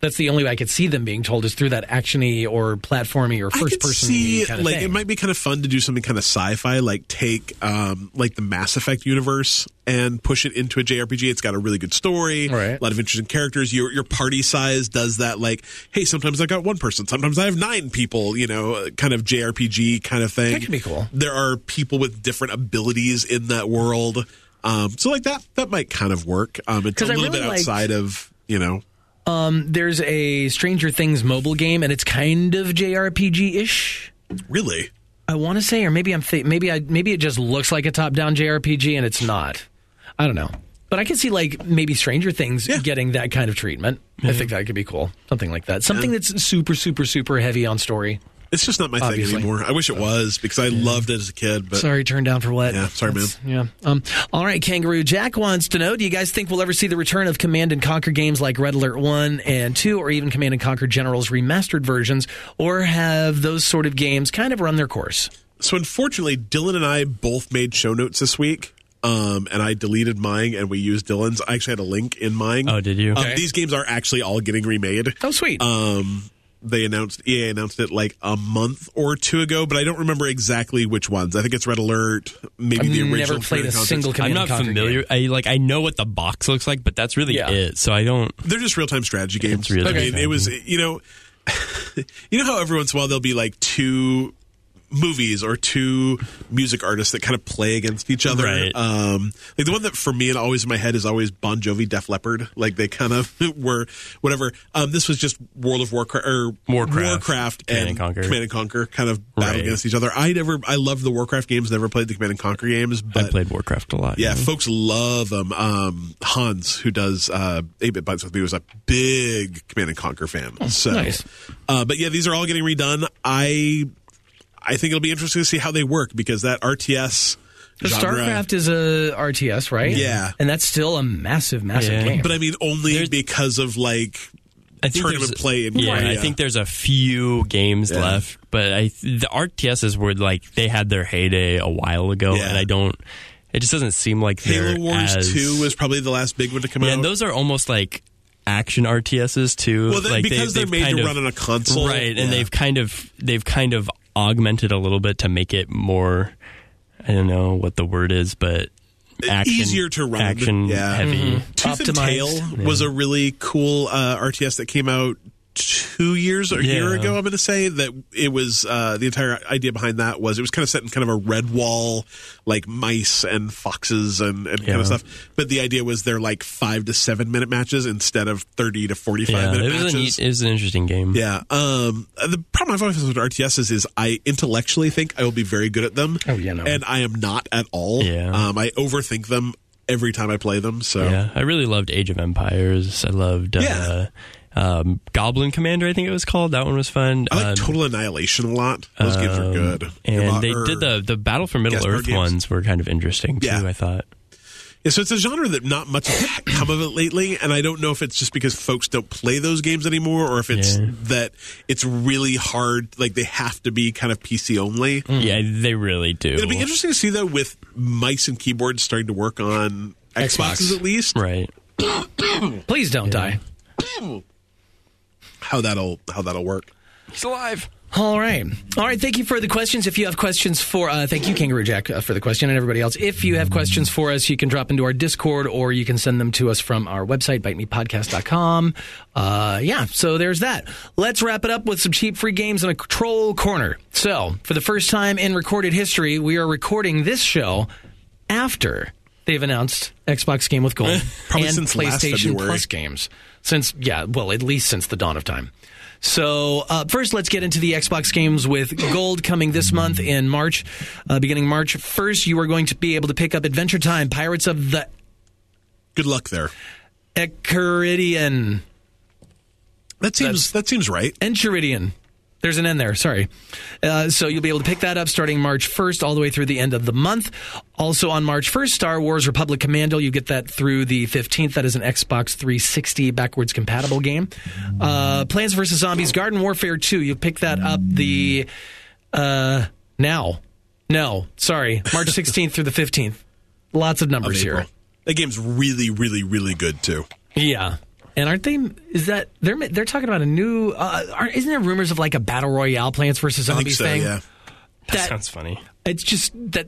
A: that's the only way I could see them being told is through that actiony or platformy or
B: I
A: first
B: could
A: person
B: see
A: kind of
B: like
A: thing.
B: it might be kind of fun to do something kind of sci-fi, like take um, like the Mass Effect universe and push it into a JRPG. It's got a really good story,
A: Right.
B: a lot of interesting characters. Your your party size does that. Like, hey, sometimes I got one person, sometimes I have nine people. You know, uh, kind of JRPG kind of thing.
A: That could be cool.
B: There are people with different abilities in that world, um, so like that that might kind of work. Um, it's a
A: 'Cause I
B: little
A: really
B: bit
A: liked-
B: outside of you know.
A: Um, There's a Stranger Things mobile game, and it's kind of JRPG ish.
B: Really,
A: I want to say, or maybe I'm th- maybe I maybe it just looks like a top-down JRPG and it's not. I don't know, but I could see like maybe Stranger Things getting that kind of treatment. I think that could be cool, something like that, something that's super, super, super heavy on story.
B: it's just not my
A: Obviously.
B: thing anymore. I wish it was because I loved it as a kid, but
A: Sorry, turned down for what?
B: Yeah, sorry, man.
A: Yeah. Um, all right, Kangaroo Jack wants to know: Do you guys think we'll ever see the return of Command and Conquer games like Red Alert One and Two, or even Command and Conquer Generals remastered versions, or have those sort of games kind of run their course?
B: So unfortunately, Dylan and I both made show notes this week Um, and I deleted mine, and we used Dylan's. I actually had a link in mine.
C: Oh, did you?
B: Um,
A: Okay.
B: These games are actually all getting remade.
A: Oh, sweet.
B: Um, they announced EA announced it like a month or two ago, but I don't remember exactly which ones. I think it's Red Alert, maybe
A: I've
B: the original.
A: never played a
B: Command and Conquer.
A: single
C: I'm
A: Command
C: not
A: and Conquer
C: familiar.
A: game.
C: I like I know what the box looks like, but that's really
A: Yeah.
C: it. So I don't.
B: They're just real time strategy games.
C: real-time
B: I mean,
C: strategy.
B: it was you know, you know how every once in a while there'll be like two movies or two music artists that kind of play against each other.
C: Right.
B: Um, like the one that for me and always in my head is always Bon Jovi, Def Leppard. Like they kind of were whatever. Um, this was just World of Warcraft or
C: Warcraft,
B: Warcraft
C: Command
B: and
C: and Conquer.
B: Command and Conquer kind of battle
C: Right.
B: against each other. I never, I love the Warcraft games. Never played the Command and Conquer games, but
C: I played Warcraft a lot.
B: yeah, folks love them. Um, Hans, who does uh, 8-Bit Bites with me, was a big Command and Conquer fan.
C: Mm,
B: so,
A: nice.
B: uh, but yeah, these are all getting redone. I I think it'll be interesting to see how they work because that RTS
A: Because
B: genre-
A: StarCraft is a RTS, right?
B: Yeah.
A: and that's still a massive, massive
C: Yeah.
A: game.
B: But I mean, only because of like
C: I
B: tournament
C: there's-
B: play in
C: Yeah,
B: Korea.
C: I think there's a few games
B: Yeah.
C: left, but I the RTSs were like they had their heyday a while ago,
B: Yeah.
C: and I don't. It just doesn't seem like
B: Halo
C: they're
B: Wars
C: as-
B: Two was probably the last big one to come
C: Yeah,
B: out.
C: and those are almost like action RTSs too.
B: well, they,
C: like
B: because
C: they,
B: are
C: they've
B: made
C: kind
B: to
C: of-
B: run on a console,
C: right?
B: yeah.
C: And they've kind of they've kind of augmented a little bit to make it more. I don't know what the word is, but action,
B: E-, Easier to run,
C: action
B: yeah. Mm-hmm.
C: heavy.
B: Tooth and
A: Optimized.
B: Tail was a really cool uh, RTS that came out two years or a year
C: Yeah.
B: ago. I'm going to say that it was uh, the entire idea behind that was it was kind of set in kind of a red wall, like mice and foxes and, and kind
C: Yeah.
B: of stuff. But the idea was they're like five to seven minute matches instead of thirty to forty five
C: Yeah,
B: minute
C: it was,
B: matches.
C: an, e, it was an interesting game.
B: Yeah. Um, the problem I've always had with RTSs is I intellectually think I will be very good at them.
A: Oh, yeah, no.
B: And I am not at all.
C: Yeah.
B: Um, I overthink them every time I play them. So
C: Yeah, I really loved Age of Empires. I loved uh,
B: Yeah.
C: um, Goblin Commander. I think it was called. That one was fun.
B: I like
C: Um,
B: Total Annihilation a lot. Those games are good. er,
C: and they
B: Or-
C: did the the Battle for Middle
B: Gaspar
C: Earth
B: games.
C: ones were kind of interesting too.
B: Yeah.
C: I thought.
B: Yeah, so it's a genre that not much has come of it lately, and I don't know if it's just because folks don't play those games anymore, or if it's
C: Yeah.
B: that it's really hard. Like they have to be kind of PC only.
C: Yeah, they really do.
B: It'll Mm-hmm. be interesting to see though with mice and keyboards starting to work on
A: Xbox.
B: Xboxes at least
C: right?
A: Please don't die.
B: Oh. how that'll how that'll work.
C: He's alive.
A: All right. All right. Thank you for the questions. If you have questions for, uh, thank you, Kangaroo Jack, uh, for the question and everybody else. If you have questions for us, you can drop into our Discord or you can send them to us from our website, bitemepodcast.com. Uh, yeah. So there's that. Let's wrap it up with some cheap free games in a troll corner. So for the first time in recorded history, we are recording this show after they've announced Xbox Game with Gold
B: Probably
A: and
B: since last
A: PlayStation
B: February.
A: Plus games since yeah, well, at least since the dawn of time. So uh, first, let's get into the Xbox games with Gold coming this month in March, uh, beginning March first. You are going to be able to pick up Adventure Time: Pirates of the
B: Good luck there.
A: Enchiridion.
B: That seems that seems right.
A: Enchiridion. There's an N there, sorry. Uh, so you'll be able to pick that up starting March 1st all the way through the end of the month. Also on March 1st, Star Wars Republic Commando. You get that through the 15th. That is an Xbox 360 backwards compatible game. Uh, Plants vs. Zombies Garden Warfare 2. You pick that up the. Uh, now. No, sorry. March 16th through the 15th. Lots of numbers here.
B: April. That game's really, really, really good too.
A: Yeah. And aren't they? Is that they're they're talking about a new? Uh, aren't, isn't there rumors of like a battle royale Plants vs
B: I think
A: Zombies
B: so.
A: thing?
B: Yeah.
C: That,
A: That-
C: sounds funny.
A: It's just that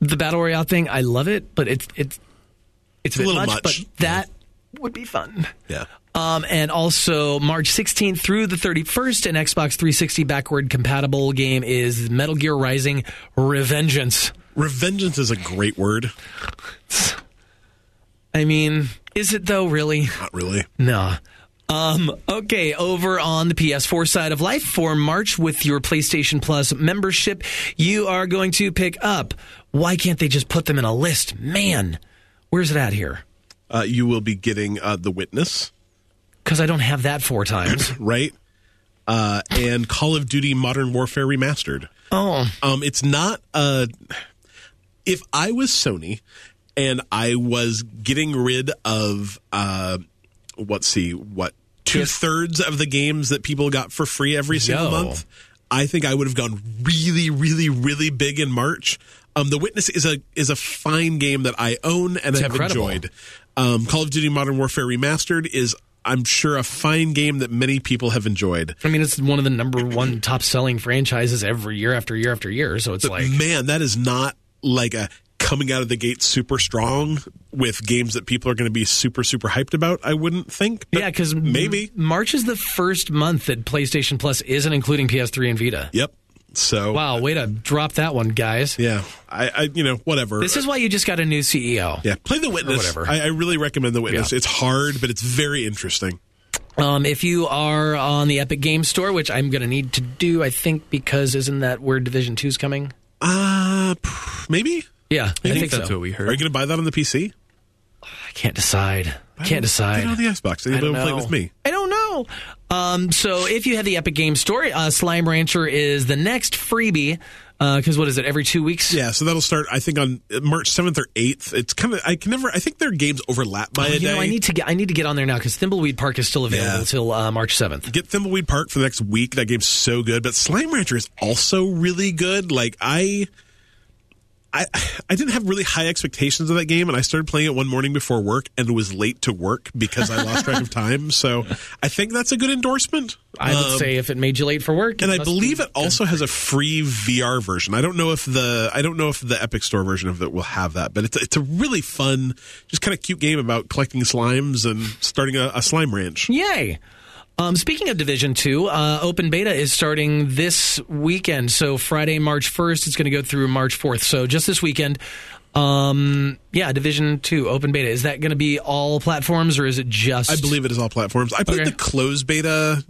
A: the battle royale thing. I love it, but it's it's it's a, bit
B: little
A: much,
B: much.
A: But that would be fun.
B: Yeah.
A: Um, and also March 16th through the 31st, an Xbox 360 backward compatible game is Metal Gear Rising: Revengeance.
B: Revengeance is a great word.
A: I mean, is it though? Really?
B: Not really.
A: Nah. Um, okay, over on the PS4 side of life for March with your PlayStation Plus membership, you are going to pick up. Why can't they just put them in a list? Man, where's it at here?
B: Uh, you will be getting uh, The Witness,
A: Because I don't have that four times.
B: right? Uh, and Call of Duty Modern Warfare Remastered.
A: Oh,
B: Um, it's not uh If I was Sony and I was getting rid of, uh, let's see, what, two thirds of the games that people got for free every single
A: No.
B: month, I think I would have gone really, really, really big in March. Um, the Witness is a is a fine game that I own and I have
A: incredible.
B: enjoyed. Um, Call of Duty Modern Warfare Remastered is, I'm sure, a fine game that many people have enjoyed.
A: I mean, it's one of the number one top selling franchises every year after year after year. So it's like
B: Man, that is not like a coming out of the gate super strong with games that people are going to be super super hyped about. I wouldn't think. but
A: Yeah, because
B: maybe.
A: March is the first month that PlayStation Plus isn't including PS3 and Vita.
B: Yep. So
A: Wow, way to drop that one, guys.
B: Yeah, I, I you know whatever.
A: This is why you just got a new E CEO.
B: yeah, play the witness.
A: whatever.
B: I, I really recommend the witness.
A: Yeah.
B: It's hard, but it's very interesting.
A: Um, if you are on the Epic Game Store, which I'm going to need to do, I think, because isn't that where Division 2 is coming?
B: Uh pff, maybe.
A: Yeah, I,
C: I
A: think,
C: think that's
A: so.
C: what
B: Are
C: we
B: you
C: heard.
B: going to buy that on the PC?
A: I can't decide. Can't decide.
B: Get on the Xbox.
A: I don't
B: Anybody will play
A: know.
B: with me.
A: I don't know. Um, so if you have the Epic Game Store, uh, Slime Rancher is the next freebie. Because what is it? Every two weeks?
B: Yeah, so that'll start. I think on uh, March seventh or eighth. It's kind of. I can never. I think their games overlap by a
A: Oh, You
B: day.
A: know, I need to get I need to get on there now because Thimbleweed Park is still available
B: Yeah.
A: until uh, March seventh.
B: Get Thimbleweed Park for the next week. That game's so good. But Slime Rancher is also really good. Like I. I, I didn't have really high expectations of that game, and I started playing it one morning before work and was late to work because I lost track of time. So I think that's a good endorsement.
A: I would
B: Um,
A: say if it made you late for work,
B: and I
A: must
B: believe
A: be-
B: it also has a free VR version. I don't know if the I don't know if the Epic Store version of it will have that, but it's it's a really fun, just kind of cute game about collecting slimes and starting a, a slime ranch.
A: Yay! Um, speaking of Division Two, uh, open beta is starting this weekend. So Friday, March first, it's going to go through March fourth. So just this weekend. Um, yeah, Division Two open beta. Is that going to be all platforms or is it just?
B: I believe it is all platforms. I played
A: Okay.
B: the closed beta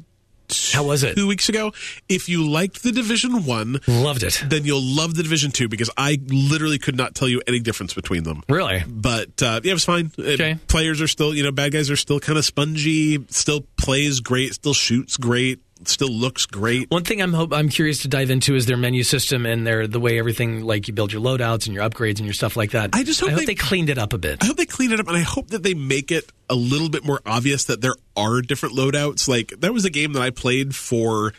A: How was it?
B: two weeks ago. If you liked the Division One,
A: Loved it.
B: then you'll love the Division Two because I literally could not tell you any difference between them.
A: Really?
B: But uh, yeah, it was fine. It-
A: Okay.
B: players are still, you know, bad guys are still kind of spongy. Still plays great. Still shoots great. Still looks great.
A: One thing I'm hope I'm curious to dive into is their menu system and their the way everything like you build your loadouts and your upgrades and your stuff like that.
B: I just hope
A: I hope
B: they-
A: they, cleaned it up a bit.
B: I hope they clean it up, and I hope that they make it a little bit more obvious that there are different loadouts. Like that was a game that I played for.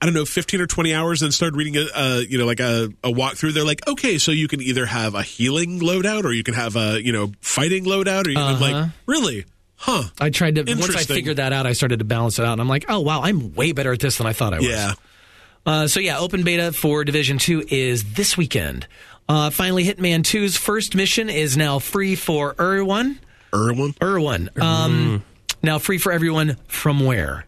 B: I don't know, fifteen or twenty hours, and started reading a, a you know like a, a walkthrough. They're like, okay, so you can either have a healing loadout, or you can have a you know fighting loadout, or you can like really, huh?
A: I tried to once I
B: Interesting.
A: figured that out, I started to balance it out, and I'm like, oh wow, I'm way better at this than I thought I was.
B: Yeah,
A: Uh, so yeah, open beta for Division Two is this weekend. Uh, finally, Hitman 2's first mission is now free for everyone.
B: Erwin.
A: Erwin. Um, Now free for everyone from where?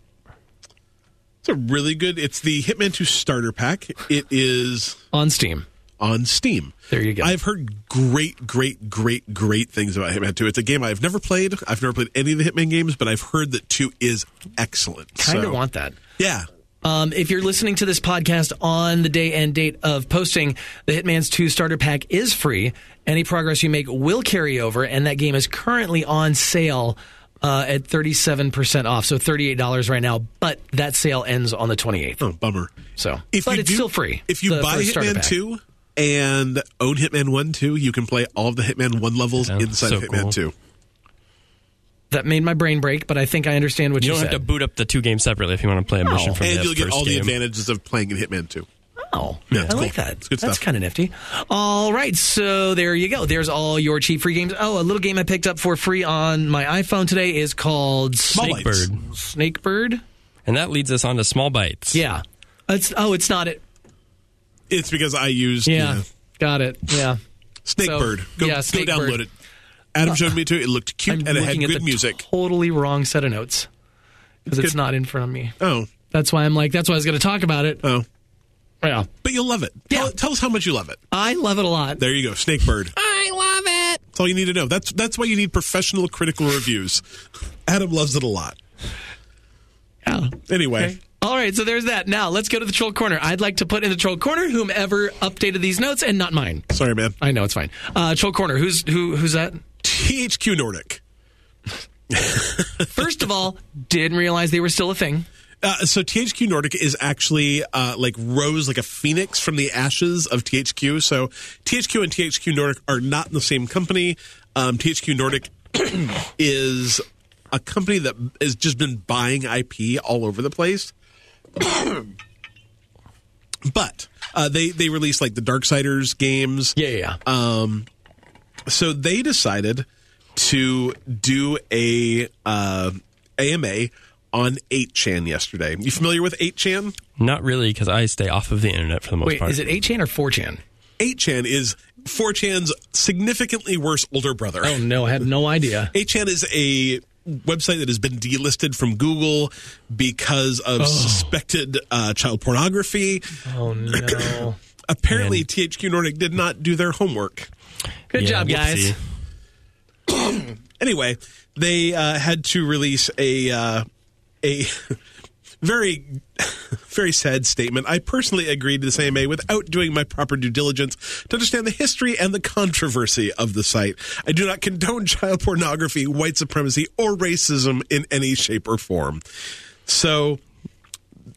B: It's a really good. It's the Hitman Two starter pack. It is
A: On Steam.
B: on Steam.
A: There you go.
B: I've heard great, great, great, great things about Hitman 2. It's a game I've never played. I've never played any of the Hitman games, but I've heard that 2 is excellent.
A: Kind of
B: So,
A: want that.
B: Yeah.
A: Um, if you're listening to this podcast on the day and date of posting, the Hitman's 2 starter pack is free. Any progress you make will carry over, and that game is currently on sale uh, at 37% off, so $38 right now, but that sale ends on the 28th.
B: Oh, bummer.
A: So, but
B: you
A: it's
B: do-
A: still free.
B: If you
A: the
B: buy
A: first starter
B: Hitman
A: pack.
B: 2 and own Hitman 1 2, you can play all of the Hitman 1 levels
C: Yeah,
B: inside
C: so
B: of Hitman
C: cool.
B: 2.
A: that made my brain break, but I think I understand what
C: You
A: you,
C: don't have
A: said.
C: to boot up the two games separately if you want to play a mission from
B: And
C: the
B: you'll get
C: first
B: all the
C: game.
B: advantages of playing in Hitman 2.
A: Oh,
B: Yeah,
A: I
B: it's
A: like
B: cool.
A: that.
B: It's good
A: That's
B: stuff.
A: kind of nifty. All right, so there you go. There's all your cheap free games. Oh, a little game I picked up for free on my iPhone today is called
B: Small
A: Snake,
B: Bites.
C: Bird.
A: Snake Bird.
C: And that leads us on to small bites.
A: Yeah. It's oh, it's not it.
B: It's because I used
A: Yeah,
B: yeah,
A: got it. Yeah.
B: Snake
A: So,
B: Bird. Go,
A: yeah,
B: go
A: Snake
B: download
A: Bird.
B: it. Adam showed me to it. It looked
A: I'm
B: cute and it had
A: looking at
B: good
A: the
B: music.
A: totally wrong set of notes because it's
B: Good.
A: not in front of me.
B: oh,
A: That's why I'm like. That's why I was going to talk about it.
B: oh.
A: Yeah.
B: But you'll love it.
A: Yeah.
B: Tell, tell us how much you love it.
A: I love it a lot.
B: There you go, Snake Bird.
A: I love it.
B: That's all you need to know. That's that's why you need professional critical reviews. Adam loves it a lot. Anyway,
A: All right, so there's that. Now let's go to the troll corner. I'd like to put in the troll corner whomever updated these notes and not mine.
B: sorry, man.
A: I know it's fine. Uh, troll corner. Who's who? Who's that?
B: THQ Nordic.
A: First of all, didn't realize they were still a thing.
B: Uh, so THQ Nordic is actually uh, like rose like a phoenix from the ashes of THQ. So THQ and THQ Nordic are not in the same company. Um, THQ Nordic is a company that has just been buying IP all over the place. But uh, they they released like the Darksiders games.
A: Yeah, yeah, yeah.
B: Uh, So they decided to do a uh, AMA on 8chan yesterday. You familiar with 8chan?
C: Not really, because I stay off of the internet for the most
A: Wait,
C: part.
A: is it 8chan or 4chan?
B: 8chan is 4chan's significantly worse older brother.
A: Oh, no, I had no idea.
B: 8chan is a website that has been delisted from Google because of suspected uh, child pornography.
A: Oh, no.
B: Apparently, THQ Nordic did not do their homework.
A: Good
C: Yeah,
A: job, guys.
C: whoopsie.
B: Anyway, they uh, had to release a uh, a very very sad statement. I personally agreed to this AMA without doing my proper due diligence to understand the history and the controversy of the site. I do not condone child pornography, white supremacy, or racism in any shape or form. So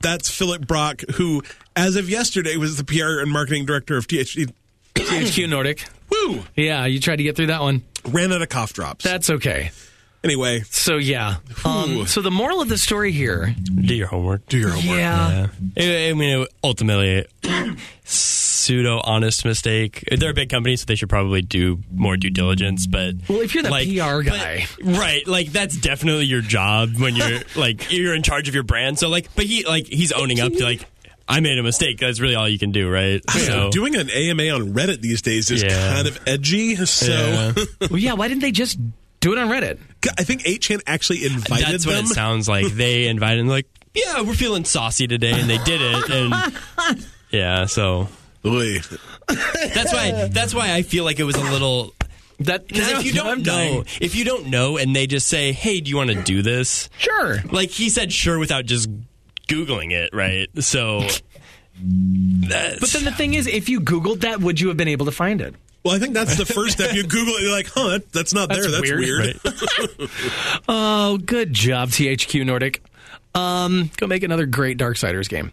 B: that's Philip Brock, who, as of yesterday, was the PR and marketing director of THD.
A: HQ Nordic.
B: Woo!
A: Yeah, you tried to get through that one.
B: Ran out of cough drops.
A: That's okay.
B: anyway,
A: So, yeah. Um,
B: Whew.
A: so, the moral of the story here.
C: Do your homework.
B: do your homework.
A: Yeah.
C: Yeah. I I mean, ultimately, pseudo honest mistake. They're a big company, so they should probably do more due diligence. But
A: Well, if you're the
C: like,
A: PR guy.
C: right? Like that's definitely your job when you're like you're in charge of your brand. So like, but he like he's owning up to like I made a mistake. That's really all you can do, right? So
B: Doing an AMA on Reddit these days is
C: Yeah.
B: kind of edgy. So
C: Yeah.
A: well, yeah, why didn't they just do it on Reddit?
B: I think 8chan actually invited
C: that's what
B: them.
C: it sounds like. They invited him like, yeah, we're feeling saucy today, and they did it, and yeah, so.
B: Oy.
C: That's why. That's why I feel like it was a little
A: That
C: Because
A: no,
C: if you
A: no,
C: don't
A: I'm
C: know,
A: dying.
C: if you don't know, and they just say, "Hey, do you want to do this?"
A: sure.
C: Like he said, sure, without just googling it, right? So, that's,
A: But then the thing is, if you Googled that, would you have been able to find it?
B: Well, I think that's the first step. You Google it, you're like, huh, that- that's not there. That's weird.
A: Oh, good job, THQ Nordic. Um, go make another great Darksiders game.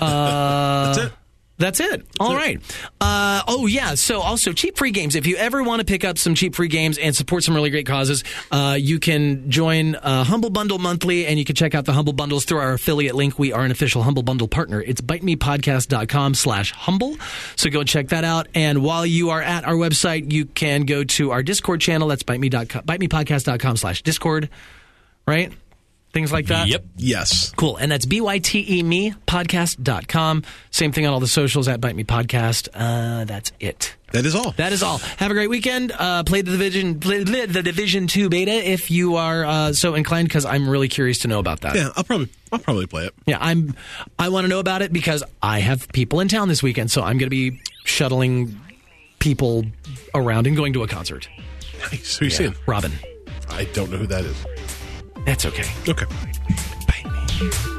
B: That's it.
A: That's it. All right. Uh, oh, yeah. So, also, cheap free games. If you ever want to pick up some cheap free games and support some really great causes, uh, you can join uh, Humble Bundle monthly and you can check out the Humble Bundles through our affiliate link. We are an official Humble Bundle partner. It's bitemepodcast.com slash humble. So, go and check that out. And while you are at our website, you can go to our Discord channel. That's bitemepodcast.com bitemepodcast.com slash Discord, right? Things like that.
C: Yep.
B: Yes.
A: Cool. And that's B-Y-T-E E me podcast.com. Same thing on all the socials at Bite Me Podcast. Uh, that's it.
B: That is all.
A: That is all. Have a great weekend. Uh, play the division, play the division two beta if you are uh, so inclined, because I'm really curious to know about that.
B: yeah, I'll probably I'll probably play it.
A: Yeah, I'm. I want to know about it because I have people in town this weekend, so I'm going to be shuttling people around and going to a concert.
B: Nice. Who you seeing?
A: Robin,
B: I don't know who that is.
A: that's okay.
B: Okay.
A: Bite me.